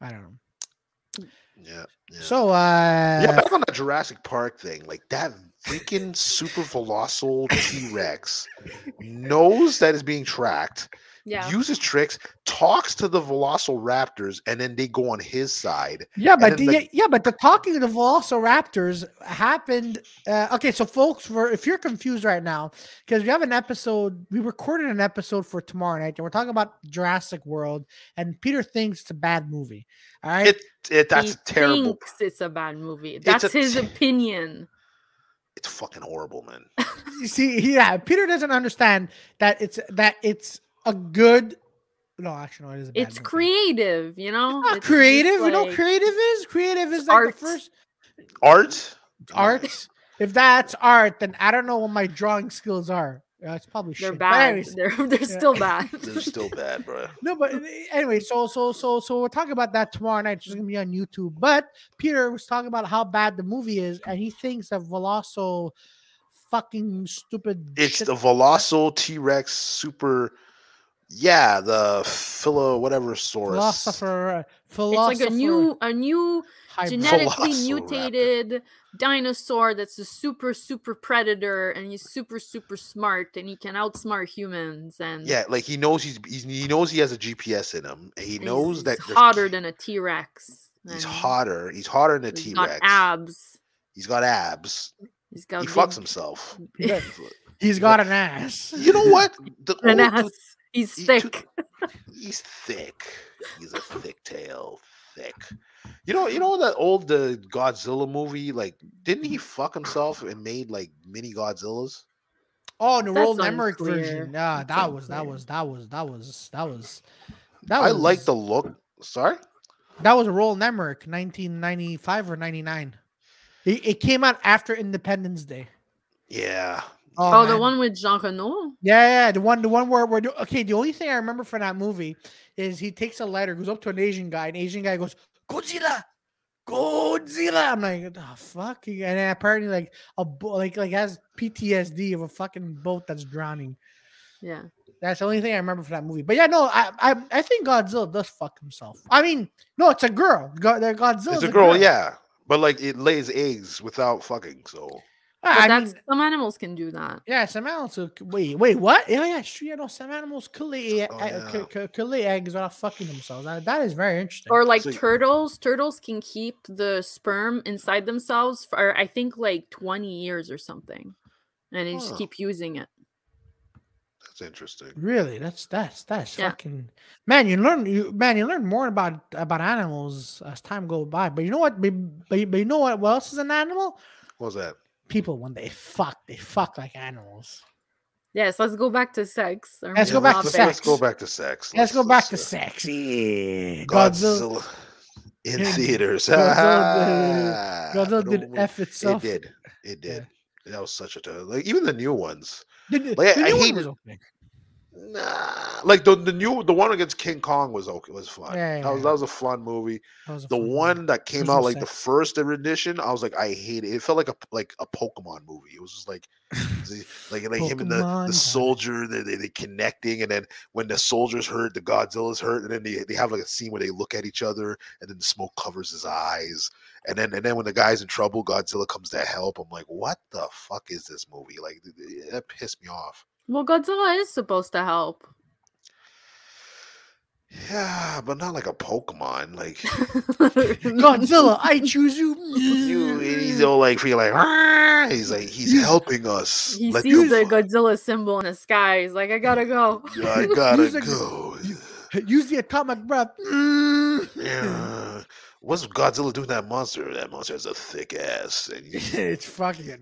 B: I don't know.
A: Yeah. Yeah.
B: So, uh,
A: yeah, back on that Jurassic Park thing, like that freaking super colossal T Rex knows that is being tracked,
C: Yeah.
A: uses tricks, talks to the Velociraptors, and then they go on his side.
B: Yeah, but the,
A: then, like-
B: yeah, but the talking of the Velociraptors happened. Uh, okay, so folks, for if you're confused right now, because we have an episode, we recorded an episode for tomorrow night, and we're talking about Jurassic World, and Peter thinks it's a bad movie. All right,
A: It, it that's
C: he
A: a terrible.
C: Thinks it's a bad movie.
A: a
C: That's his
A: te-
C: opinion.
A: It's fucking horrible, man.
B: you see, yeah, Peter doesn't understand that it's that it's a good No, actually, no, it is. A bad
C: It's
B: movie.
C: creative, you know.
B: Not
C: It's just
B: creative. you know,
C: like-
B: what creative is creative is
C: It's
B: like
C: art.
B: the first
A: Art?
B: art. if that's art, then I don't know what my drawing skills are. Uh, it's probably
C: They're
B: shit. But
C: bad.
B: anyways,
C: They're they're still bad.
A: They're still bad, bro.
B: No, but a- anyway, so so so so we'll talk about that tomorrow night. It's just gonna be on YouTube. But Peter was talking about how bad the movie is, and he thinks that Veloso fucking stupid
A: It's
B: shit-
A: the Veloso T Rex Super. Yeah, the Philo whatever source.
B: philosopher
C: It's
B: philosopher
C: like a new a new
B: hybrid.
C: genetically
A: Velociraptor.
C: mutated dinosaur that's a super super predator and he's super super smart and he can outsmart humans and
A: Yeah, like he knows he's, he's he knows he has a GPS in him. And he
C: and he's-
A: knows
C: he's
A: that there's-
C: hotter than a T-Rex.
A: he's
C: and
A: hotter. He's hotter than a
C: he's
A: T
C: got
A: Rex.
C: abs.
A: He's got abs.
C: He's got
A: he
C: big-
A: fucks himself.
B: Yeah. He's got an ass.
A: you know what? The old-
C: an ass. He's
A: he took-
C: thick.
A: He's thick. He's a thick tail, thick. You know, you know that old uh, Godzilla movie. Like, didn't he fuck himself and made like mini Godzillas?
B: Oh, the
C: That's
B: Roland Emmerich
C: unclear.
B: version. Yeah,
C: That's
B: that was that
C: unclear.
B: was that was that was that was that
A: I
B: was
A: like the look. Sorry,
B: that was Roland Emmerich, 1995 or 99. It, it came out after Independence Day.
A: yeah.
C: Oh, the
B: man.
C: one with Jean Reno.
B: Yeah, yeah, the one, the one where we're okay. The only thing I remember from that movie is he takes a letter, goes up to an Asian guy, and Asian guy goes Godzilla, Godzilla. I'm like, oh, fuck, you-" and then apparently like a bo- like like has PTSD of a fucking boat that's drowning.
C: Yeah.
B: That's the only thing I remember from that movie. But yeah, no, I I, I think Godzilla does fuck himself. I mean, no, it's a girl. Go, the Godzilla.
A: It's a girl, yeah. But like, it lays eggs without fucking. So
C: But
B: Ah, I
C: that's
B: mean,
C: some animals can do that.
B: yeah, some animals. will- Wait, wait, what? Oh, Yeah, yeah, sure. You know, some animals could lay,
A: Oh,
B: uh,
A: yeah.
B: could, could, could lay eggs without fucking themselves. That, that is very interesting.
C: Or like
A: So-
C: turtles, turtles can keep the sperm inside themselves for I think like 20 years or something. And they just
A: Huh.
C: keep using it.
A: that's interesting.
B: Really, that's that's that's
C: Yeah.
B: fucking man. You learn, you man, you learn more about about animals as time goes by. But you know what? But, but, but you know what? What else is an animal?
A: What was that?
B: People when they fuck, they fuck like animals.
C: Yes, let's go back to sex. our
B: Let's go
C: main
B: back to
A: let's,
C: topic.
A: Let's go back to sex.
B: Let's go back to
A: let's,
B: sex.
A: uh,
B: Godzilla.
A: Godzilla in
B: Yeah,
A: theaters.
B: Godzilla
A: Ah,
B: Godzilla
A: I
B: did
A: don't wa-
B: f itself.
A: It did. It
B: Yeah.
A: did. That was such a t- like even the new ones.
B: The- the-
A: Like,
B: the
A: I
B: new one
A: hate
B: was
A: it.
B: okay.
A: Nah, like the the new the one against King Kong was okay. Was fun.
B: Yeah,
A: that was
B: yeah.
A: that was a fun movie.
B: That was a
A: The
B: fun
A: one that came
B: There's
A: out
B: no
A: like the
B: sex.
A: first rendition, I was like, I hate it. It felt like a like a Pokemon movie. It was just like the- eh, like like him and the,
B: Pokemon
A: the
B: time.
A: soldier. They they they connecting, and then when the soldier's hurt, the Godzilla's hurt, and then they, they have like a scene where they look at each other, and then the smoke covers his eyes, and then and then when the guy's in trouble, Godzilla comes to help. I'm like, what the fuck is this movie? Like th- th- that pissed me off.
C: Well, Godzilla is supposed to help.
A: Yeah, but not like a Pokemon. Like
B: Godzilla, I choose you.
A: you, he's all like feel like "Arr!" he's like he's
B: He's-
A: helping us.
C: He
A: Let
C: sees
A: the
C: the Godzilla symbol in the sky. He's like, I gotta go.
A: fu- I gotta
B: He's like-
A: go.
B: Use the atomic breath. Mm.
A: Yeah. What's Godzilla doing to that monster? That monster has a thick ass. And you,
B: it's fucking.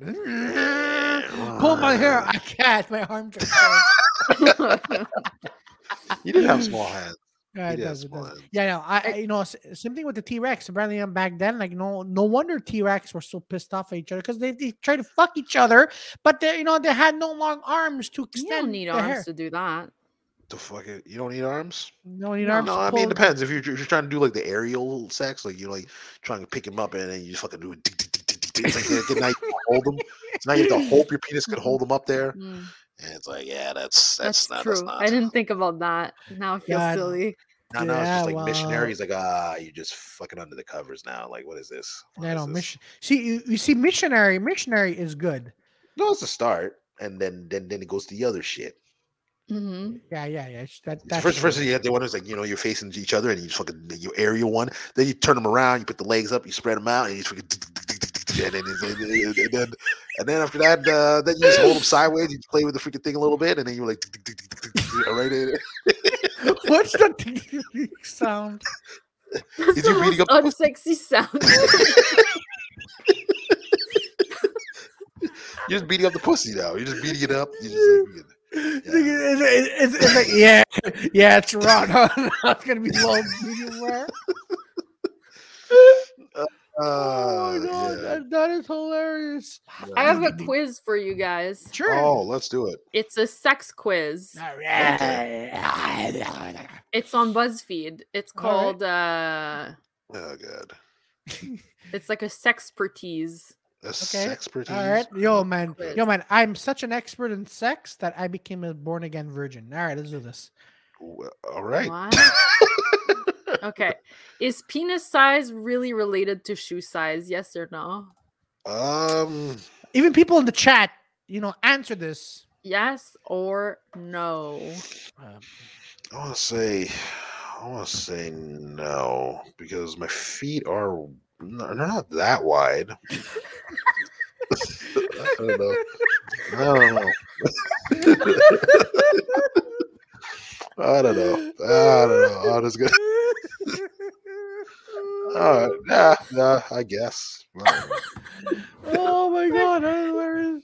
B: Pull my hair. I can't. My arms are.
A: You did have small hands.
B: Yeah,
A: He did
B: it
A: have
B: does, it does.
A: small hands.
B: Yeah, no, I, I
C: I-
B: you know, s- same thing with the T Rex. Apparently, um, back then, like, no, no wonder T Rex were so pissed off at each other because they, they tried to fuck each other, but they, you know, they had no long arms to
C: you
B: extend.
C: don't need
B: their
C: arms
B: hair.
C: to do that.
A: The fuck it, you don't need arms.
B: No need
C: No.
B: arms.
A: No,
B: to
A: I mean it
B: pull-
A: depends. If you're, if you're trying to do like the aerial sex, like you're like trying to pick him up and then you fucking do it. tick, tick, tick, tick, tick, tick. It's like okay, now you can't hold him. So now you have to hope your penis can hold him up there.
C: Mm,
A: And it's like, yeah, that's that's,
C: that's
A: not.
C: true.
A: That's not.
C: I didn't think about that. Now I feel
B: God.
C: silly.
A: Now, now it's just
B: Yeah,
A: like
B: well-
A: missionary. He's like, ah, you're just fucking under the covers now. Like, what is this? What
B: Yeah,
A: is
B: no,
A: this?"
B: mission. See, you, you see, missionary, missionary is good.
A: No, it's a start, and then then then it goes to the other shit.
C: hmm
B: Yeah, yeah, yeah. it's- That,
A: So
B: that's
A: First,
B: good.
A: first you have the one is like you know you're facing each other and you fucking you aerial one. Then you turn them around, you put the legs up, you spread them out, and you fucking. And then, it's- and then, and then, and then after that, uh, then you just hold them sideways. You play with the freaking thing a little bit, and then you're like, all right, and-
B: What's the sound?
C: That's
A: Is
C: the
A: you
C: most
A: reading up-
C: unsexy sound.
A: you're just beating up the pussy now. You're just beating it up. You're just like,
B: You're It's, it's, it's like, yeah, yeah, it's raw. No, no, it's gonna be low medium rare. oh
A: Uh,
B: my god,
A: yeah.
B: that- that is hilarious.
C: I have a quiz for you guys.
B: Sure.
A: Oh, let's do it.
C: It's a sex quiz.
B: All right.
C: It's on BuzzFeed. It's
B: All right.
C: called uh
A: Oh god,
C: it's like a sexpertise.
A: that's
B: Okay.
A: expertise.
B: All right, yo man,
C: Quiz.
B: yo man, I'm such an expert in sex that I became a born again virgin. All right, let's do this.
A: Wh- All right.
C: What? okay. Is penis size really related to shoe size? Yes or no?
A: um.
B: Even people in the chat, you know, answer this.
C: Yes or no?
B: Um,
A: I want to say, I want to say no because my feet are n- they're not that wide. I don't know. I don't know. I don't know. I don't know. I'm just gonna. Uh, nah, nah, I guess. I don't know.
B: oh my god, that is hilarious.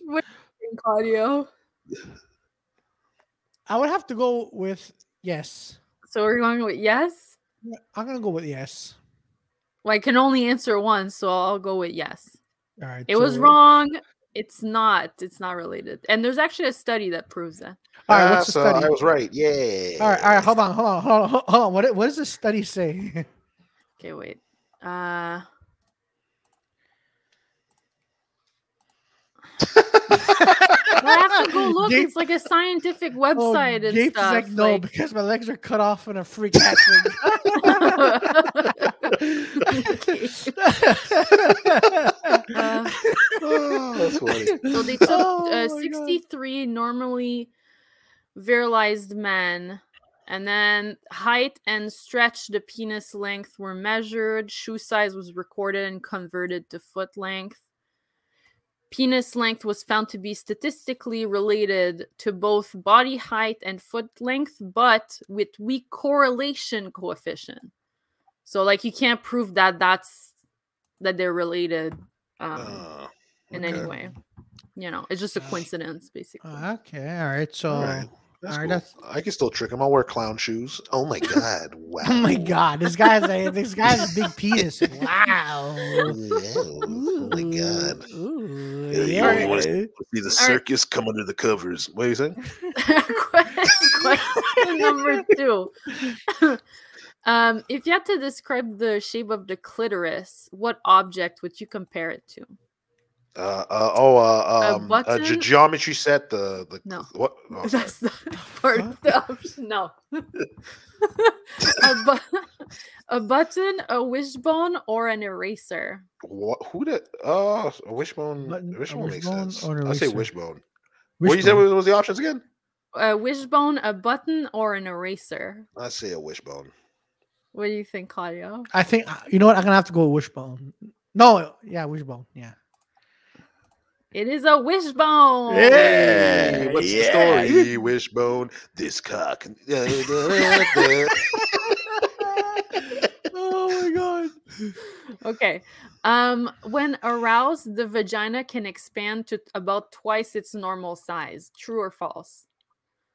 C: Claudio.
B: I would have to go with yes.
C: So we're going with yes?
B: I'm gonna go with yes.
C: Well, I can only answer one, so I'll go with yes.
B: All right,
C: It was
B: so-
C: wrong. It's not. It's not related. And there's actually a study that proves that.
B: All right,
A: Ah,
B: what's the
A: so
B: study?
A: I was right. Yeah.
B: All right, all right, hold on, hold on, hold on, hold on. What, what does the study say?
C: Okay, wait. Uh I have to go look.
B: Gabe-
C: it's like a scientific website and
B: Gabe's
C: stuff.
B: like, no,
C: like-
B: because my legs are cut off in a freak accident.
C: Uh,
A: Oh, that's funny.
C: so they took
B: Oh my
C: uh,
B: God.
C: 63 normally virilized men, and then height and stretch the penis length were measured. Shoe size was recorded and converted to foot length. Penis length was found to be statistically related to both body height and foot length, but with weak correlation coefficient. So, like, you can't prove that that's that they're related. Um,
A: Uh,
C: in
A: okay.
C: any way. You know, it's just a
B: Uh, uh-huh.
C: coincidence, basically.
B: okay, all right. So,
A: All right. That's
B: all right,
A: cool.
B: that's-
A: I can still trick him. I'll wear clown shoes. Oh my god! Wow.
B: oh my god, this guy's a, this guy's a big penis. Wow.
A: Yeah, Oh my god!
B: Ooh,
A: Yeah, you
B: yeah.
A: only wanna see See the
C: All right.
A: circus come under the covers. What are you saying?
C: Question number two. um, if you had to describe the shape of the clitoris, what object would you compare it to?
A: Uh, uh, oh, uh,
C: A
A: um, a, ge-
C: button?
A: geometry set. The the
C: No.
A: what? Oh, sorry.
C: That's not part of the option. No. a, bu- a button, a wishbone, or an eraser.
A: what? Who did? Oh, a wishbone.
B: Button, a
A: a wishbone makes
B: wishbone
A: sense.
B: or an
A: I say
B: eraser?
A: wishbone. What you said
B: Wishbone.
A: was, was the options again?
C: A wishbone, a button, or an eraser.
A: I say a wishbone.
C: What do you think, Claudio?
B: I think uh, you know what. I'm gonna have to go with wishbone. No, yeah, wishbone. Yeah.
C: It is a wishbone.
A: Hey,
D: Yeah,
A: what's
D: yeah.
A: the story? Wishbone. This cock.
B: oh my god.
C: Okay. Um, when aroused, the vagina can expand to about twice its normal size. True or false?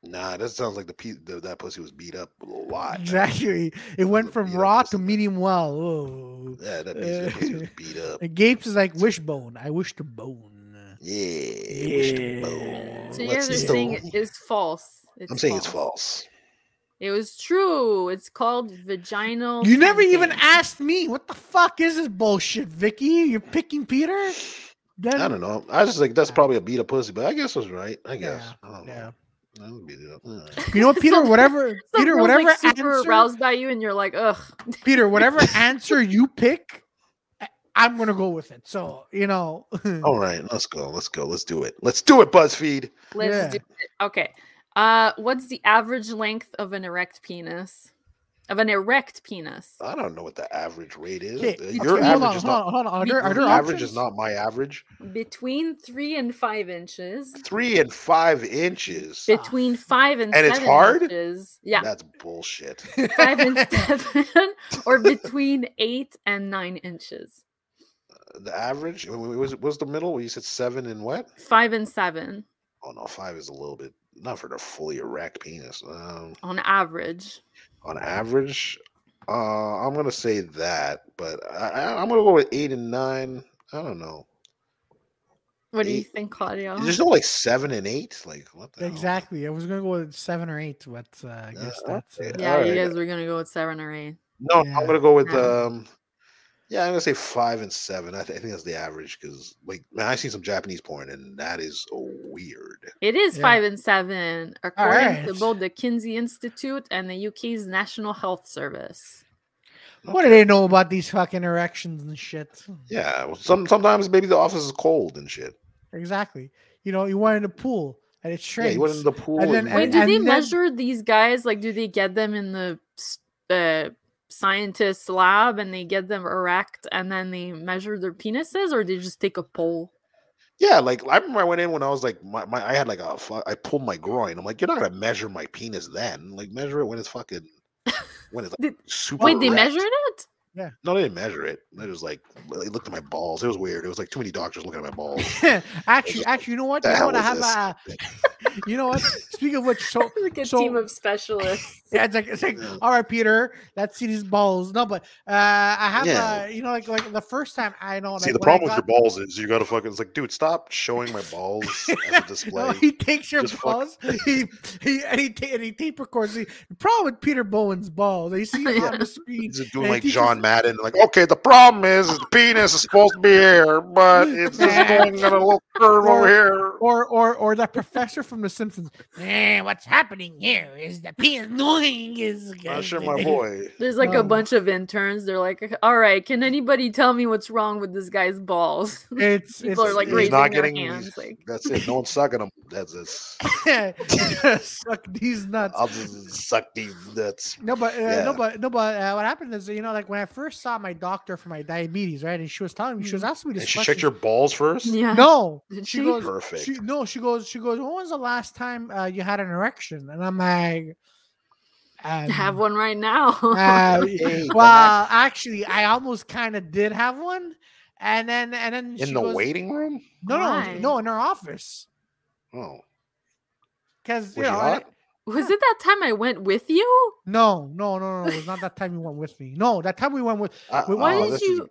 A: nah, that sounds like the, pe- the that pussy was beat up a lot.
B: Exactly. It went from
A: Yeah,
B: raw
A: just-
B: to medium well. Whoa.
A: Yeah, that means that pussy was beat up.
B: And Gapes is like wishbone. I wish to bone.
A: Yeah. wishbone.
D: Yeah.
C: So you
A: What's
C: guys
A: the
C: are saying it
A: story?
C: is false.
A: I'm saying it's false.
C: It was true. It's called vaginal.
B: You never even
C: tamping.
B: asked me what the fuck is this bullshit, Vicky? You're picking Peter? Then,
A: I don't know. I just think that's probably a beat up pussy, but I guess I was right. I guess.
B: Yeah,
A: I don't know.
B: yeah.
A: I don't beat it up.
B: You know what, Peter?
C: Some-
B: Whatever
C: So
B: Peter,
C: girl's,
B: whatever
C: like super
B: answer
C: aroused by you, and you're like, ugh.
B: Peter, whatever answer you pick, I- I'm gonna go with it. So, you know.
A: All right, let's go. Let's go. Let's do it. Let's do it, BuzzFeed.
C: Let's do it. Okay. Uh, what's the average length of an erect penis? Of an erect penis.
A: I don't know what the average rate is.
B: Okay,
A: Uh,
B: okay,
A: Your
B: hold
A: average
B: on,
A: is
B: hold
A: not.
B: on, hold on. Are
C: Me-
B: there, are
A: Your
B: there
A: average is
B: options?
A: not my average.
C: Between three and five inches.
A: Three and five inches.
B: Bit-
C: Between five and,
A: And
C: seven
A: it's hard?
C: inches. Yeah.
A: That's bullshit.
C: five and seven, or between eight and nine inches.
A: The average wh- wh- was was the middle where you said seven and what?
C: Five and seven.
A: Oh no, five is a little bit not for the fully erect penis. Um,
C: on average.
A: on average, uh, I'm gonna say that, but I, I, I'm gonna go with eight and nine. I don't know.
C: What do you
A: Eight.
C: think, Claudio?
A: There's no like seven and eight. Like what the hell?
B: Exactly. I was gonna go with seven or eight, but uh, I guess that's
A: okay.
B: uh,
C: yeah, you
A: alright.
C: guys were gonna go with seven or eight.
A: No,
B: Yeah.
A: I'm gonna go with
C: Yeah.
A: um. Yeah, I'm gonna say five and seven. I, th- I think that's the average because, like, man, I've seen some Japanese porn, and that is weird.
C: It is
B: Yeah.
C: five and seven, according to
B: right.
C: both the Kinsey Institute and the UK's National Health Service.
B: what do they know about these fucking erections and shit?
A: Yeah, well, some sometimes maybe the office is cold and shit.
B: Exactly. You know, you went in the pool and it shrinks.
A: Yeah, you went in the pool.
B: And then-
A: and-
C: Wait, do
B: and
C: they
B: then-
C: measure these guys? Like, do they get them in the s- uh, scientist's lab and they get them erect and then they measure their penises, or they just take a poll?
A: yeah, like I remember I went in when I was like, my, my I had like a fu- I pulled my groin. I'm like, you're not gonna measure my penis then. Like, measure it when it's fucking when it's like,
C: Did-
A: super.
C: Wait, they
A: erect.
C: measured it?
A: No, they didn't measure it. They just like they looked at my balls. It was weird. It was like too many doctors looking at my balls.
B: actually, actually, you know what?
A: The
B: You know
A: hell
B: what? I have
A: is
B: a. You know what? Speaking of which, so
C: like a
B: so-
C: team of specialists.
B: Yeah, it's like it's like,
A: Yeah.
B: all right, Peter, let's see these balls. No, but uh, I have
A: Yeah.
B: uh, you know, like like the first time I know. Oh, Like,
A: See, the
B: when I
A: problem with your
B: got-
A: balls is you gotta fucking. It's like, dude, stop showing my balls as a
B: No,
A: display.
B: he takes your
A: Just fuck-
B: balls. He he and he, ta- and he tape records. He, the problem with Peter Bowen's balls, they see him on the screen.
A: He's doing
B: and
A: like
B: teaches-
A: John Madden, like, okay, the problem is the penis is supposed to be here, but it's just going in a little curve over here.
B: Or or or that professor from The Simpsons. Eh, what's happening here is the penis doing is.
A: Not sure, my boy.
C: There's like a
B: Um,
C: bunch of interns. They're like, all right, can anybody tell me what's wrong with this guy's balls?
B: It's
C: People are
B: it's-
C: like
A: He's
C: raising
A: not
C: their
A: getting-
C: hands. Like,
A: That's it. No one's sucking him. That's it.
B: suck these nuts.
A: I'll just suck these nuts.
B: No, but uh,
A: Yeah.
B: no, but no, but uh, what happened is, you know, like when I first saw my doctor for my diabetes, right, and she was telling me, she was asking me
A: And
B: this
A: she
B: question.
A: checked your balls first.
C: Mm-hmm. yeah.
B: no,
C: Did
B: she
C: she?
B: goes,
A: Perfect.
B: she no, she goes, she goes. When was the last time uh, you had an erection? And I'm like, um,
C: have one right now.
B: uh,
A: Hey, Doc,
B: well, actually, I almost kind of did have one, and then and then she
A: in the
B: goes,
A: waiting room?
B: No, no,
C: Why?
B: no, in her office,
A: Oh,
B: because you
A: Was she
B: know, I-
A: hot?
C: Was it that time I went with you?
B: no, no, no, no, it was not that time you went with me. No, that time we went with.
A: I-
B: Wait,
C: Why
A: oh,
C: did
A: this
C: you?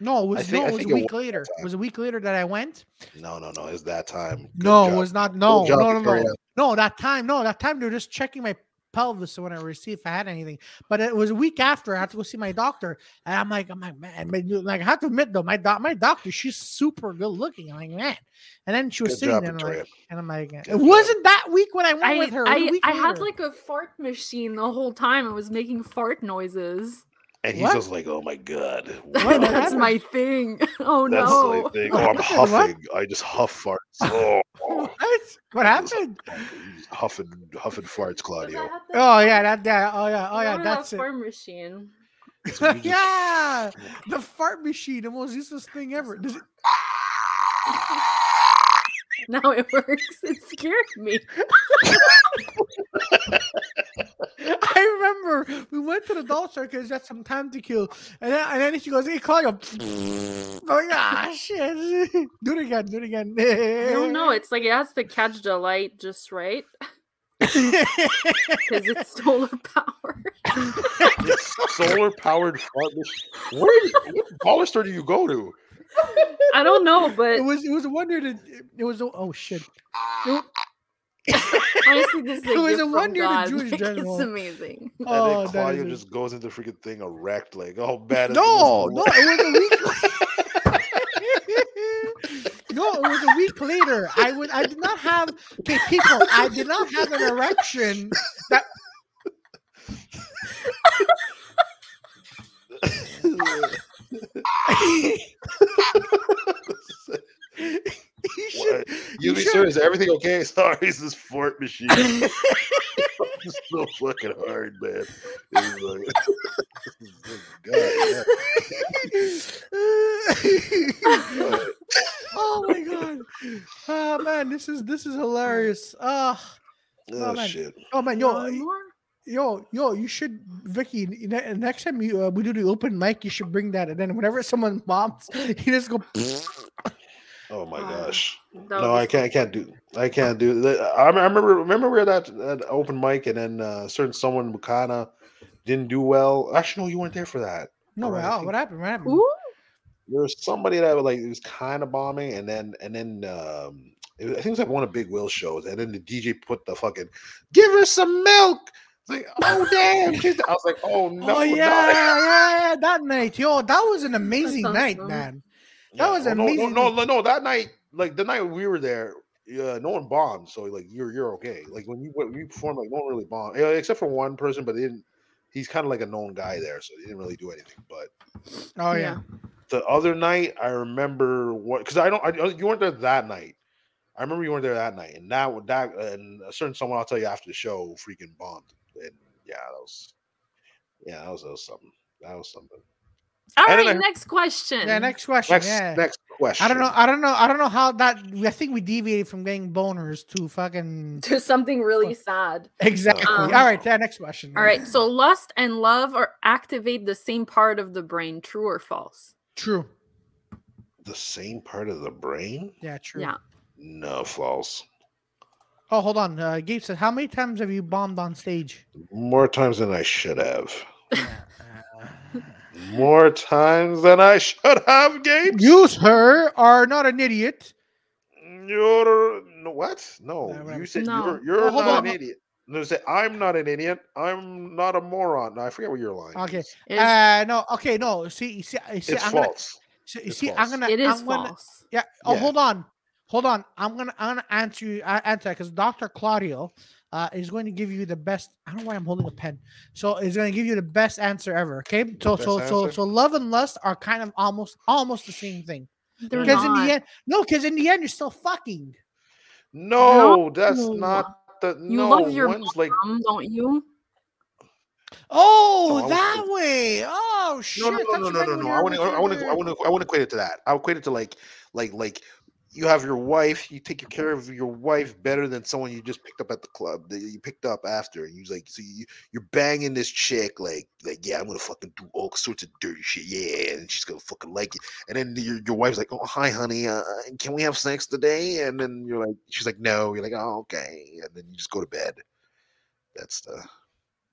B: No, it was
A: think-
B: no,
A: I
B: it was
A: think
B: a
A: it
B: week
A: was
B: later.
A: time.
B: It was a week later that I went.
A: Is, no, no, no. It's that time. Good
B: no, it
A: job.
B: was not.
A: Good
B: No,
A: job,
B: no, no,
A: Victoria.
B: no, no. That time, no, that time they were just checking my pelvis when I received if I had anything. But it was a week after I had to go see my doctor, and I'm like, I'm like, man, my- like I have to admit though, my doc, my doctor, she's super good looking. I'm like, man. And then she was
A: Good
B: sitting
A: job,
B: there, and I'm
A: Victoria.
B: like, and I'm like, it
A: job.
B: wasn't that week when I went
C: I,
B: with her. it was a
C: I,
B: week
C: I had
B: later.
C: like a fart machine the whole time. It was making fart noises.
A: And he's
B: What?
A: just like, oh my God.
B: What
A: wow,
C: That's
B: happened?
C: my thing. Oh
A: That's
C: no.
A: my thing. Oh, I'm
B: What?
A: huffing. I just huff farts. Oh,
B: what? What happened?
A: huffing, huffing farts,
C: Because I
A: Claudio.
C: had that-
B: Oh yeah, that, that oh yeah, oh yeah,
C: remember that
B: that's it.
C: fart machine.
A: So you just-
B: yeah, the fart machine, the most useless thing ever. Does it,
C: Now it works. It scared me.
B: I remember we went to the dollar store because that's some time to kill, and then, and then she goes, "Hey, call you." Like, ah, shit. Do it again. Do it again.
C: I don't know. It's like it has to catch the light just right because it's solar power.
A: Solar powered fart machine. Where? What dollar store do you go to?
C: I don't know, but
B: it was. It was a wonder that it was. A, oh shit!
C: honestly, this is a
B: it was
C: gift
B: a
C: from
B: wonder to
C: God.
B: Jewish
C: Like,
B: general.
C: It's amazing.
A: And
B: Oh,
A: then
B: that
A: Claudio
B: is a-
A: just goes into freaking thing erect, like, oh man. it's the
B: No,
A: most
B: no, it was a week. no, it was a week later. I would. I did not have. Okay, people. I did not have an erection. you should.
A: What? You be
B: should-
A: sure is everything okay? Sorry, it's this fart machine. it's so fucking hard, man. It's like, God,
B: oh
A: yeah.
B: my god! Oh man, this is this is hilarious. Ah,
A: Oh,
B: man.
A: shit.
B: oh man,
C: One
B: yo,
C: more?
B: yo, yo, you should, Vicky. ne- Next time you uh, we do the open mic, you should bring that, and then whenever someone bombs, you just go.
A: Oh my
C: Oh,
A: gosh. no,
C: That would
A: I
C: be-
A: can't. I can't do. I can't do. that. I rem- I remember. Remember we had that, that open mic, and then uh, certain someone Mukana didn't do well. Actually, no, you weren't there for that.
B: No,
A: Alright, I
B: well,
A: think-
B: what happened? What happened?
C: Ooh,
A: There was somebody that was like it was kind of bombing, and then and then um, it was- I think it was like one of Big Will's shows, and then the DJ put the fucking give her some milk. It's like, oh damn! she's- I was like, oh no,
B: oh yeah,
A: no."
B: yeah, yeah, that night, yo, that was an amazing
C: sounds
B: night,
C: fun.
B: man. That was
A: no,
B: amazing.
A: No, no, no, no, that night, like the night we were there, yeah, no one bombed. So like you're you're okay. Like when you when you perform, like no one really bombed, yeah, except for one person, but they didn't. He's kind of like a known guy there, so he didn't really do anything. But
B: Oh yeah,
C: yeah.
A: the other night, I remember what because I don't. I, you weren't there that night. I remember you weren't there that night, and that would- that and a certain someone I'll tell you after the show freaking bombed, and yeah, that was yeah, that was, that was something. That was something.
C: All
A: I don't
C: right,
A: know.
C: next question.
B: yeah. Next question.
A: Next
B: yeah.
A: next question.
B: I don't know. I don't know. I don't know how that. I think we deviated from getting boners to fucking
C: To something really
B: Oh.
C: sad.
B: exactly.
C: Um,
B: All right. Yeah. Next question.
C: All right, so lust and love are activate the same part of the brain. True or false?
B: True.
A: The same part of the brain.
B: Yeah. True.
C: Yeah.
A: No, false.
B: Oh, hold on. Uh, Gabe said, "How many times have you bombed on stage?"
A: More times than I should have.
B: Uh,
A: More times than I should have, Gabe.
B: you, sir, are not an idiot.
A: You're no what? No,
B: Yeah, whatever.
A: you said
C: No.
A: you're you're
B: Well, hold
A: not
B: on.
A: an idiot. No, say I'm not an idiot. I'm not a moron. No, I forget what your line.
B: Okay.
A: is.
C: It is,
B: Uh, no. Okay. No. See. See. uh, See.
A: it's
B: I'm gonna.
A: false.
B: See.
A: It's
B: see,
A: false.
B: I'm gonna.
C: it is
B: I'm gonna,
C: false.
B: Yeah. Oh,
A: Yeah.
B: hold on, hold on. I'm gonna I'm gonna answer you. I answer because Doctor Claudio uh, is going to give you the best. I don't know why I'm holding a pen. So is going to give you the best answer ever. Okay. So
A: best
B: so so
A: answer?
B: so love and lust are kind of almost almost the same thing.
C: They're
B: Because in
C: not.
B: the end, no, because in the end you're still fucking.
A: No, that's
C: No.
A: not the
C: You
A: no
C: love your
A: one's like
C: mom, don't you?
B: Oh,
A: Oh, I was
B: that way. Oh shit.
A: no, no, no, no, no, no, no. I want to, I want to, I want to, I want to equate it to that. I will equate it to like, like, like, you have your wife. You take care of your wife better than someone you just picked up at the club that you picked up after, and you like, so you, you're banging this chick, like, like, yeah, I'm gonna fucking do all sorts of dirty shit, yeah, and she's gonna fucking like it. And then your, your wife's like, oh, hi, honey, uh, can we have sex today? And then you're like, she's like, no. You're like, oh, okay. And then you just go to bed. That's the.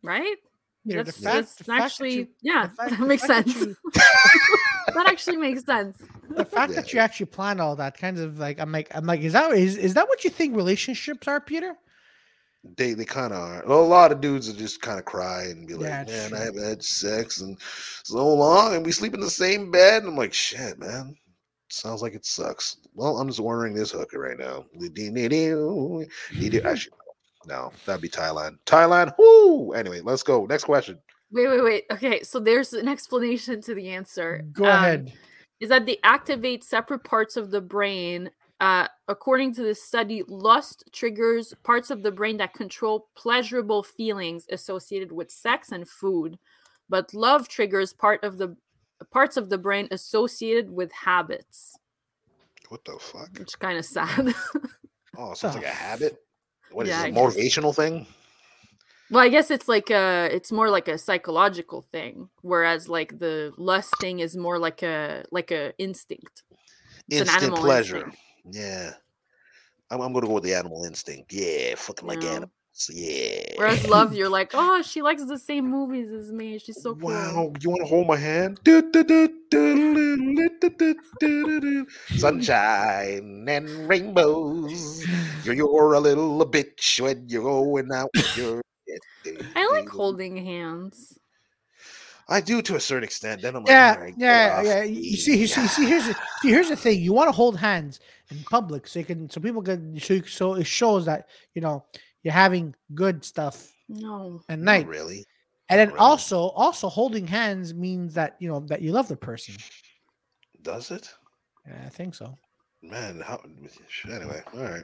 C: Right?
B: Yeah,
C: that's
B: the fact-
C: that's
B: the fact that
C: actually
B: you-
C: yeah,
B: the fact-
C: that
B: the
C: makes
B: fact that
C: sense.
B: you-
C: that actually makes sense.
B: the fact that you actually plan all that kind of like I'm like I'm like is that is, is that what you think relationships are, Peter?
A: they they kind of are. A lot of dudes will just kind of cry and be like,
B: Yeah, it's
A: "Man,
B: true.
A: I haven't had sex in so long, and we sleep in the same bed." And I'm like, "Shit, man, sounds like it sucks." Well, I'm just ordering this hooker right now. Actually, no, that'd be Thailand. Thailand. Whoo. Anyway, let's go. Next question.
C: Wait, wait, wait. Okay, so there's an explanation to the answer.
B: Go
C: Um,
B: ahead.
C: Is that they activate separate parts of the brain. Uh, according to this study, lust triggers parts of the brain that control pleasurable feelings associated with sex and food, but love triggers part of the parts of the brain associated with habits,
A: What the fuck?
C: which kind of sad.
A: Oh, sounds
B: the
A: like a habit. What is
C: Yeah,
A: it?
C: I
A: a
C: guess.
A: motivational thing?
C: Well, I guess it's like a it's more like a psychological thing, whereas like the lust thing is more like a like a instinct. It's an
A: Instant
C: animal
A: pleasure.
C: instinct.
A: Yeah. I'm, I'm gonna go with the animal instinct. Yeah, fucking like
C: Yeah.
A: animals. Yeah.
C: Whereas love, you're like, oh, she likes the same movies as me. She's so cool.
A: Wow, you want to hold my hand? Sunshine and rainbows. You're, you're a little bitch when you're going out. with your-
C: I like holding hands.
A: I do to a certain extent. Then I'm like,
B: Yeah,
A: "All right, get
B: yeah,
A: off
B: yeah. You see,
A: me."
B: you see, see, here's the, see, here's the thing. You want to hold hands in public so you can, so people can, so, you- so it shows that you know you're having good stuff
C: No.
B: at
A: Not
B: night,
A: really?
B: and then
A: really.
B: also, also holding hands means that you know that you love the person.
A: Does it?
B: Yeah, I think so.
A: Man, how, anyway, all right.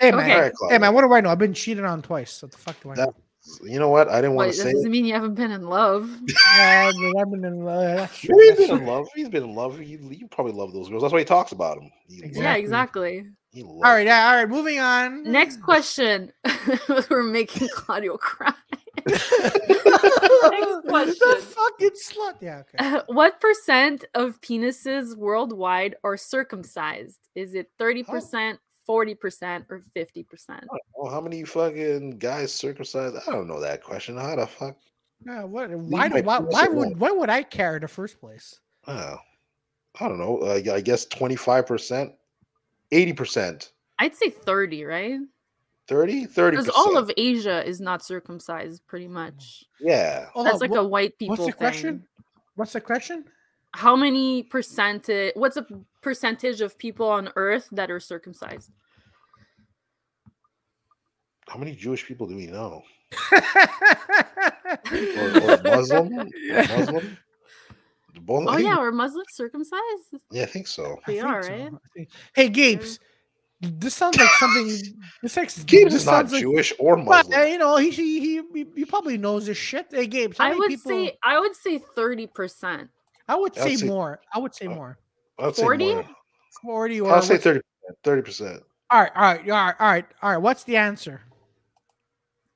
B: Hey man,
C: Okay.
A: All right,
B: hey man,
A: Claudia.
B: what do I know? I've been cheated on twice. What the fuck do I
A: That-
B: know?
A: You know what? I didn't want
C: Wait,
A: to
C: that
A: say
C: doesn't
A: it.
C: mean you haven't been in love.
B: Yeah, but I've been in love. That's true,
A: He's
B: that's
A: been in
B: true.
A: love. He's been in love. He, he probably loved those girls. That's why he talks about them. He loved-
C: yeah,
B: Exactly.
C: exactly.
A: he loved
B: All right, yeah, all right. Moving on.
C: Next question. We're making Claudio cry.
B: the
C: question. Uh-huh.
B: fucking slut. Yeah. Okay.
C: what percent of penises worldwide are circumcised? Is it 30%, 40%, or 50%?
A: Well, Oh, how many fucking guys circumcised? I don't know that question. How the fuck?
B: No, what, why, do,
A: my
B: why,
A: penis
B: why
A: alone.
B: would why would I care in the first place?
A: Oh, I don't know. I, I guess twenty five percent, eighty percent,
C: I'd say 30, right?
A: 30 30
C: Because all of Asia is not circumcised, pretty much.
A: yeah.
B: Hold
C: That's
B: on,
C: like
B: wha-
C: a white people
B: what's the
C: thing.
B: question? What's the question?
C: How many percentage? What's a percentage of people on Earth that are circumcised?
A: How many Jewish people do we know? Or, or
B: yeah.
A: Muslim? Or Muslim? Both- I
C: Oh
A: think-
C: yeah, are Muslims circumcised?
A: yeah, I think so.
B: I
C: They
B: think
C: are,
B: so,
C: right?
B: I think- Hey, Gapes, this sounds like something. This, ex-
A: Gabe's
B: this
A: is not
B: sounds like-
A: Jewish or
B: But
A: Muslim.
B: uh, you know, he, he he he- he probably knows this shit. Hey, Gapes, how
C: I
B: many
C: would
B: people?
C: say I would say thirty percent.
B: I would
A: I would
B: say,
A: say-
B: more. I would say more.
A: I would say
C: 40?
A: more.
B: Forty or
A: Uh, I'll say
B: what's-
A: 30 percent.
B: All right, all right, all right, all right, all right. What's the answer?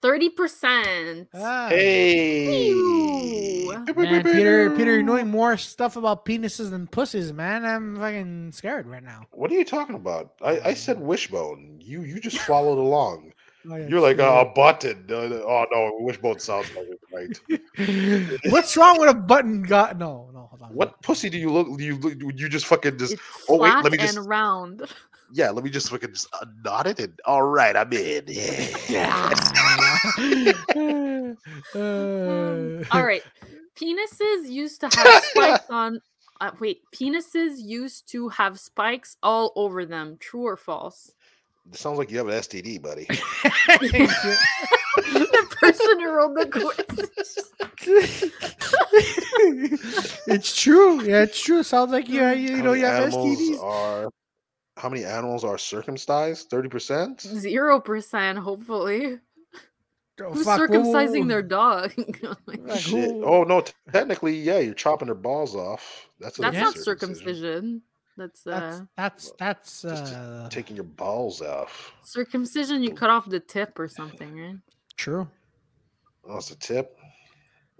C: Thirty percent.
B: Ah.
A: Hey,
C: Ew.
B: Man, Peter, Peter, you're knowing more stuff about penises than pussies, man. I'm fucking scared right now.
A: What are you talking about? I, I
B: Um,
A: said wishbone. You you just followed along.
C: Oh,
B: Like,
A: You're like
B: uh,
A: a button. Uh, Oh no, wishbone sounds like it, right?
B: what's wrong with a button? God, no, no, hold on.
A: uh, What pussy do you look? Do you look- do you just fucking just
C: It's
A: oh, wait,
C: flat
A: let me
C: and
A: just-
C: round.
A: yeah? Let me just fucking just uh, nod it and all right, I'm in. Yeah.
B: Uh,
C: All right. Penises used to have spikes on. Uh, wait, penises used to have spikes all over them. True or false?
A: sounds like you have an STD, buddy.
C: the person who wrote the question.
B: it's true. Yeah, it's true. Sounds like you, you,
A: How
B: know
A: many
B: you have
A: animals
B: STDs.
A: Are, how many animals are circumcised? Thirty percent.
B: Mm,
C: Zero percent, hopefully.
B: Oh,
C: Who's
B: fuck, whoa, whoa,
C: circumcising
B: whoa.
C: their dog? Like,
B: Like,
A: Shit.
B: who-
A: Oh no, t- technically, yeah, you're chopping their balls off. That's, a
C: That's not
A: circumcision.
C: circumcision. That's
B: That's
C: uh,
B: that's that's
A: Just to
B: uh,
A: Taking your balls off.
C: circumcision. You cut off the tip or something, right?
B: true.
A: Oh, that's a tip.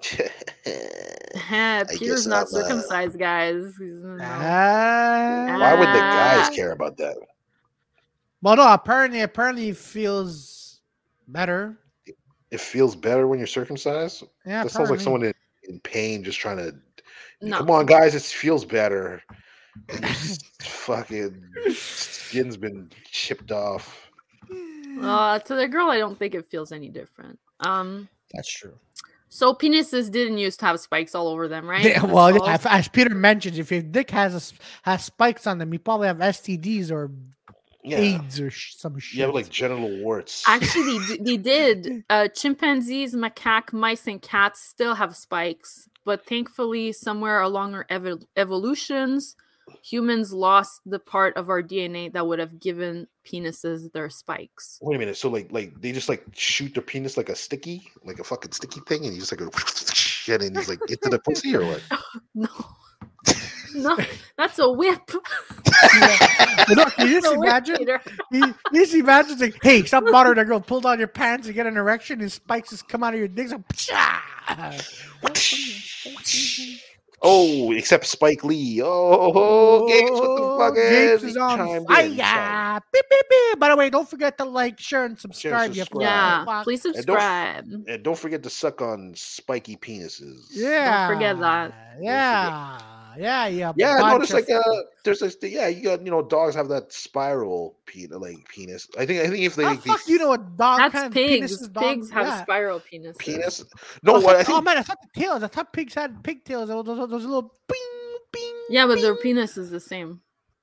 C: Heh,
A: I
C: Peter's
A: guess
C: not
A: I'm, uh,
C: circumcised, guys. He's not-
B: Ah.
A: Why would the
C: Ah.
A: guys care about that?
B: Well, no, apparently, apparently he feels better.
A: It feels better when you're circumcised.
B: Yeah,
A: that sounds like
B: apparently.
A: someone in, in pain just trying to
C: No.
A: come on, guys. It feels better. And your s- fucking skin's been chipped off.
C: Uh, to the girl, I don't think it feels any different. Um,
B: That's true.
C: so penises didn't used to have spikes all over them, right?
B: Yeah,
C: That's
B: well, yeah,
C: all.
B: if- as Peter mentioned, if your dick has a s has spikes on them, you probably have STDs or
A: Yeah,
B: AIDS or sh- some shit.
A: you have like genital warts.
C: Actually, they, d- they did. Uh, chimpanzees, macaque, mice, and cats still have spikes, but thankfully, somewhere along our evol- evolutions, humans lost the part of our DNA that would have given penises their spikes.
A: Wait a minute. So like like they just like shoot their penis like a sticky, like a fucking sticky thing, and you just like go and then he's like into the pussy or what?
C: No, no, that's a whip.
B: But no, can you
C: That's
B: just
C: a whip,
B: imagine?
C: Peter.
B: He, you just imagine like, hey, stop bothering that girl. Pull down your pants and get an erection, and spikes just come out of your dick. So,
A: Oh, except Spike Lee. Oh, Gates with the
B: Oh,
A: fucking
B: Gates
A: he
B: is on
A: chimed in, sorry.
B: fire. Beep, beep, beep. By the way, don't forget to like, share, and subscribe. you
A: subscribe.
C: Yeah,
B: fuck.
C: please
A: don't f-
C: subscribe.
A: And don't forget to suck on spiky penises.
B: Yeah.
C: forget that.
B: Yeah. Yeah. Yeah.
A: Yeah, I
B: bunch
A: noticed
B: of-
A: like uh there's this yeah, you got you know, dogs have that spiral penis like penis. I think I think if they,
B: How the
A: they
B: fuck you know a dog
C: That's
B: kind
C: pigs.
B: Penises,
C: Pigs have
B: yeah.
C: spiral penises.
A: penis
B: Oh,
A: no
B: I
A: what I
B: thought- Oh
A: think
B: man, I thought the tails. I thought pigs had pigtails. Those, those, those little bing, bing.
C: Yeah, but their penis is the same.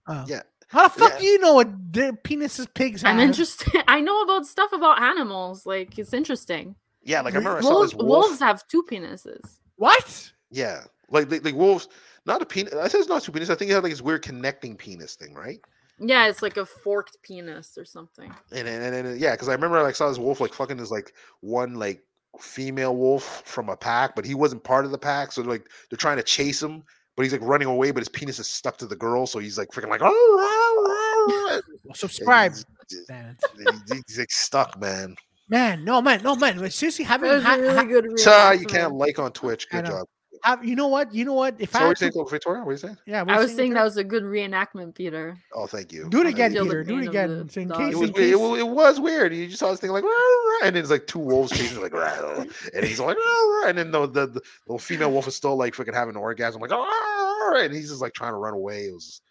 B: Oh.
A: Yeah.
B: How the fuck
A: Yeah.
B: do you know what the penises pigs have?
C: I'm interested. I know about stuff about animals. Like it's interesting.
A: yeah, like I remember I saw
C: Wolves,
A: this wolf.
C: wolves have two penises.
B: What?
A: Yeah, like like, like wolves, not a penis. I said it's not two penis. I think it had like this weird connecting penis thing, right?
C: Yeah, it's like a forked penis or something.
A: And and, and, and yeah, because I remember I like, saw this wolf like fucking this like one like female wolf from a pack, but he wasn't part of the pack, so like they're trying to chase him, but he's like running away, but his penis is stuck to the girl, so he's like freaking like oh, oh, oh, oh,"
B: Subscribe.
A: and he's-
B: Damn it.
A: he's, he's, like stuck, man.
B: man, no, man, no, man. Like, seriously, having
C: That was
B: ha-
C: a really
B: ha-
C: good
A: Ta,
C: reaction
A: uh, you
C: from
A: can't
C: him.
A: like on Twitch. Good
B: know.
A: job.
B: have- you know what? You know what? If
A: So
B: I
A: what are you
B: had
A: saying,
B: to-
A: Victoria? What are you saying?
B: yeah,
C: I was saying that was a good reenactment, Peter.
A: Oh, thank you.
B: Do it
A: I-
B: again,
A: it,
C: Feel the
B: Peter. Do it
C: pain of
B: again.
C: the
B: In
C: dog.
B: case,
A: It
B: in
A: was, weird.
B: case.
A: it, wa- it was weird. You just saw this thing like, "Rah, rah," and then it's like two wolves chasing, like, "Rah, rah," and he's like, "Rah, rah," and then the, the the little female wolf is still like freaking having an orgasm, like, "Rah, rah," and he's just like trying to run away. It was,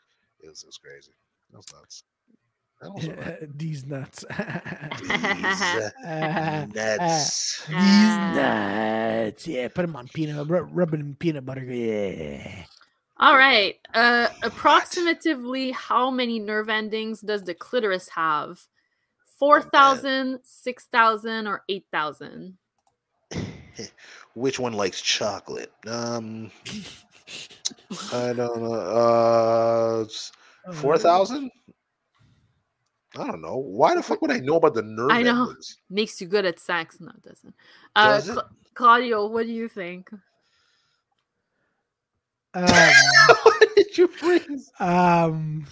A: it was, it was crazy. That was nuts. That was alright.
B: These nuts.
A: These, uh,
B: Uh,
A: nuts.
B: These
C: Ah.
B: nuts. Yeah, put them on peanut, rub, rub 'em in peanut butter. Yeah.
C: All right. Uh, approximately how many nerve endings does the clitoris
A: Oh,
C: have? 4,000, 6,000, or 8,000?
A: Which one likes chocolate? Um, I don't know. Uh, four thousand. I don't know. Why the fuck would I know about the nerve?
C: I know.
A: endings?
C: Makes you good at sex. No, it doesn't. Uh,
A: Does it?
C: Cla- Claudio, what do you think?
B: Um,
A: Why did you freeze?
B: um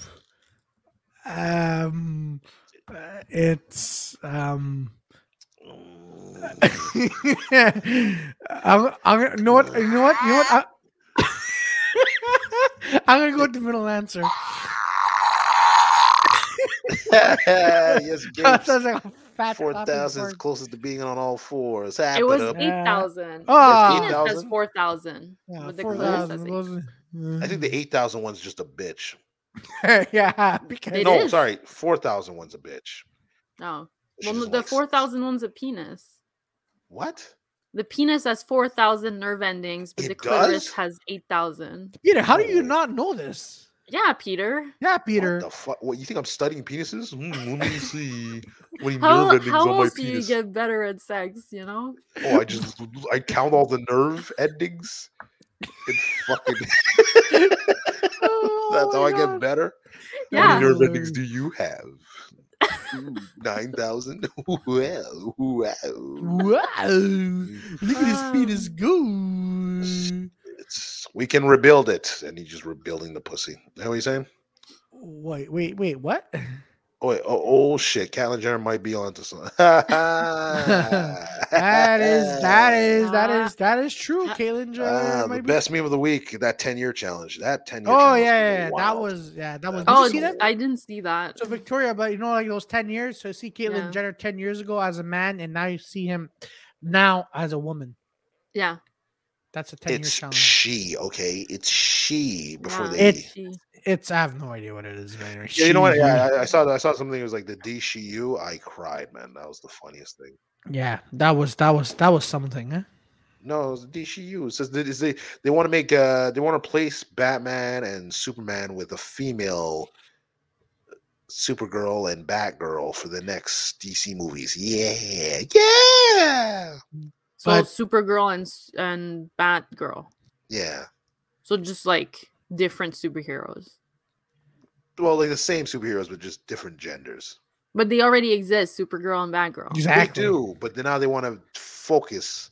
B: um uh, it's um I'm, I'm gonna- you know what you know what you know what I, I'm gonna go with the middle answer.
A: yes,
B: That
A: Gabe's
B: sounds like a fat
A: four
B: fucking
A: thousand is
B: word.
A: closest to being on all fours. Half
C: It was
A: of them.
C: 8,000.
B: Ah.
C: the penis says
A: 8,000?
C: 4,000.
B: Yeah,
C: but the
B: four
C: clitoris
B: thousand
C: says
B: wasn't-
A: I think the eight thousand one's just a bitch.
B: yeah, because
C: It
A: no,
C: is.
A: sorry, four thousand one's a bitch.
C: No.
A: She
C: Oh, Well,
A: just
C: the
A: likes-
C: 4,000 one's a penis.
A: What?
C: The penis has 4,000 nerve endings, but
A: It
C: the clitoris
A: does?
C: has 8,000.
B: Peter, how do you
A: Oh.
B: not know this?
C: Yeah, Peter.
B: Yeah,
A: Peter.
B: Peter.
A: What the fuck? What you think I'm studying penises? Hmm, let me see. What do you nerve
C: How,
A: endings
C: how
A: on my
C: else do you
A: penis?
C: get better at sex, you know?
A: Oh, I just I count all the nerve endings. It fucking
B: Oh
A: That's how
B: my
A: I get
B: God.
A: better. How
C: Yeah.
A: many nerve
B: Hilarious.
A: endings do you have? Nine thousand. Well, wow.
B: Wow! Look at his feet is
C: Um,
B: good.
A: It's, we can rebuild it, and he's just rebuilding the pussy. Is that what you saying?
B: Wait, wait, wait, what?
A: Oh, wait, oh, oh shit! Catelyn Jenner might be onto something. that
B: That is that is that
C: Ah.
B: is that is true,
C: Ah.
B: Caitlyn Jenner.
A: Ah, the
B: might be-
A: best meme of the week. That ten year challenge. That ten year.
B: Oh yeah, yeah, yeah, that was yeah, that was. Did
C: Oh,
B: you see that?
C: I didn't see that.
B: So Victoria, but you know, like those ten years. So see Caitlyn
C: Yeah.
B: Jenner ten years ago as a man, and now you see him now as a woman.
C: yeah.
B: That's a ten year
A: It's
B: challenge.
A: she, okay? It's she before
C: yeah.
A: they.
B: It's-
C: she-
B: It's I have no idea what it is, man. or
A: yeah, you know what?
B: she,
A: Yeah,
B: he.
A: I, I saw that. I saw something. It was like the DCU. I cried, man. That was the funniest thing.
B: yeah, that was that was that was something. Huh?
A: No, it was DCU. It says that is they they want to make uh they want to place Batman and Superman with a female Supergirl and Batgirl for the next DC movies. Yeah, yeah,
C: So
B: But-
C: Supergirl and s- and Batgirl.
A: yeah.
C: So just like different superheroes.
A: Well, like the same superheroes, but just different genders.
C: But they already exist, Supergirl and Batgirl.
B: Exactly.
A: They do, but then now they want to focus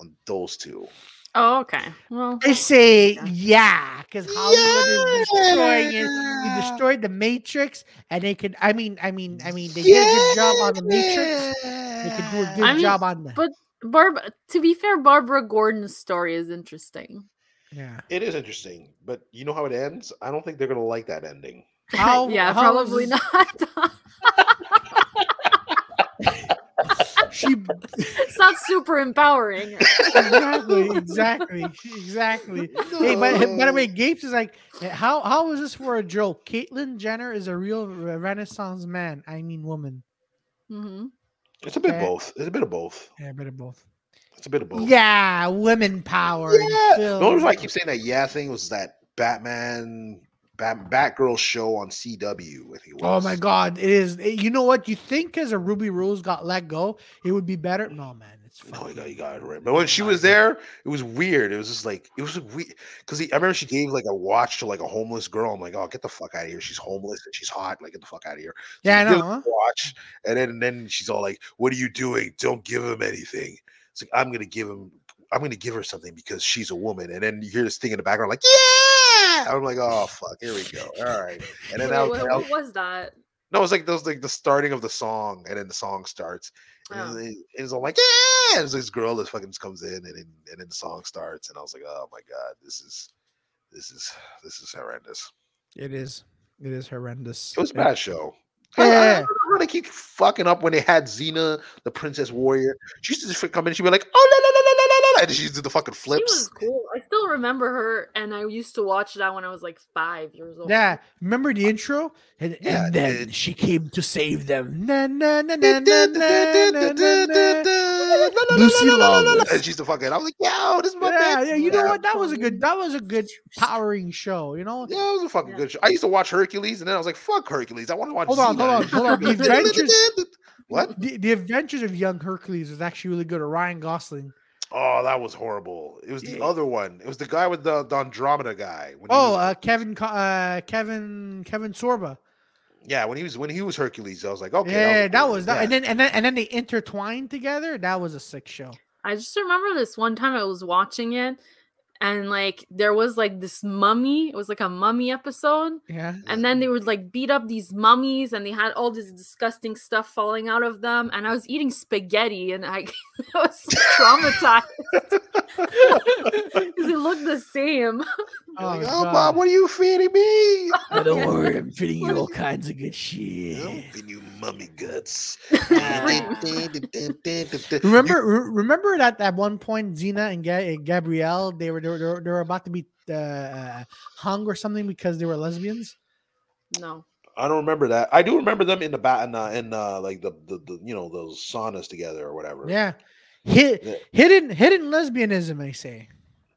A: on those two.
C: Oh, okay. Well,
B: I say
C: Yeah.
B: yeah, because Hollywood is destroying it. You
A: Yeah.
B: destroyed the Matrix, and they could. I mean, I mean, I mean, they did a good job on the Matrix. They could do a good
C: I mean,
B: job on that.
C: but- Barb. To be fair, Barbara Gordon's story is interesting.
B: yeah.
A: It is interesting, but you know how it ends? I don't think they're gonna like that ending.
B: How-
C: yeah,
B: Oh, how is
C: probably
B: this-
C: not.
B: She
C: it's not super empowering.
B: exactly, exactly, exactly. Hey, but by the way, Gapes is like, eh, how how is this for a joke? Caitlyn Jenner is a real re- Renaissance man. I mean, woman.
C: hmm
A: it's a bit of
B: okay.
A: both. It's a bit of both.
B: Yeah, better both.
A: It's a bit of both.
B: Yeah, women power. in
A: Yeah. The only reason
B: film.
A: I keep saying that yeah thing was that Batman, Bat, Batgirl show on CW. I think it
B: Oh
A: was.
B: my god, it is. it- you know what? You think because a Ruby Rose got let go, it would be better? No, man, it's
A: No, you
B: fucking-
A: got, Oh you got it right. But when she was there, it was weird. It was just like it was weird because I remember she gave like a watch to like a homeless girl. I'm like, oh, get the fuck out of here. She's homeless and she's hot. Like, get the fuck out of here. So
B: Yeah, I
A: she gives
B: know,
A: her
B: huh?
A: the Watch, and then then she's all like, "What are you doing? Don't give him anything." It's like I'm gonna give him. I'm gonna give her something because she's a woman. And then you hear this thing in the background, like, "Yeah!" I'm like, "Oh fuck, here we go." All right. And then
C: Wait,
A: out,
C: what,
A: out
C: what was that?
A: No, it's like those like the starting of the song, and then the song starts, and
C: Oh.
A: then it- it's all like yeah. There's this girl that fucking just comes in, and then and then the song starts, and I was like, oh my god, this is this is this is horrendous.
B: It is. It is horrendous.
A: It was a bad show. I, I, I
B: Yeah.
A: don't know how they keep fucking up when they had Xena, the Princess Warrior. She used to just come in, she'd be like, oh la la la la la la la, and she used to do the fucking
C: She
A: flips.
C: was cool. I still remember her, and I used to watch that when I was like five years old.
B: Yeah, remember the intro? And,
A: Yeah,
B: and then
A: it-
B: she came to save them. Na, na, na, na, na, na, na, na, na.
A: Lucy
D: Lucy
A: Lawless.
D: Lawless.
A: And she's the fucking. I was like, yo, this is my
B: Yeah,
A: man.
B: yeah, you know what? That was a good that was a good powering show, you know?
A: Yeah, it was a fucking
C: Yeah.
A: good show. I used to watch Hercules, and then I was like, fuck Hercules. I want to watch.
B: Hold on,
A: Xena.
B: hold on, hold on. The Adventures-
A: What?
B: The, the Adventures of Young Hercules is actually really good. Or Ryan Gosling.
A: Oh, that was horrible. It was the
B: Yeah.
A: other one. It was the guy with the, the Andromeda guy. When he
B: Oh,
A: was-
B: uh, Kevin, Co- uh, Kevin, Kevin Sorba.
A: yeah, when he was when he was Hercules, I was like, okay,
B: yeah, that was that.
A: yeah.
B: And then and then and then they intertwined together. That was a sick show.
C: I just remember this one time I was watching it, and like there was like this mummy. It was like a mummy episode,
B: Yeah.
C: and
A: Mm-hmm.
C: then they would like beat up these mummies, and they had all this disgusting stuff falling out of them. And I was eating spaghetti, and I, I was traumatized because it looked the same.
A: You're like, oh,
B: my God.
A: Bob, what are you feeding me?
D: Oh, don't worry, I'm feeding you all kinds of good shit.
A: Helping you mummy guts.
B: Remember,
A: Remember?
B: re- remember that at one point, Zena and, Ga- and Gabrielle they were they were, they were they were about to be uh, hung or something because they were lesbians.
C: No,
A: I don't remember that. I do remember them in the bat in, uh, in uh, like the, the the you know those saunas together or whatever.
B: Yeah, Hi-
A: Yeah.
B: hidden hidden lesbianism, I say.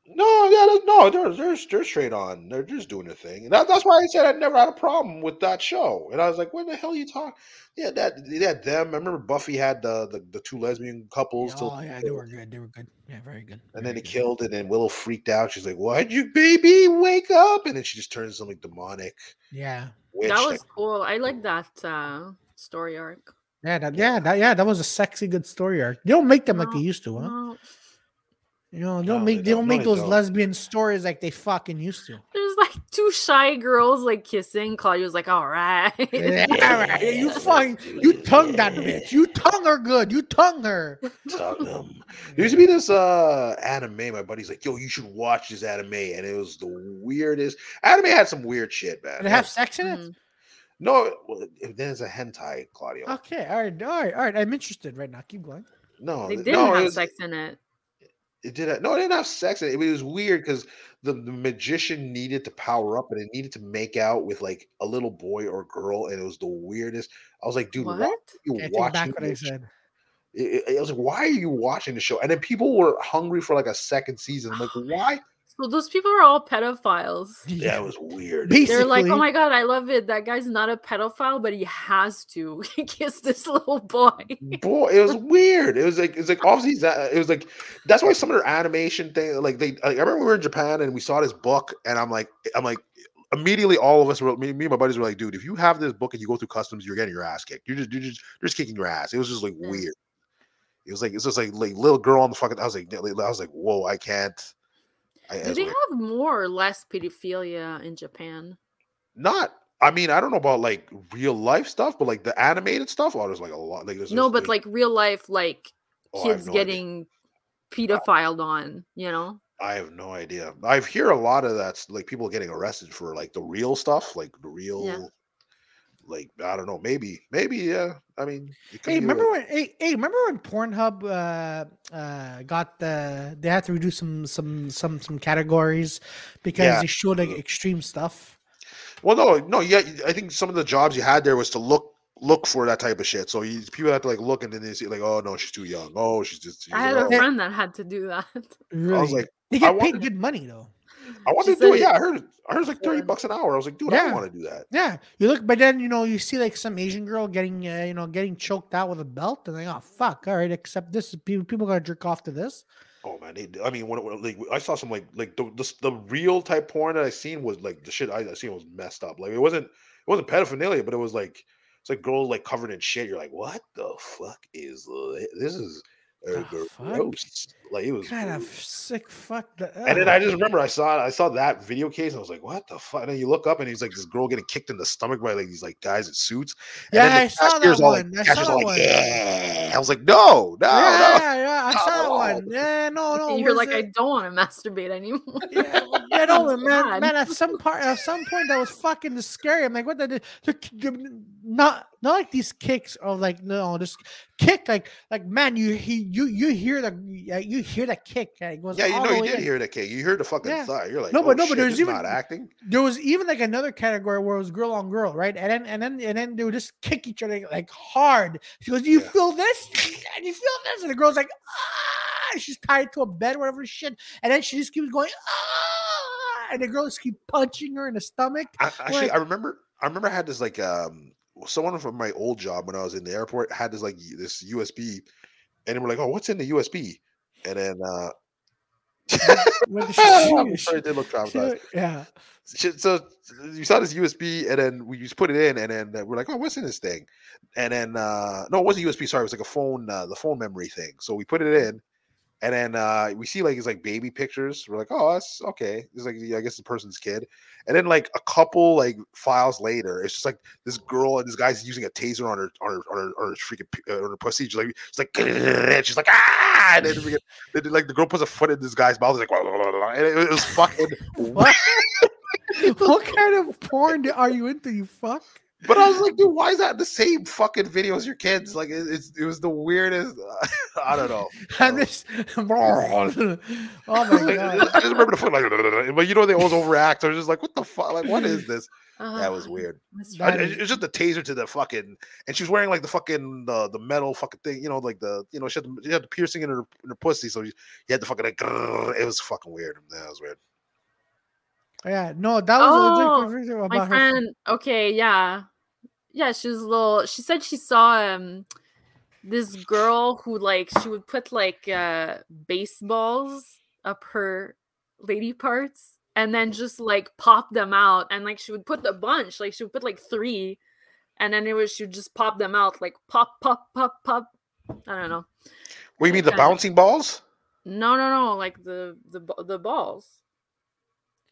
A: No, yeah, that- no, they're they're they're straight on. They're just doing their thing. And That, that's why I said I never had a problem with that show. And I was like, what the hell are you talking? Yeah, that they had them. I remember Buffy had the the, the two lesbian couples. till-
B: Oh yeah, they were good. They were good. Yeah, very good.
A: And then
B: very
A: he
B: good.
A: killed it, and Willow freaked out. She's like, "Why'd you, baby, wake up?" And then she just turns into like demonic
B: Yeah,
A: witch.
C: that
A: like-
C: was cool. I like that uh, story arc.
B: yeah, that, yeah, that, yeah. That was a sexy, good story arc. They don't make them like
C: No,
B: they used to, huh?
C: No,
B: You know, they
A: No,
B: don't
A: they
B: make they
A: don't.
B: don't
A: No,
B: make
A: they
B: those
A: don't.
B: lesbian stories like they fucking used to.
C: There's like two shy girls like kissing. Claudia was like, all right.
B: Yeah, right, you fucking you tongue that bitch. You tongue her good. You tongue her.
A: Tell them. There used to be this uh anime. My buddy's like, "Yo, you should watch this anime," and it was the weirdest. Anime had some weird shit, man.
B: Did it have sex in it?
C: Mhm.
A: no. Well, it- then it's a hentai, Claudio.
B: Okay, all right, all right, all right. I'm interested right now. Keep going.
A: No,
C: They
A: th-
C: didn't
A: no, it
C: have
A: was-
C: sex in it.
A: It did. ha- No, it didn't have sex. In it. It was weird because the, the magician needed to power up and it needed to make out with like a little boy or girl, and it was the weirdest. I was like, dude,
C: what?
A: why are you
B: I take
A: watching
B: back what I
A: this?
B: said.
A: it, it- I was like, why are you watching the show? And then people were hungry for like a second season. I'm like, why?
C: So those people are all pedophiles.
A: Yeah, it was weird.
B: Basically,
C: They're like, oh my god, I love it. That guy's not a pedophile, but he has to kiss this little boy.
A: Boy, it was weird. It was like it's like obviously it's not- it was like that's why some of their animation thing like they. Like, I remember we were in Japan and we saw this book and I'm like I'm like immediately all of us were me, me and my buddies were like, dude, if you have this book and you go through customs, you're getting your ass kicked. You're just you're just you're just kicking your ass. It was just like
C: Mm.
A: weird. It was like it's just like like little girl on the fucking. I was like I was like whoa, I can't. I,
C: Do
A: it's
C: they
A: weird.
C: have more or less pedophilia in Japan?
A: not I mean, I don't know about like real life stuff, but like the animated stuff, oh, there's like a lot. Like, there's,
C: no,
A: there's-
C: but
A: there's-
C: like real life, like
A: oh, I have
C: kids
A: no idea.
C: getting pedophiled on, you know?
A: I have no idea. I hear a lot of that's like people getting arrested for like the real stuff, like the real, like I don't know, maybe, maybe, yeah. I mean, it could
B: Hey,
A: be
B: remember
A: like-
B: when? Hey, hey, remember when Pornhub uh, uh, got the? They had to redo some some some some categories because
A: Yeah.
B: they showed like extreme stuff.
A: Well, no, no, yeah. I think some of the jobs you had there was to look look for that type of shit. So you, people have to like look and then they see like, oh no, she's too young. Oh, she's just. She's
C: I had a
A: old."
C: friend that had to do that.
A: I
B: Really,
A: was like,
B: they
A: I
B: get paid
A: wanted-
B: good money though.
A: I
C: She
A: wanted to do
C: said
A: it.
C: it
A: Yeah, I heard, I heard it's like thirty
C: before.
A: bucks an hour. I was like, dude, I
B: Yeah.
A: don't want to do that.
B: Yeah, you look, but then you know you see like some Asian girl getting uh, you know getting choked out with a belt, and like oh fuck, all right, except this is people people gonna jerk off to this.
A: Oh man, they, I mean, when, when, like I saw some like like the, the s- the real type porn that I seen was like the shit I, I seen was messed up. Like it wasn't it wasn't pedophilia, but it was like it's like girls like covered in shit. You're like, what the fuck is thi- this? Is They're
B: The fuck?
A: gross. Like it was.
B: Kind of
A: gross.
B: sick. Fuck the.
A: And then I just remember I saw I saw that video case and I was like, what the fuck? And then you look up and he's like this girl getting kicked in the stomach by like these like guys in suits. And then
B: Yeah,
A: the
B: I saw that
A: cashier's all like-
B: one. I saw
A: cashier's
B: that
A: all
B: one.
A: like, yeah. I was like, no, no,
B: yeah,
A: no.
B: yeah, I
A: Not
B: saw that
A: at all.
B: one. Yeah, no, no.
C: And you're
B: was
C: like, I
B: it-
C: don't want to masturbate anymore.
B: yeah, yeah, no, man,
C: God.
B: man. At some part, at some point, that was fucking scary. I'm like, what the, the, the- not not like these kicks of like no, this kick like like man, you he you you hear the yeah, you hear the kick. Like, it was
A: Yeah, you
B: all
A: know
B: the
A: you
B: way
A: did
B: in.
A: hear that kid. You heard the fucking
B: Yeah.
A: thigh. You're like, "Oh, no,
B: No, but-
A: but
B: no, but there's
A: there's
B: even-
A: not acting.
B: There was even like another category where it was girl on girl, right? And then and then and then they would just kick each other like hard. She goes, "Do you
A: Yeah.
B: feel this? And you feel this?" And the girl's like, "Ah!" and She's tied to a bed, whatever shit. And then she just keeps going, "Ah!" And the girl just keep punching her in the stomach.
A: I, actually,
B: Like-
A: I remember. I remember I had this like um someone from my old job when I was in the airport had this like y- this USB, and they were like, "Oh, what's in the USB?" And then uh,
B: With the
A: I'm
B: she-
A: sorry, it did look uh,
B: she-
A: traumatized.
B: yeah.
A: Shit, so you saw this USB, and then we just put it in, and then uh, we're like, "Oh, what's in this thing?" And then uh no, it wasn't USB. Sorry, it was like a phone, uh, the phone memory thing. So we put it in, and then uh we see like it's like baby pictures. We're like, "Oh, that's okay." It's like yeah, I guess the person's kid. And then like a couple like files later, it's just like this girl and this guy's using a taser on her on her on her, on her freaking p- uh, on her pussy. She's like, she's like, and she's like, ah! And then we get, then, like the girl puts a foot in this guy's mouth. It's like, and it, it was fucking.
B: What? what kind of porn do- are you into? You fuck.
A: But I was like, dude, why is that the same fucking video as your kids? Like, it, it's it was the weirdest. I don't know.
B: And this. oh my
A: Like, I
B: god.
A: just remember the foot, like, but you know they always overact. I was just like, what the fuck? Like, what is this? That was
C: Ah,
A: weird.
C: that's
A: I-
B: Uh, That is-
A: It's just the taser to the fucking, and she was wearing like the fucking the the metal fucking thing, you know, like the you know she had the, she had the piercing in her in her pussy, so you, you had the fucking like, grrr. it was fucking weird. That was weird.
B: Yeah, no, that was a
C: Oh,
B: legit video
C: my
B: about her.
C: friend okay yeah yeah she was a little she said she saw um this girl who like she would put like uh baseballs up her lady parts and then just like pop them out and like she would put a bunch like she would put like three and then it was she would just pop them out like pop pop pop pop i don't know
A: What do you mean the
C: Yeah.
A: bouncing balls?
C: no no no like the the, ba- the balls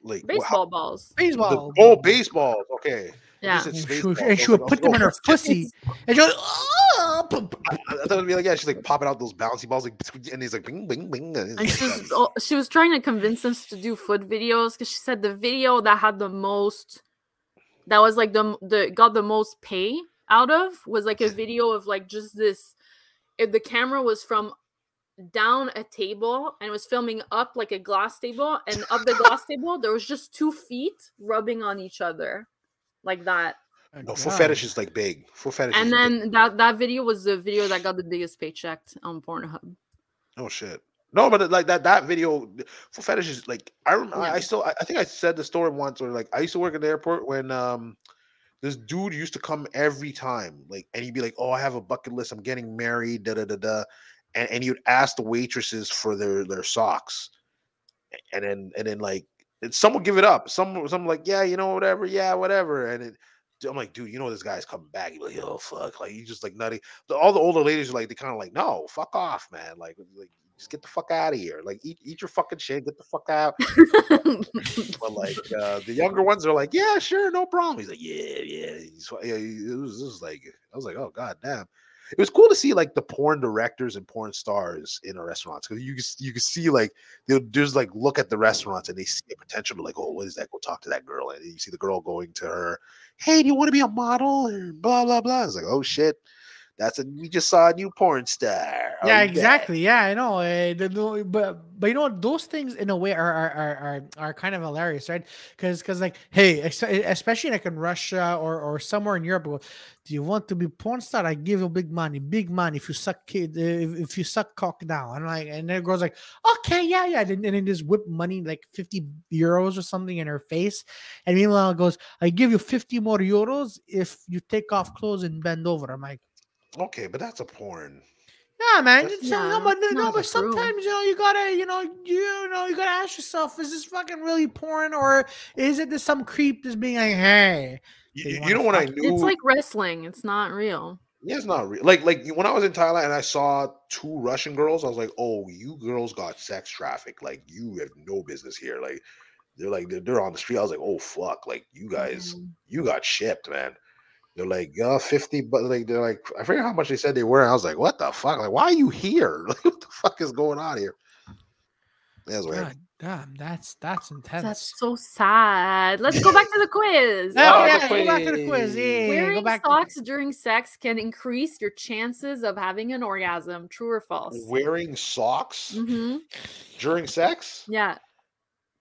A: Like wha- how-
C: baseball balls
B: Baseball.
A: The, oh, baseballs. Okay.
C: yeah
A: Just- it's
B: And she would-
A: baseball,
B: and she
A: so
B: would
A: it's
B: put them in her
A: also-
B: pussy. And she goes, oh, p- p-
A: I, I thought it'd be like, yeah, she's like popping out those bouncy balls, like, and he's like, bing, bing, bing. And he's
C: And
A: like,
C: she was,
A: "Uh,
C: oh, she was trying to convince us to do food videos because she said the video that had the most, that was like the m- the got the most pay out of was like a video of like just this. If the camera was from down a table and was filming up like a glass table, and up the glass table there was just two feet rubbing on each other, like that.
A: No, foot fetish is like big. Foot fetish.
C: And
A: is big.
C: then that that video was the video that got the biggest paycheck on Pornhub.
A: oh shit. No, but like that that video, foot fetish is like I remember.
C: Yeah.
A: I still I, I think I said the story once, or like I used to work at the airport when um this dude used to come every time, like, and he'd be like, "Oh, I have a bucket list. I'm getting married." Da da da da, and and he would ask the waitresses for their their socks, and then and then like and some would give it up. Some some like, yeah, you know, whatever, yeah, whatever. And it, I'm like, dude, you know this guy's coming back. He's like, oh fuck, like he's just like nutty. The, all the older ladies are like, they kind of like, no, fuck off, man. Like, like just get the fuck out of here. Like, eat eat your fucking shit. Get the fuck out. But like uh, the younger ones are like, yeah, sure, no problem. He's like, yeah, yeah. He's, fi- yeah he- it was just like, I was like, oh god damn. It was cool to see like the porn directors and porn stars in our restaurants because you could s- you could see like they'll just like look at the restaurants and they see a potential to like, oh, what is that? Go talk to that girl. And you see the girl going to her, hey, do you want to be a model? Or blah blah blah. It's like, oh shit, that's a we just saw a new porn star. Oh,
B: yeah,
A: you bet."
B: exactly. Yeah, I know. eh, the- the- but but you know what? Those things in a way are are are are, are kind of hilarious, right? Because because like hey, ex- eh, especially like in Russia or or somewhere in Europe, go, do you want to be porn star? I give you big money, big money. If you suck kid, eh, if, if you suck cock down, and like and then girls like, okay, yeah, yeah, and then and then just whip money like fifty euros or something in her face, and meanwhile it goes, I give you fifty more euros if you take off clothes and bend over. I'm like.
A: Okay, but that's a porn.
B: Yeah, man.
A: That's
B: It's some- no,
C: not-
B: but no,
C: it's
B: no,
C: not
B: but
C: the rule.
B: sometimes you know you gotta, you know, you know, you gotta ask yourself: Is this fucking really porn, or is it just some creep just being like, "Hey,
A: You,
B: They
A: you- you
B: wanna
A: know when I
B: fuck-
A: knew
C: it's like wrestling. It's not real.
A: Yeah, it's not real. Like, like when I was in Thailand and I saw two Russian girls, I was like, "Oh, you girls got sex traffic. Like, you have no business here. Like, they're like they're, they're on the street." I was like, "Oh fuck! Like, you guys,
C: Mm-hmm. Mm,
A: you got shipped, man." They're like, "Yeah, fifty, but like they're like, I forget how much they said they were." And I was like, "What the fuck? Like, why are you here? Like, what the fuck is going on here?" That's weird.
B: God damn, that's that's intense.
C: That's so sad. Let's go back to the quiz.
B: Yeah,
C: Oh,
B: yeah,
C: the
B: go back to the quiz. Yeah, yeah, yeah, go
C: Wearing
B: back to-
C: socks during sex can increase your chances of having an orgasm. True or false?
A: Wearing socks
C: hmm
A: during sex
C: Yeah,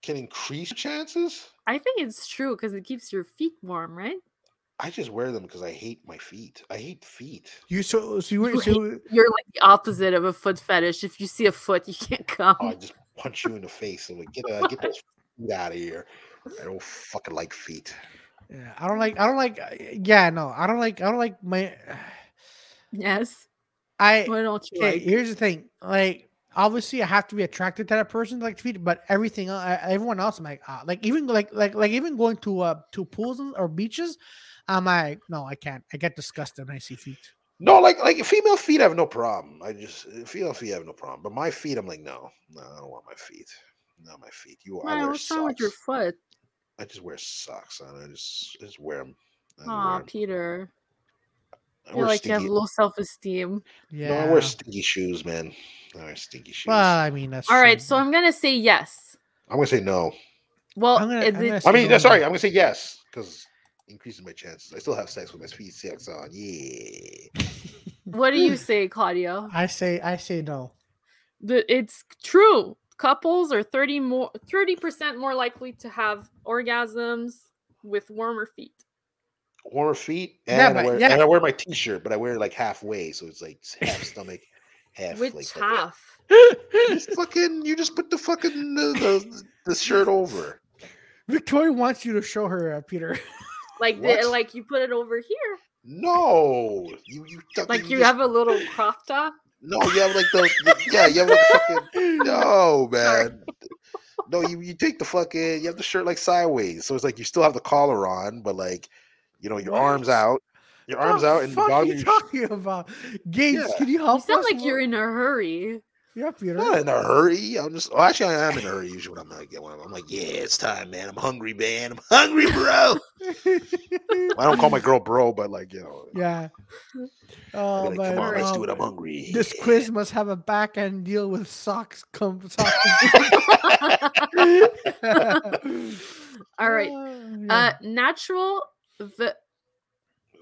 A: can increase chances.
C: I think it's true because it keeps your feet warm, right?
A: I just wear them because I hate my feet. I hate feet.
B: You so so you, were-
C: You
B: so you-
C: You're like the opposite of a foot fetish. If you see a foot, you can't come.
A: Oh, I just punch you in the face. I'm like, get, uh, get those feet out of here. I don't fucking like feet.
B: yeah, I don't like I don't like uh, yeah no I don't like I don't like my
C: yes.
B: I
C: Why don't you?
B: okay
C: like?
B: here's the thing like obviously I have to be attracted to that person to like feet but everything el- uh, everyone else I'm like ah, like even like like like even going to uh to pools and- or beaches I'm like no I can't I get disgusted when I see feet
A: No, like like female feet have no problem. I just uh, female feet have no problem. But my feet, I'm like, no, no, I don't want my feet. Not my feet. You I
C: Why,
A: wear
C: what's wrong with
A: socks.
C: your foot?
A: I just wear socks on. I just I just wear them. I,
C: Aw,
A: wear 'em.
C: Peter.
A: I wear
C: I feel like you have
A: stinky-
C: low self esteem.
B: yeah
A: No, I wear stinky shoes, man. I wear stinky shoes.
B: well I mean that's
C: All right,
B: true.
C: so I'm gonna say yes.
A: I'm gonna say no.
C: Well,
B: I'm gonna-
C: is
B: I'm
C: it-
B: gonna say
A: I mean,
B: no.
A: sorry, I'm gonna say yes because increases my chances. I still have sex with my feet socks on. Yeah.
C: what do you say, Claudio?
B: I say I say no
C: The, it's true. Couples are thirty more, thirty percent more likely to have orgasms with warmer feet.
A: warmer feet, and,
B: Yeah,
A: I
B: but-
A: wear,
B: yeah.
A: and I wear my t-shirt, but I wear it like halfway, so it's like s- half stomach, half
C: Which
A: like that.
C: half?
A: Just fucking, you just put the fucking the, the, the shirt over.
B: Victoria wants you to show her uh, Peter
C: Like, the,
A: What?
C: like you put it over here.
A: No, you you fucking-
C: Like you
A: just-
C: have a little crop top.
A: no, you have like the, the- yeah, you have like fucking no man. No, you, you take the fucking you have the shirt like sideways, so it's like you still have the collar on, but like you know your
B: What?
A: arms out, your arms
B: the
A: out, and
B: fuck
A: down
B: you
A: your sh-
B: talking about? Gates,
A: Yeah.
B: can you
C: You
B: help
C: sound
B: us?
C: like you're
B: What-
C: in a hurry.
B: Yeah, Peter.
A: not in a hurry. I'm just. Well, actually, I am in a hurry usually when I'm like, when I'm, I'm like, yeah, it's time, man. I'm hungry, man. I'm hungry, bro. I don't call my girl bro, but like, you know,
B: yeah.
A: I
B: Oh
A: be like,
B: man.
A: come on, let's do it.
B: um,
A: I'm hungry.
B: This quiz must have a back end deal with socks. Come socks.
C: All right. Uh, natural v-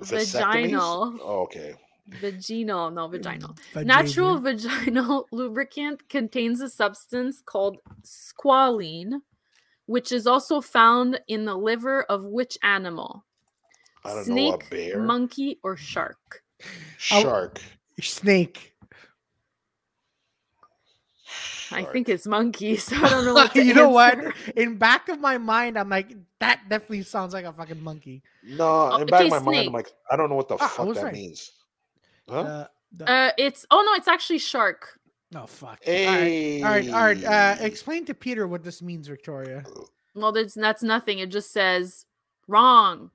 A: Vasectomies?
C: vaginal.
A: Oh, okay.
C: vaginal, no vaginal. Natural vaginal lubricant contains a substance called squalene, which is also found in the liver of which animal?
A: I don't know. A
C: Snake,
A: bear,
C: monkey, or shark?
A: shark.
B: snake.
C: I think
A: Shark.
C: it's monkey, so I don't know. What to
B: you know what?
C: answer.
B: In back of my mind, I'm like, that definitely sounds like a fuking monkey.
A: no.
C: Oh,
A: in back
C: okay,
A: of my mind, I'm
C: snake.
A: like, I don't know what the
B: Ah, I
A: fuck
B: was
A: that
B: right.
A: means. Huh?
B: Uh, the-
C: Uh, it's oh no, it's actually shark.
B: no fuck.
A: hey.
B: Uh, All right, all right. Uh, explain to Peter what this means, Victoria.
C: Well, that's that's nothing. It just says wrong.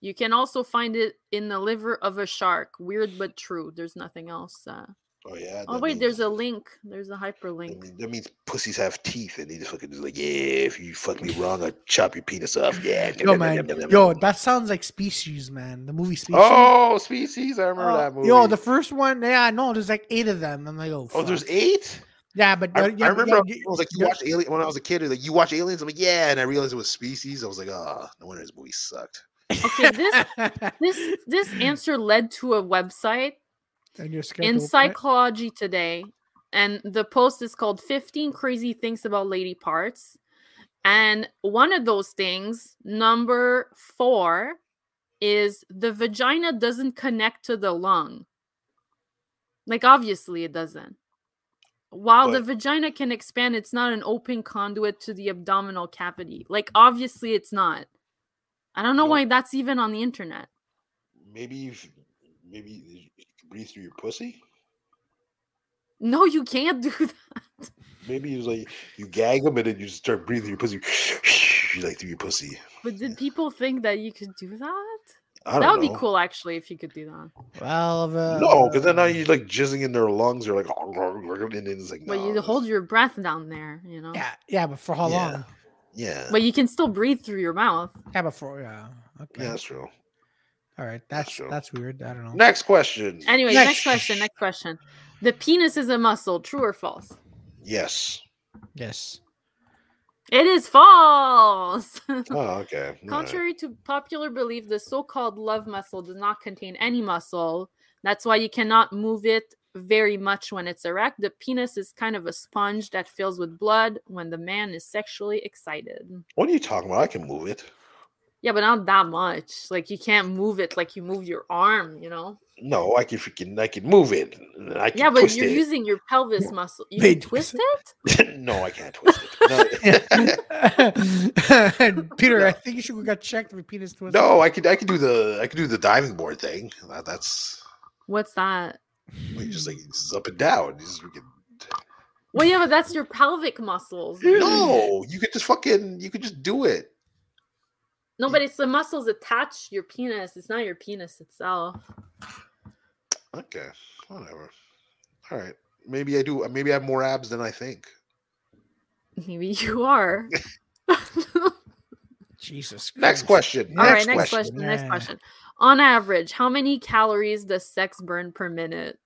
C: You can also find it in the liver of a shark. Weird but true. There's nothing else. Uh,
A: oh yeah.
C: oh
A: that
C: wait,
A: means-
C: there's a link. There's a
A: That
C: hyperlink.
A: mean- that means pussies have teeth, and they just fucking just like, yeah, if you fuck me wrong, I'll chop your penis off. Yeah,
B: Yo, man. Yo, that sounds like Species, man. The movie Species.
A: Oh, species! I remember
B: Oh,
A: that movie.
B: Yo, the first one, yeah, no, there's like eight of them. I'm like, oh,
A: oh, there's
B: fuck.
A: eight.
B: yeah, but
A: I,
B: uh,
A: I
B: yeah,
A: remember
B: yeah,
A: I was like, you
B: yeah.
A: watched Alien when I was a kid. it was Like you watch Aliens, I'm like, yeah, and I realized it was species. I was like, oh, no wonder this movie sucked.
C: Okay, this this this answer led to a website
B: and you're scared
C: in
B: to open it?
C: psychology today and the post is called 15 crazy things about lady parts and one of those things number 4 is the vagina doesn't connect to the lung like obviously it doesn't while the
A: But-
C: vagina can expand it's not an open conduit to the abdominal cavity like obviously it's not i don't know
A: Nope.
C: why that's even on the internet
A: Maybe you, f- maybe you can breathe through your pussy.
C: no you can't do that
A: Maybe it's like you gag them and then you just start breathing your pussy, like through your pussy.
C: But did people think that you could do that?
A: I
C: That
A: don't
C: would be
A: know.
C: cool, actually, if you could do that.
D: Well, of a,
A: No, because then
B: Uh,
A: now you're like jizzing in their lungs. You're like, and then it's like,
C: But
A: nah,
C: you
A: this-
C: hold your breath down there, you know.
B: Yeah, yeah, but for how
A: Yeah.
B: long?
A: Yeah,
C: But you can still breathe through your mouth.
B: Yeah, but for yeah. Okay.
A: yeah, that's true.
B: All right. That's
A: true.
B: that's weird. I don't know.
A: Next question.
C: Anyway,
B: Next.
C: next, question. Next question. The penis is a muscle. True or false?
A: Yes.
B: Yes.
C: It is false.
A: Oh, okay. All right.
C: Contrary to popular belief, the so called love muscle does not contain any muscle. That's why you cannot move it very much when it's erect. The penis is kind of a sponge that fills with blood when the man is sexually excited.
A: What are you talking about? I can move it.
C: Yeah, but not that much. Like you can't move it like you move your arm, you know?
A: No, I can freaking. I can move it. I can
C: Yeah, but
A: twist
C: you're
A: it.
C: using your pelvis muscle. You
D: They
C: can
D: do
C: twist it?
A: no, I can't twist it. No,
B: Peter,
A: No.
B: I think you should go get checked for penis twist.
A: no, I could. I could do the. I could do the diving board thing. That, that's
C: What's that?
A: like, just like it's up and down. You just freaking-
C: Well, yeah, but that's your pelvic muscles.
A: no, you could just fucking. You could just do it.
C: No, but it's the muscles attached to your penis. It's not your penis itself.
A: Okay, whatever. All right. Maybe I do. Maybe I have more abs than I think.
C: Maybe you are.
B: Jesus.
A: Next
B: Christ.
A: question.
C: Hmm. All right,
A: Next,
C: next
A: question.
C: question. Next
B: Yeah.
C: question. On average, how many calories does sex burn per minute?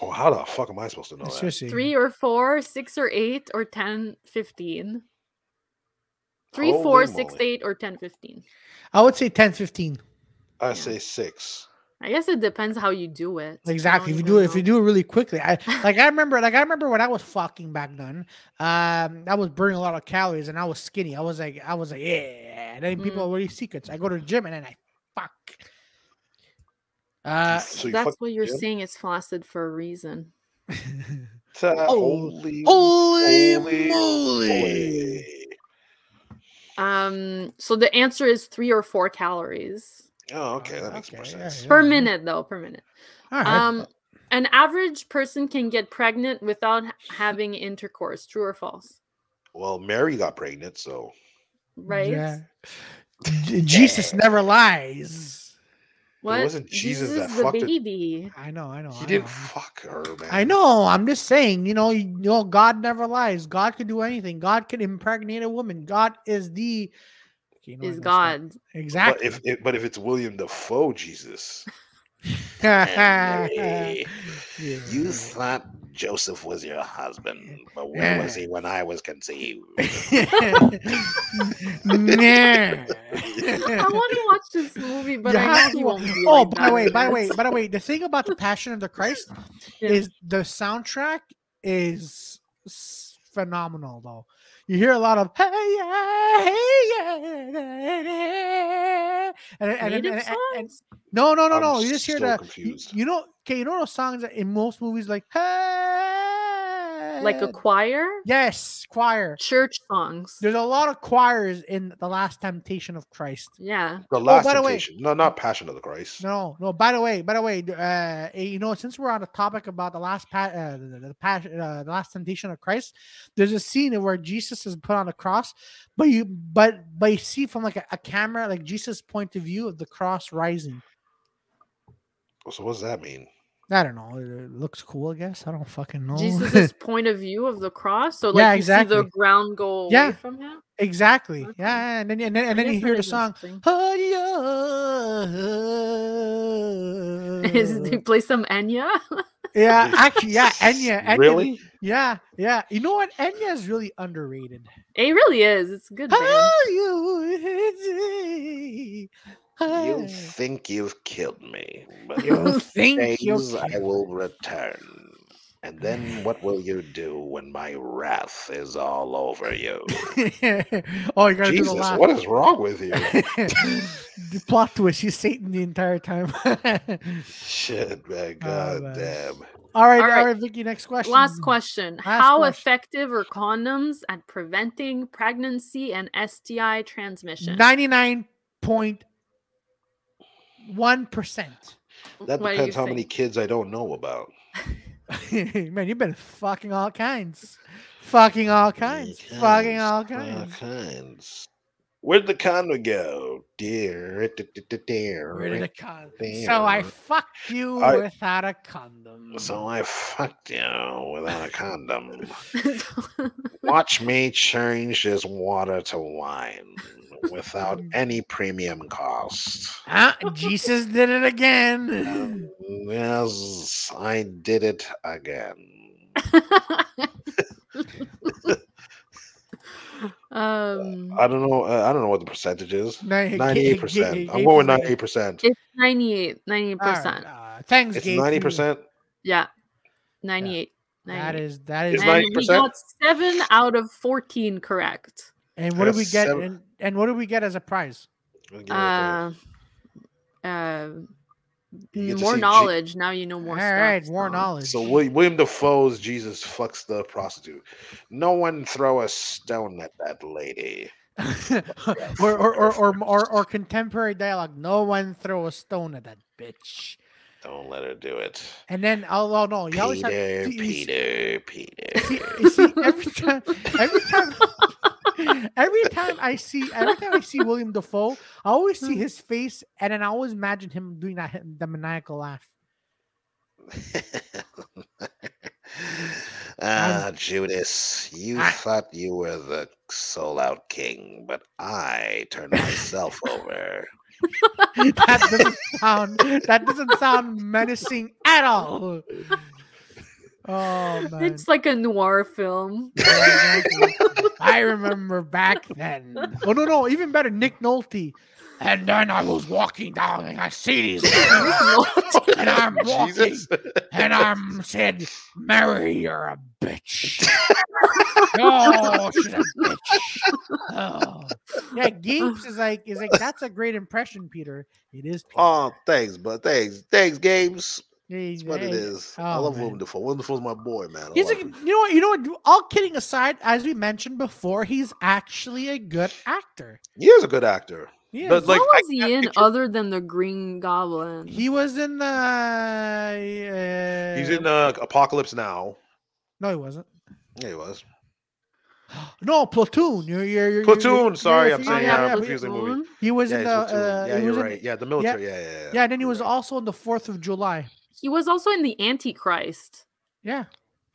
A: Oh, how the fuck am I supposed to know that?
B: Seriously.
C: Three or four, six or eight, or 10, 15? Three, four,
A: Holy
C: six,
A: moly.
C: eight, or 10, 15.
B: I would say 10, 15.
A: I say six.
C: I guess it depends how you do it. I
B: Exactly. If you
C: don't
B: do
C: even
B: it, if you do
C: know.
B: it really quickly, I like. I remember, like I remember when I was fucking back then. Um, I was burning a lot of calories and I was skinny. I was like, I was like, yeah. And then people
C: Mm.
B: already secrets. I go to the gym and then I fuck. Uh,
A: So you
C: That's
A: fuck
C: what you're
A: Jim?
C: saying. It's flaccid for a reason.
A: Ta-
B: Oh,
A: uh, holy,
B: holy
A: holy
B: moly!
A: moly.
C: Um, so the answer is three or four calories
A: Oh, okay, that
B: Uh,
A: makes more
B: okay, yeah,
A: sense.
B: yeah.
C: per minute, though per minute.
B: All right.
C: Um, an average person can get pregnant without h- having intercourse. True or false?
A: Well, Mary got pregnant, so
C: Right?
B: Yeah. J- Jesus never lies.
C: What?
A: wasn't Jesus that
C: is the
A: fucked it.
C: baby.
B: I know. I know.
A: he
B: I
A: didn't
B: know.
A: fuck her, man.
B: I know. I'm just saying, you know, you know, God never lies. God could do anything. God could impregnate a woman. God is the Okay, you know what,
C: Is
B: I'm gonna stop.
C: God.
A: But
B: Exactly.
A: if, if but if it's William Defoe, Jesus,
B: Yeah.
A: Mary, you thought Joseph was your husband, but where was
B: Yeah.
A: he when I was conceived?
B: Yeah.
C: I want to watch this movie, but
B: You
C: I
B: have
C: know
B: to
C: he
B: wa-
C: won't be
B: Oh,
C: like
B: by the
C: that
B: way,
C: in
B: by the
C: it.
B: way, by the way, the thing about the Passion of the Christ
C: Yeah.
B: is the soundtrack is s- phenomenal though. You hear a lot of hey yeah, hey yeah, da, da, da," and, and, and,
C: Native
B: and, and, and
C: songs?
B: no, no, no,
A: I'm
B: no. You just hear
A: so
B: the you-
A: confused.
B: You, know, okay, you know those songs that in most movies like hey,
C: like a choir,
B: yes choir.
C: church songs.
B: There's a lot of choirs in the Last Temptation of Christ.
C: Yeah.
A: The Last
B: oh, by the way-
A: Temptation, no, not Passion of the Christ.
B: No, no. By the way, by the way, d- uh, eh, you know, since we're on the topic about the last pa- uh, the, the, the, pas- uh, the last temptation of Christ, there's a scene where Jesus is put on the cross, but you but but you see from like a, a camera, like Jesus' point of view of the cross rising.
A: So what does that mean?
B: I don't know. It it looks cool, I guess. I don't fucking know.
C: Jesus' point of view of the cross. So, like,
B: Oh. Yeah,
C: you see
B: exactly.
C: the ground go away
B: Yeah.
C: from him.
B: exactly.
C: Okay.
B: Yeah, and then and then, and
C: I
B: then you
C: guess that
B: hear the
C: is
B: song.
C: interesting. Is they
B: "Hallelujah."
C: play some Enya?
B: yeah, actually, yeah, Enya, Enya.
A: really?
B: Yeah, yeah. You know what? Enya is really underrated.
C: It really is. It's a good band.
B: you
A: You think you've killed me, but
B: You think you
A: James, I will return. And then what will you do when my wrath is all over you?
B: oh, you gotta do
A: Jesus,
B: the laugh.
A: what is wrong with you?
B: the plot twist. He's Satan the entire time. all right,
A: Shit, man,
B: Oh,
A: god
B: man.
A: damn.
B: all right,
C: right.
B: Vicky. Next question.
C: Last question.
B: Last
C: How
B: question.
C: effective are condoms at preventing pregnancy and STI transmission?
B: Ninety-nine point one percent.
A: That
C: What do you
A: depends how many
C: think?
A: kids I don't know about.
B: Man, you've been fucking all kinds, fucking all kinds, fucking all kinds.
A: All uh, kinds. Where'd the condom go? Dear, dear.
B: Rid of the con- So
A: Damn.
B: I fucked you
A: I-
B: without a condom.
A: So I fucked you without a condom. Watch me change this water to wine without any premium cost.
B: Ah, Jesus did it again.
A: Yes, I did it again.
C: um,
A: I don't know. uh, I don't know what the percentage is.
B: Ninety-
A: Ninety-eight percent. I'm going with ninety-eight percent.
C: it's 98, 98
B: All right,
C: percent.
B: uh, thanks,
A: It's
B: Gabe,
A: ninety
B: for your-
A: percent.
C: Yeah, 98.
B: That
C: 98.
B: is that is.
A: It's
C: And we
A: 90%?
C: got seven out of 14 correct.
B: And what do
A: Yes,
B: we get?
A: seven.
B: And, and what do we get as a prize?
A: Oh,
C: Uh, uh,
A: You get to see
C: more
A: G-
C: knowledge. now you know more
B: All
C: stuff.
B: right, more
C: so-
B: knowledge.
A: So Wil- William Defoe's Jesus fucks the prostitute. No one throw a stone at that lady.
B: or, or, or, or, or, or contemporary dialogue. No one throw a stone at that bitch.
A: Don't let her do it.
B: And then, although no, you always have.
A: Peter,
B: you-
A: Peter,
B: you-
A: Peter.
B: You see, every time, every time, every time I see, every time I see William Defoe, I always see his face, and then I always imagine him doing that hit- the maniacal laugh.
A: ah, Judas, you
B: I-
A: thought you were the soul out king, but I turned myself over.
B: That doesn't sound. That doesn't sound menacing at all. Oh man!
C: It's like a noir film.
B: Yeah, exactly. I remember back then. Oh no, no, even better, Nick Nolte. And then I was walking down and I see these things, and I'm walking
A: Jesus.
B: and I'm said, Mary, you're a bitch. oh, she's a bitch. Oh. Yeah, Games is like is like that's a great impression, Peter. It is. Peter.
A: Oh, thanks, but thanks. Thanks, games.
B: Hey,
A: It's what it
B: hey.
A: is. I
B: Oh,
A: love
B: man.
A: William Defoe. William Defoe's my boy, man. I
B: He's a,
A: love
B: you
A: him.
B: know what you know what all kidding aside as we mentioned before he's actually a good actor.
A: He is a good actor.
B: Yeah,
A: But, like,
C: what
A: I
C: was he
A: can't
C: in
A: picture-
C: other than the Green Goblin?
B: He was in the. Uh,
A: He's in uh, Apocalypse Now.
B: No, he wasn't.
A: Yeah, he was.
B: No, Platoon. You're, you're, you're,
A: Platoon, sorry, I'm
B: you're-
A: saying,
B: yeah,
A: yeah,
B: yeah,
A: I'm
B: he-
A: confusing movie.
C: Platoon?
B: He was
A: Yeah,
B: in
A: he's
B: the.
A: Platoon.
B: Uh,
A: yeah
B: he
A: you're
B: was in-
A: right. Yeah, the military. Yeah, yeah, yeah.
B: Yeah, and then he
A: You're
B: was
A: right.
B: also in the Fourth of July.
C: He was also in The Antichrist.
B: Yeah.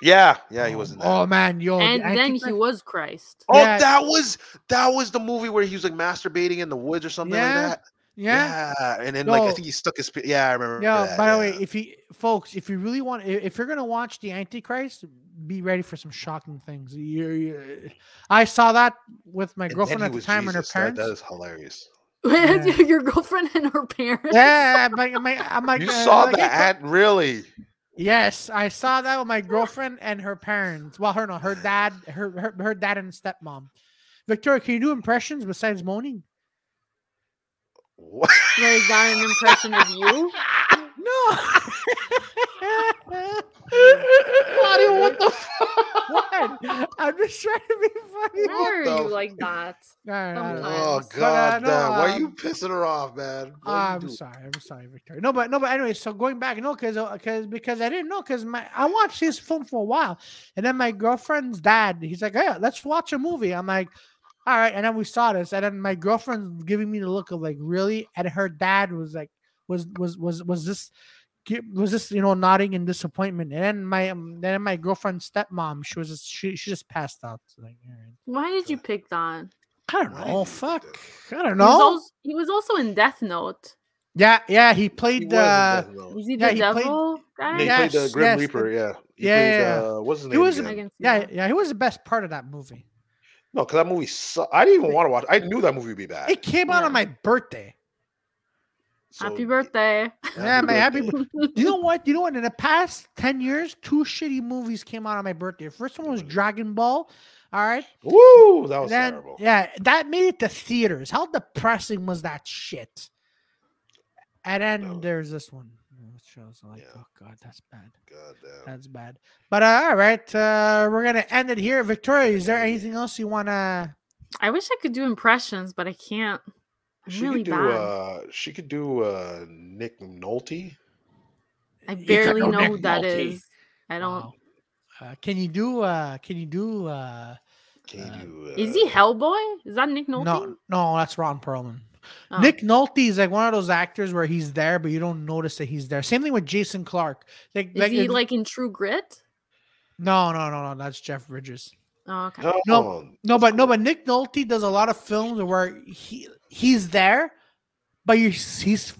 A: Yeah, yeah, he was in that.
B: Oh man, yo. the
C: and then
B: Antichrist-
C: he was Christ.
A: Oh,
B: Yeah.
A: that was that was the movie where he was like masturbating in the woods or something
B: Yeah,
A: like that.
B: Yeah.
A: and then like I
B: No.
A: think he stuck his. pi- Yeah, I remember.
B: Yeah.
A: that,
B: by the
A: yeah.
B: way, if you folks, if you really want, i- if you're gonna watch the Antichrist, be ready for some shocking things. You're, you're- I saw that with my
A: And then
B: girlfriend
A: he
B: at the
A: was
B: time and her
A: Jesus. That-
B: parents.
A: that is hilarious.
B: Oh, Yeah.
C: Your girlfriend and her parents.
B: yeah, but my, I'm like,
A: you
B: uh,
A: saw
B: like,
A: the
B: hey, go-
A: ad, really?
B: Yes, I saw that with my girlfriend and her parents. Well, her no, her dad, her her, her dad and stepmom. Victoria, can you do impressions besides moaning?
A: What?
C: Where he got an impression of you.
B: No.
A: Claudia, what the?
B: what? I'm just trying to be funny.
C: Why are
A: the
C: you
A: f-
C: like that?
B: All right, all right.
C: Sometimes.
A: Oh
B: But, uh,
A: God,
B: no,
A: damn, why
B: um,
A: you pissing her off, man? What are you
B: Oh, I'm
A: doing?
B: sorry. I'm sorry, Victoria. No, but no, but anyway. So going back, no, because because because I didn't know because my I watched this film for a while, and then my girlfriend's dad, he's like, "Yeah, let's watch a movie." I'm like, "All right," and then we saw this, and then my girlfriend's giving me the look of like, "Really?" And her dad was like, "Was was was was this?" gi- Was this you know nodding in disappointment, and then my um, then my girlfriend's stepmom, she was just, she she just passed out. So like, all right.
C: Why did you pick that?
B: I don't
A: Why
B: know,
A: did you do
B: fuck, I don't
C: He was,
B: know.
C: also, he was also in Death Note.
B: Yeah, yeah, he played uh,
A: He was in Death
B: the
A: Note.
C: Is he
B: Yeah,
C: the
B: he played-
A: Yeah,
C: devil guy?
A: he played the
B: yes,
A: Grim
B: yes, the-
A: Reaper. Yeah, He
B: Yeah,
A: played,
B: yeah,
A: Uh, what's his
B: He
A: name?
B: was-
C: I
A: again?
C: can see
B: Yeah,
C: that.
B: yeah, he was the best part of that movie.
A: No, because that movie. Su- I didn't even want to watch. I knew that movie would be bad.
B: It came out
C: Yeah.
B: on my birthday.
C: Happy
A: So,
C: birthday.
B: Yeah, my happy. bir- you know what? You know what? In the past ten years, two shitty movies came out on my birthday. First one was Dragon Ball. All right,
A: Woo! Mm. That was
B: then
A: terrible.
B: yeah, that made it to theaters. How depressing was that shit? And then
A: No.
B: there's this one. Which I was like,
A: Yeah.
B: oh god, that's bad.
A: God damn.
B: That's bad. But uh, all right, uh, we're gonna end it here. Victoria, is there anything else you wanna?
C: I wish I could do impressions, but I can't. I'm
A: She
C: really
A: could do.
C: bad.
A: Uh, she could do uh, Nick Nolte.
C: I
D: could
C: barely
D: go
C: know
D: Nick
C: who that
D: Nolte.
C: is. I don't.
B: Wow. Uh, can you do? Uh, can you do? Uh,
A: Can
D: Uh,
A: you? Uh,
C: Is he Hellboy? Is that Nick Nolte?
B: No, no, that's Ron Perlman.
C: Oh.
B: Nick Nolte is like one of those actors where he's there, but you don't notice that he's there. Same thing with Jason Clark. Like,
C: Is he
B: if-
C: like in True Grit?
B: no, no, no, no. That's Jeff Bridges.
C: Oh, okay.
A: No,
B: No, No,
A: that's
B: but no,
A: cool.
B: but Nick Nolte does a lot of films where he he's there, but you he's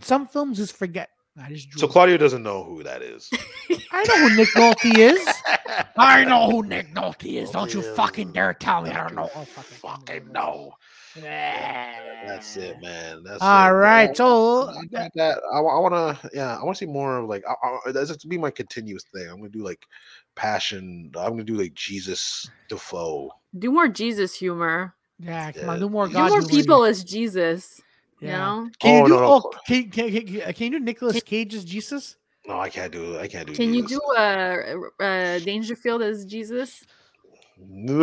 B: some films just forget. I just
A: So
B: drew.
A: Claudio doesn't know who that is.
B: I know who Nick Nolte is.
D: I know who Nick Nolte is. Don't you
A: Nolte
D: fucking
A: is-
D: dare tell me I
A: Fucking-
D: don't know.
B: Oh, fuck it,
D: Fucking no.
A: That's it, man. That's
B: All
A: it.
B: right, so
A: I got that. I, want to, yeah, I want to see more of like. I, I, that's to be my continuous thing. I'm gonna do like passion. I'm gonna do like Jesus Defoe.
C: Do more Jesus humor.
B: yeah, come on,
A: Yeah.
B: do more
A: Do
B: God.
C: do more
B: humor.
C: people as Jesus.
B: Yeah.
C: You know?
A: Oh,
B: Can you do?
A: no, no.
B: Oh, can, can, can, can- can you do Nicholas Cage's Jesus?
A: No, I can't do. I can't do.
C: Can you
A: Jesus.
C: do uh, uh Dangerfield as Jesus?
A: No,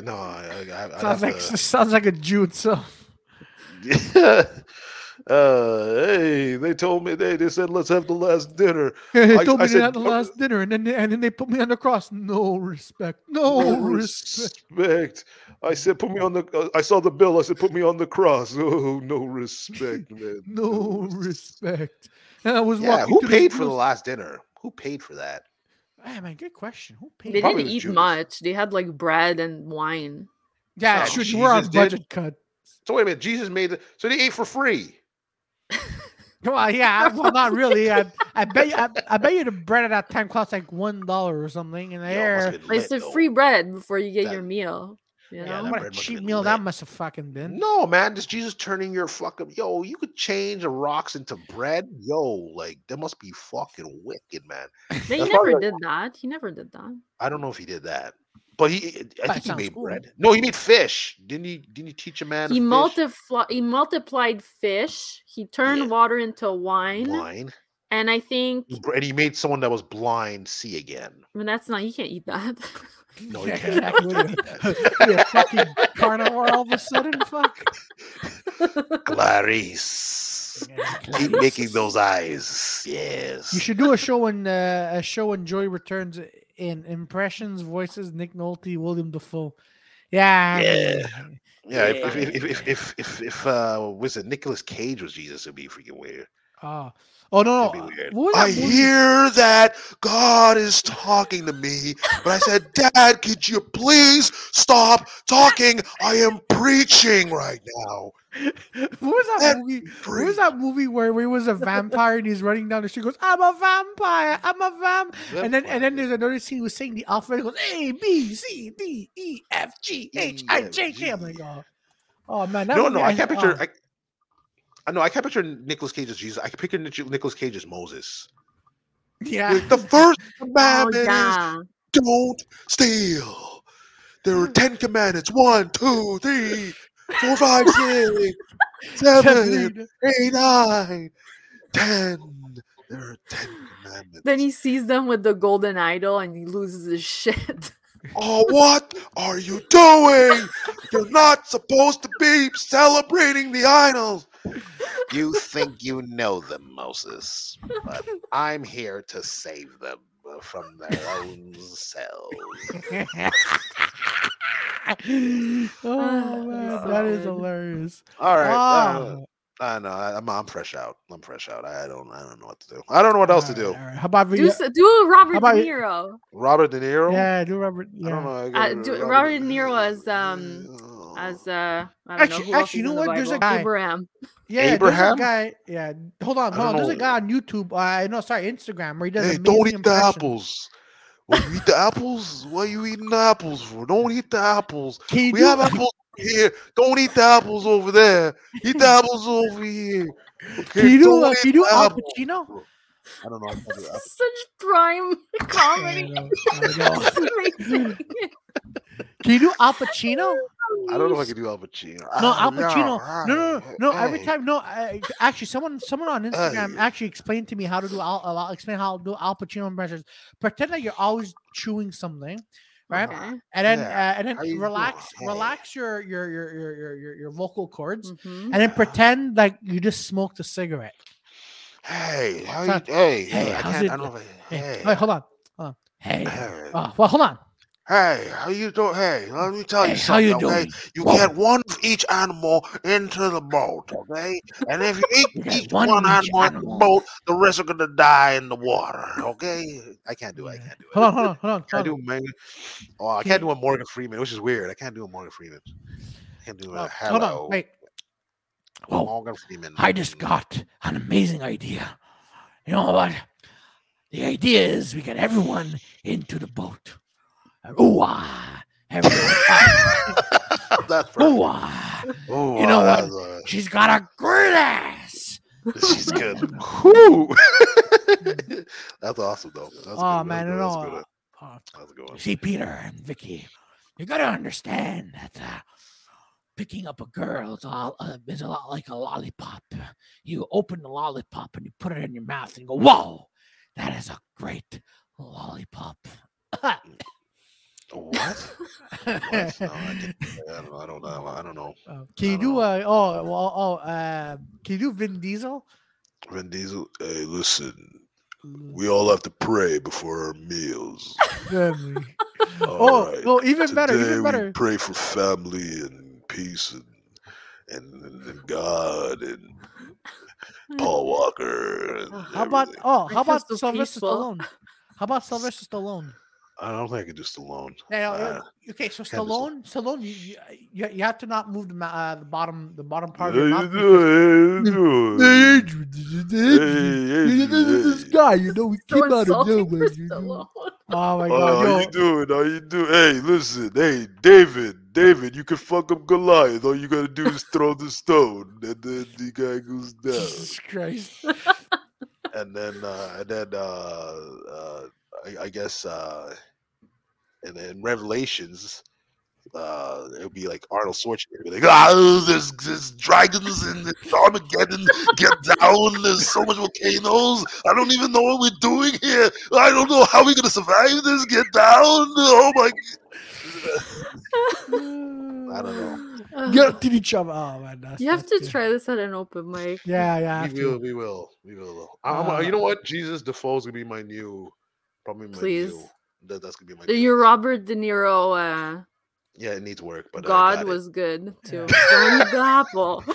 A: no, I, I, I'd
B: Sounds
A: have
B: like
A: to-
B: sounds like a Jude. So
A: uh, hey, they told me they, they said let's have the last dinner.
B: they
A: I-
B: told
A: I
B: me
A: said,
B: that at the
A: "No."
B: last dinner, and then they, and then they put me on the cross. No respect. No,
A: No
B: respect.
A: respect. I said, put me on the. uh, I saw the bill. I said, put me on the cross. Oh, no respect, man.
B: No respect. And I was
A: Yeah,
B: walking.
A: who
B: to the
A: paid for the
B: Jews-
A: last dinner? Who paid for that?
B: Ah, man, good question. Who paid?
C: They
B: for-
A: Probably
C: didn't
A: was
C: eat
A: Judas.
C: much. They had like bread and wine.
B: Yeah,
A: So
B: shoot, you were
A: Oh,
B: on
A: Jesus did?
B: budget cut.
A: So wait a minute. Jesus made it. So they ate for free.
B: Well, yeah, I- well, not really. I, I bet you, I, I bet you the bread at that time cost like one dollar or something. And
A: Yo, it must
B: there,
A: have been
C: Like
A: lit,
C: the
A: though.
C: free bread before you get
A: That-
C: your meal. You
A: Yeah, that
C: know?
B: what a
A: bread must have
B: cheap
A: been
B: meal that
A: lit.
B: must have fucking been.
A: No, man. This Jesus turning your fucking yo. You could change the rocks into bread. Yo, like that must be fucking wicked, man.
C: They
A: That's
C: never
A: probably-
C: did that. He never did that.
A: I don't know if he did that, but he. I
B: That
A: think he
B: sounds
A: made
B: cool.
A: bread. No, he made fish. Didn't he? Didn't he teach a man?
C: He
A: to fish?
C: multiplied. He multiplied fish. He turned
A: Yeah.
C: water into wine,
A: wine, Mm.
C: and I think
A: and he made someone that was blind see again.
C: I mean, that's not. You can't eat that.
A: No, he
B: Yeah,
A: can't.
B: exactly. What are you- what are you, a fucking carnivore all of a sudden, fuck.
A: Clarice. Keep making those eyes. Yes.
B: You should do a show when uh, a show when Joy returns in impressions, voices, Nick Nolte, William Defoe. Yeah, I
A: Yeah.
B: mean,
A: Yeah, if if if if if if, if uh was it Nicholas Cage was Jesus, it'd be freaking weird.
B: Oh, oh no,
A: That'd
B: no.
A: be weird.
B: What was
A: I
B: that movie?
A: hear that God is talking to me, but I said, Dad, could you please stop talking? I am preaching right now.
B: What was that,
A: That
B: movie? What
A: Preach.
B: was that movie where he was a vampire and he's running down the street? Goes, I'm a vampire. I'm a vamp. And then and then there's another scene. He was saying the alphabet. He goes A B C D E F G H I J K. I'm like, oh, oh man. that
A: no,
B: movie-
A: no, I can't
B: oh.
A: picture. I, I know I can't picture Nicholas Cage as Jesus. I can picture Nicholas Cage as Moses.
B: yeah.
A: Like, the first
C: oh
A: commandment is
C: yeah.
A: don't steal. There are ten commandments. One, two, three, four, five, six, seven, eight, nine, ten. There are ten commandments.
C: Then he sees them with the golden idol, and he loses his shit.
A: Oh, what are you doing? You're not supposed to be celebrating the idols. You think you know them, Moses, but I'm here to save them from their own selves.
C: Uh,
B: oh man, that is
C: God.
B: hilarious.
A: All right. uh,
B: Oh,
A: I know. I, I'm, I'm fresh out. I'm fresh out. I don't. I don't know what to do. I don't know what else to do.
B: all right, all right. How about
C: Do
B: we?
C: s- do Robert
B: about
C: De
B: you-
C: Niro.
A: Robert De Niro.
B: Yeah, do Robert. Yeah.
A: I don't know. I
C: Uh,
A: got
C: do-
A: Robert
C: Robert
A: De Oh.
C: De Niro as, um,
A: Niro.
C: As uh, I don't
B: Actually-
C: know, who else
B: actually, you
C: is
B: know
C: in the
B: what? There's a
C: Bible?
B: guy-
C: Abraham.
B: Yeah, there's
A: Abraham?
B: a guy. Yeah, hold on,
A: I
B: hold on.
A: don't
B: There's a
A: know.
B: guy on YouTube. Uh, no, sorry, Instagram where he does.
A: Hey,
B: amazing
A: don't eat the
B: impressions.
A: apples. Well, you eat the apples. What you eating the apples for? Don't eat the apples.
B: Can you
A: We
B: do-
A: have apples here. Don't eat the apples over there. Eat the apples over here. Okay,
B: Can you do?
A: don't
B: Uh,
A: eat
B: can you do
A: the
B: Al
A: apples.
B: Pacino?
A: I don't know. I can't do
C: This
A: that.
C: is such prime
B: I
C: comedy.
B: know, I know.
C: It's amazing.
B: Can you do Al Pacino?
A: I don't know if I can do Al Pacino.
B: No,
A: Ah,
B: Al Pacino. No, no,
A: ah,
B: no. no every
A: hey. Uh,
B: time, no. I, actually, someone, someone on Instagram
A: Hey.
B: actually explained to me how to do Al. I'll explain how to do Al Pacino impressions. Pretend that you're always chewing something, right?
C: Okay.
B: And then,
A: Uh-huh. Yeah.
B: uh, and then
A: How you doing?
B: relax,
A: Hey.
B: relax your your your your your your, your vocal cords,
C: Mhm.
B: and then
A: Yeah.
B: pretend like you just smoked a cigarette.
A: Hey, how you,
B: What's
A: hey, hey,
D: Hey,
A: I
D: how's
A: can't,
D: it
A: I don't know if I,
B: Hey,
A: hey,
B: wait, hold on.
D: Hey,
A: hey,
B: Oh, well, hold on.
A: Hey, how you doing? Hey, let me tell you
D: Hey, how you
A: something, okay?
D: doing?
A: You
D: Whoa.
A: get one of each animal into the boat, okay? And if you
D: You
A: eat
D: got
A: each one,
D: one of each
A: animal, in the
D: animal.
A: boat, the rest are gonna die in the water, okay? I can't do it. I
B: Yeah.
A: can't do it.
B: Hold on, hold on, hold on.
A: Can I
B: hold
A: do
B: on.
A: Megan? Oh, I can't do a Morgan Freeman, which is weird. I can't do a Morgan Freeman. I can't do a
B: Oh,
A: hello.
B: hold on. Wait.
D: Whoa,
A: Morgan Freeman.
D: oh, I just got an amazing idea. You know what? The idea is we get everyone into the boat. Ooh, ah, everyone.
A: That's perfect.
D: Ooh, ah.
A: Ooh, oh,
D: you know
A: that
D: what?
A: was,
D: She's got a great ass.
A: uh, She's good. Whew. That's awesome, though. That's a good
B: Oh
A: one.
B: man,
A: That's
B: it
A: a good one.
B: all. oh,
A: That's a good
D: You
A: one.
D: see, Peter and Vicky, you gotta understand that uh, picking up a girl is, all, uh, is a lot like a lollipop. You open the lollipop and you put it in your mouth and you go, "Whoa, that is a great lollipop."
A: What? What? No, I, can't, I don't know. I don't know. I don't know.
B: Oh, can
A: I
B: you
A: don't
B: do uh, oh well, oh uh can you do Vin Diesel?
A: Vin Diesel. Hey, listen. We all have to pray before our meals.
B: Family.
A: All
B: oh
A: right.
B: well even better,
A: Today
B: even
A: We
B: better.
A: pray for family and peace and and, and, and God and Paul Walker. And
B: How about
A: everything.
B: oh
C: I
B: how
C: feel
B: about
C: so
B: Sylvester
C: peaceful.
B: Stallone? How about Sylvester Stallone?
A: I don't think I could do Stallone.
B: Now,
A: Uh,
B: uh, okay,
A: can't
B: so
A: do so.
B: Stallone, Stallone, you, you- you, you have to not move the, ma- uh, the bottom the bottom
A: How
B: part of your
A: you
B: mouth. because-
A: doing? How you doing?
B: You
A: Hey,
B: know, this is
A: hey,
B: this guy, you know, we
C: So
B: came out of
C: insulting
B: nowhere.
C: for
B: you know.
C: Stallone.
B: Oh
A: Oh,
B: my god,
A: how
B: yo,
A: you doing? How you doing? Hey, listen, hey, David, David, you can fuck up Goliath. All you gotta do is throw the stone, and then the guy goes down.
B: Jesus Christ.
A: And then, uh, and then, uh, uh, I, I guess, uh, and then Revelations, uh, it would be like Arnold Schwarzenegger, be like, ah, there's, there's dragons and there's Armageddon, get down, there's so much volcanoes, I don't even know what we're doing here, I don't know how we're gonna survive this, get down, oh my I don't know.
B: Get to each other. Oh man, that's,
C: You have
B: that's
C: to
B: good.
C: try this at an open mic.
B: Yeah, yeah. I have
A: We
B: to.
A: will, we will, we will. I'm, I'm- you know what? Jesus Defoe's gonna be my new, probably my
C: Please.
A: new. That, that's gonna be my. New.
C: Your Robert De Niro uh,
A: yeah, it needs work, but I got
C: God
A: it.
C: was good
B: Yeah.
C: too. Johnny Gobble.
A: Oh,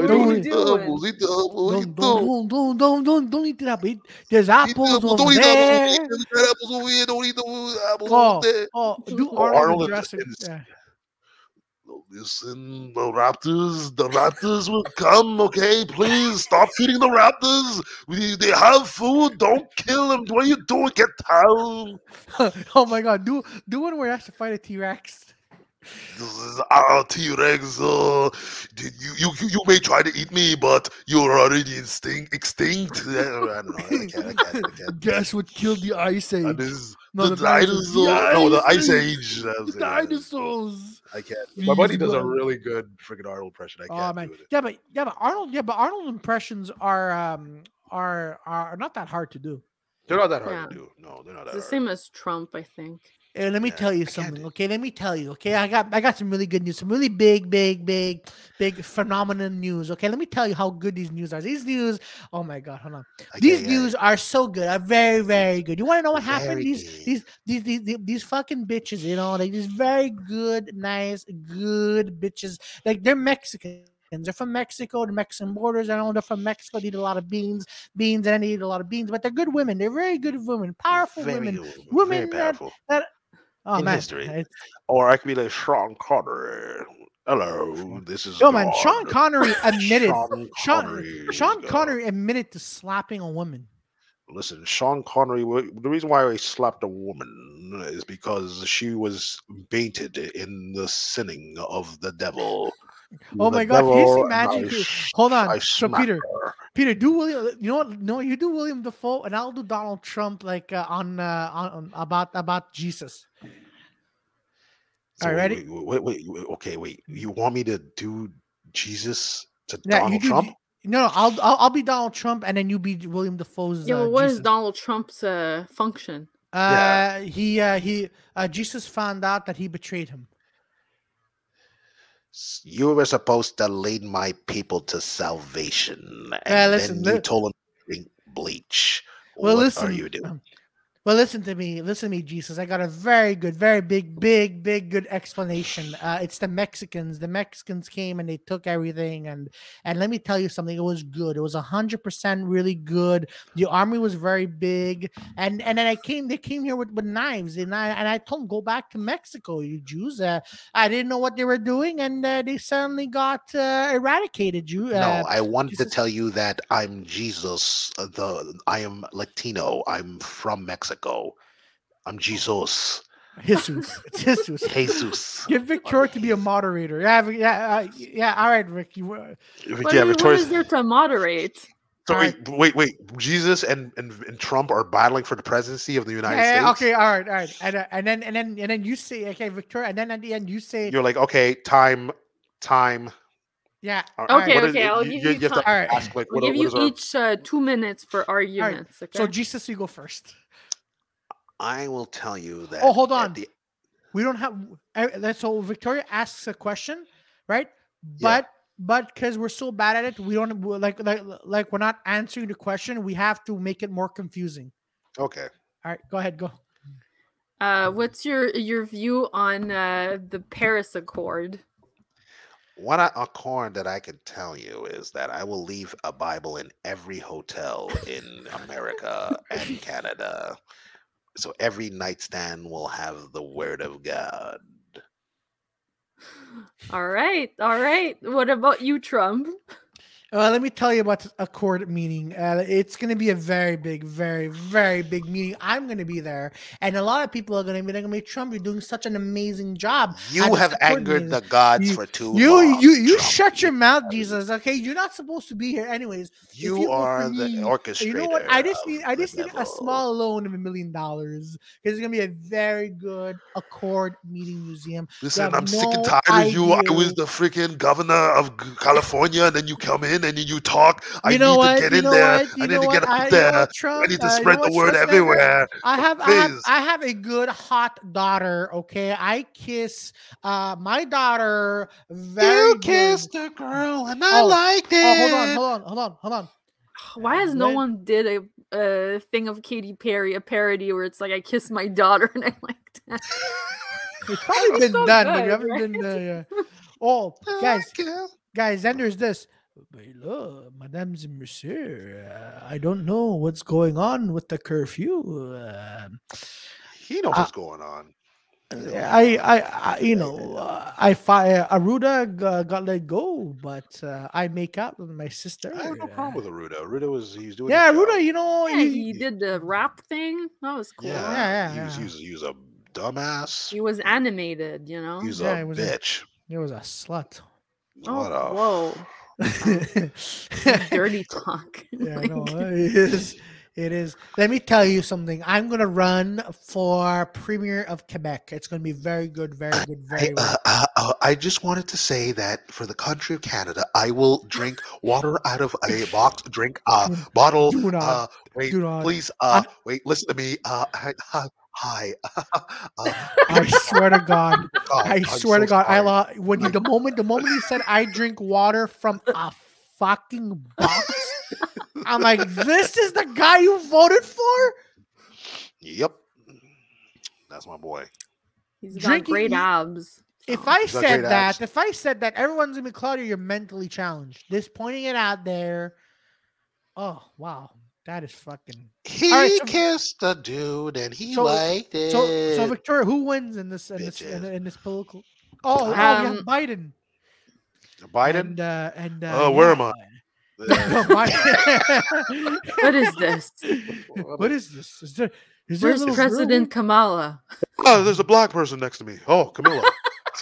A: you
B: Don't
A: don't
B: eat
A: eat
C: the
A: the
C: one.
A: apples. Eat the apples.
B: Don't,
A: Eat
B: don't,
A: the apples.
B: don't, don't, don't, don't, don't eat it up. Eat, there's
A: Eat the
B: apples
A: apples.
B: over
A: Don't eat the apples over
B: there.
A: here. We got apples over here. Don't eat the apples
B: Oh,
A: over there.
B: oh, do
C: Oh,
B: Arnold,
A: Arnold
B: and
A: and-
B: Jurassic.
A: and-
B: yeah.
A: No, Listen, the raptors, the raptors will come, okay? Please stop feeding the raptors. We, they have food. Don't kill them. What are you doing? Get down.
B: oh my God, do do one where he has to fight a T Rex.
A: This is our T Rex. Uh, did you, you you you may try to eat me, but you're already instinct, extinct. I don't know. I can't. I can't. I can't.
B: Guess what killed the Ice Age?
A: Uh, this is
B: No,
A: the,
B: the dinosaurs.
A: dinosaur. No, the
B: Ice
A: Ice
B: Age.
A: Age. I was
B: The
A: like, I can't.
B: dinosaurs.
A: I can't. My buddy does a
B: Feasible.
A: really good freaking Arnold impression. I
B: Oh
A: can't
B: man,
A: do it.
B: yeah, but yeah, but Arnold, yeah, but Arnold impressions are um are are not that hard to do.
A: They're not that hard to
C: Yeah.
A: do. No, they're not
C: It's
A: that
C: the
A: hard.
C: same as Trump, I think.
B: And let me
A: Yeah,
B: tell
A: I
B: you
A: can't
B: something,
A: do-
B: okay? Let me tell you, okay? I got I got some really good news, some really big, big, big, big phenomenon news, okay? Let me tell you how good these news are. These news, oh my god, hold on.
A: I
B: These
A: can't-
B: news are so good, are very, very good. You want to know what
A: They're very
B: happened? These,
A: good.
B: these these these these these fucking bitches, you know, like these very good, nice, good bitches. Like they're Mexicans. They're from Mexico, the Mexican borders. I know they're from Mexico. They eat a lot of beans, beans, and they eat a lot of beans. But they're good women. They're very good women, powerful
A: very
B: women.
A: good, very
B: Women that-
A: powerful.
B: Oh
A: in
B: man,
A: history.
B: it's-
A: Or I could be like Sean Connery. Hello, this is.
B: Oh man, Sean
A: John.
B: Connery admitted.
A: Sean
B: Sean
A: Connery.
B: Sean
A: uh,
B: Connery admitted to slapping a woman.
A: Listen, Sean Connery. wa- The reason why he slapped a woman is because she was baited in the sinning of the devil.
B: Oh
A: The
B: my God, can you just
A: devil, and
B: imagine
A: I
B: if you-
A: sh-
B: Hold on,
A: I
B: so
A: smacked
B: Peter-
A: her.
B: Peter, do William? You know what? No, you do William Defoe, and I'll do Donald Trump, like uh, on, uh, on on about about Jesus.
A: So
B: All right,
A: wait, wait, wait, wait, wait, okay, wait. You want me to do Jesus to
B: Yeah, you
A: Donald
B: do-
A: Trump?
B: No, no, I'll, I'll I'll be Donald Trump, and then you be William Defoe's.
C: Yeah,
B: uh,
C: but what is
B: Jesus.
C: Donald Trump's uh, function?
B: Uh, he uh, he uh, Jesus found out that he betrayed him.
A: S- You were supposed to lead my people to salvation, and
B: listen,
A: then you
B: li-
A: told them to drink bleach.
B: Well,
A: what
B: listen.
A: are you doing?
B: um, Well, listen to me. Listen to me, Jesus. I got a very good, very big, big, big good explanation. Uh, it's the Mexicans. The Mexicans came and they took everything. And and let me tell you something. It was good. It was hundred percent really good. The army was very big. And and then I came. They came here with, with knives. And I and I told them go back to Mexico, you Jews. Uh, I didn't know what they were doing, and uh, they suddenly got uh, eradicated. You uh,
A: no, I wanted
B: Jesus-
A: to tell you that I'm Jesus. uh, The I am Latino. I'm from Mexico. I'm Jesus.
B: Jesus. It's Jesus.
A: Jesus.
B: Give Vic Troy to be a moderator. Yeah, Vic- yeah, uh, yeah. All right, Rick. You, uh,
C: What,
A: yeah,
C: do you- what
A: Victoria's-
C: is there to moderate?
A: So
B: All
A: wait, wait, wait. Jesus and, and and Trump are battling for the presidency of the United
B: yeah, yeah,
A: States.
B: okay, all right, all right, and, uh, and then and then and then you say, okay, Victoria, and then at the end you say,
A: You're like, okay, time, time.
B: yeah,
A: All
B: right.
C: Okay,
A: What is
C: okay,
A: it?
C: I'll
A: You-
C: give
A: you-
C: you
A: you have to
C: time.
B: all right.
A: ask, like,
C: We'll
A: what-
C: give
A: what
C: you
A: is our-
C: each uh, two minutes for arguments. Okay.
B: So Jesus, you go first.
A: I will tell you that.
B: Oh, hold
A: at
B: on.
A: the-
B: We don't have uh, that's so Victoria asks a question, right?
A: Yeah.
B: But but because we're so bad at it, we don't we're like like like we're not answering the question. We have to make it more confusing.
A: okay.
B: All right, go ahead, go.
C: uh, what's your your view on uh, the Paris Accord?
A: One a- accord that I can tell you is that I will leave a Bible in every hotel in America and Canada. So every nightstand will have the word of God.
C: All right, all right. What about you, Trump?
B: Uh, let me tell you about a court meeting. Uh, it's going to be a very big, very, very big meeting. I'm going to be there, and a lot of people are going to be. They're going to be Trump. You're doing such an amazing job.
A: You
B: just
A: have
B: supported
A: angered
B: you.
A: the gods
B: You-
A: for too
B: You,
A: long.
B: you, you
A: Trump.
B: shut your mouth, Jesus. Okay, you're not supposed to be here, anyways.
A: You,
B: you vote for
A: are the
B: me-
A: orchestrator.
B: You know what? I just
A: of
B: need, I
A: the
B: just need a
A: devil.
B: small loan of a million dollars because it's going to be a very good Accord Meeting Museum.
A: Listen,
B: have
A: I'm sick and
B: no
A: tired of you. I was
B: idea.
A: the freaking governor of G- California, and then you come in and then you talk. I
B: you know
A: need
B: what?
A: to get
B: you
A: in
B: know
A: there.
B: What? You
A: I need
B: know
A: to
B: what?
A: get up
B: I, you know
A: there.
B: what,
A: I
B: Trump?
A: need
B: Uh,
A: to
B: you know
A: spread
B: what,
A: the word
B: Schwarzenegger?
A: everywhere.
B: I
A: But
B: have, I have
A: please.
B: I have a good hot daughter. Okay, I kiss uh, my daughter very
A: You
B: good.
A: kissed a girl, and I
B: Oh,
A: liked it.
B: Oh, hold on, hold on, hold on, hold on.
C: Why has no
B: Lin-
C: one did a, a thing of Katy Perry, a parody where it's like I kissed my daughter and I liked that?
B: It's probably been
C: so
B: done, but
C: good,
B: you haven't been done yet. Oh,
A: I
B: guys,
A: like it.
B: guys, then there's this. But look, Madame and Monsieur, uh, I don't know what's going on with the curfew. Uh,
A: He knows
B: Uh,
A: what's going on. He knows what's
B: I,
A: going on.
B: I, I, you know, uh, I fire Aruda g- got let go, but uh, I make out with my sister.
A: I have no problem with Aruda. Aruda was he's doing.
B: Yeah,
A: his job.
B: Aruda, you know,
C: Yeah,
B: you-
C: he did the rap thing. That was cool.
A: Yeah,
B: Yeah,
A: he
B: yeah,
A: was
B: yeah.
A: he was, he was a dumbass.
C: He was animated, you know.
A: He was
B: Yeah,
A: a
B: he was a-
A: bitch.
B: it was a slut.
A: what a
C: oh, whoa, dirty talk.
B: yeah,
C: Like,
B: no, it is. It is. Let me tell you something. I'm gonna run for premier of Quebec. It's gonna be very good, very good,
A: I,
B: very.
A: uh, uh, uh, I just wanted to say that for the country of Canada, I will drink water out of a box, drink uh,
B: Do-
A: bottle.
B: do not-
A: uh, wait,
B: do not-
A: please, uh, wait, listen to me. Uh, hi, hi, hi. uh,
B: I swear to God.
A: Oh, God,
B: I
A: I'm
B: swear to
A: so
B: God, I
A: sorry.
B: lost when he,
A: I-
B: the moment the moment he said I drink water from a fucking box. I'm like, this is the guy you voted
A: Oh,
B: for.
A: Yep, that's my boy.
C: He's got
B: Drinking-
C: great abs. Oh,
B: If
C: so.
B: I
A: He's got
B: said
A: great
B: that,
A: abs.
B: if I said that, everyone's gonna be Claudia. You're mentally challenged. Just pointing it out there. Oh wow, that is fucking.
A: He
B: right, so-
A: kissed a dude and he
B: so-
A: liked it.
B: So, so Victoria, who wins in this in this in,
A: Bitches.
B: in this political? Oh, oh yeah,
C: Um,
B: Biden.
A: Biden.
B: And uh, and uh,
A: Oh, where
B: yeah.
A: am I?
B: No,
A: Uh,
B: Biden.
C: what is this?
B: what is this? Is there is there a
C: Where's
B: little girl
C: President
B: with-
C: Kamala?
A: oh, there's a black person next to me. Oh, Camilla.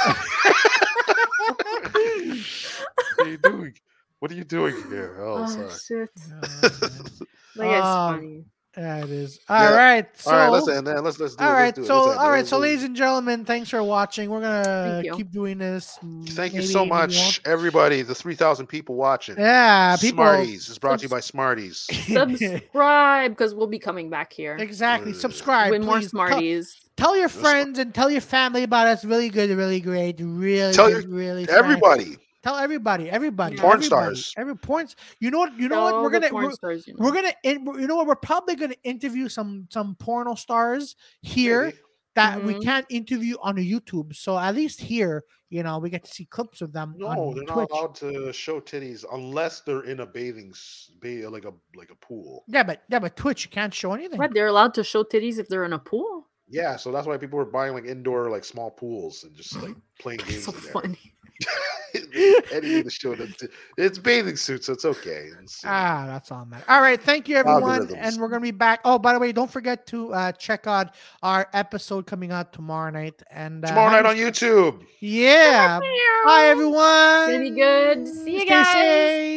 A: what are you doing? What are you doing here? Oh,
B: Uh,
C: Oh,
A: sorry.
C: shit!
B: Oh, man.
C: That guy's
B: Um,
C: funny.
B: Yeah, it is.
A: Yeah.
B: All right. So,
A: all right, let's end that. Let's let's do
B: all
A: it.
B: right.
A: Let's do it.
B: So,
A: Let's end it.
B: all right.
A: Let's
B: So,
A: do it.
B: ladies and gentlemen, thanks for watching. We're gonna
C: Thank you.
B: keep doing this.
A: Thank you
B: maybe-
A: so
B: maybe more.
A: much, everybody. The three thousand people watching.
B: Yeah, people.
A: Smarties is brought to you by Smarties.
C: Subscribe because we'll be coming back here
B: exactly.
A: Ugh.
B: Subscribe.
C: with more
B: please. Tell-
C: Smarties.
B: Tell, your
A: Subscribe.
B: friends and tell your family about us. Really good. Really great. Really.
A: Tell
B: good, really. fun.
A: Everybody,
B: Tell everybody, everybody,
C: Porn
B: everybody,
A: stars.
B: Every points. You know what? You know what?
C: All
B: We're
C: the
B: gonna
C: porn
B: we're,
C: stars, you know.
B: we're gonna in, you know what? We're probably gonna interview some some porno stars here
A: Maybe.
B: that we
C: Mhm.
B: can't interview on YouTube. So at least here, you know, we get to see clips of them
A: No,
B: on
A: they're
B: Twitch.
A: not allowed to show titties unless they're in a bathing, s- ba- like a like a pool.
B: Yeah, but yeah, but Twitch you can't show anything.
C: What? They're allowed to show titties if they're in a pool?
A: Yeah, so that's why people were buying like indoor, like small pools and just like playing games
C: That's so
A: in there.
C: funny.
A: Anything to show them. t- It's bathing suits, so it's okay. It's, you know,
B: Ah, that's all that. All right, thank you everyone, and
A: Algorithms.
B: we're gonna be back. Oh, by the way, don't forget to uh, check out our episode coming out tomorrow night. And uh,
A: tomorrow
B: have
A: night on YouTube.
B: Yeah. Bye, everyone.
C: Gonna be good. See you
B: Stay
C: guys.
B: safe.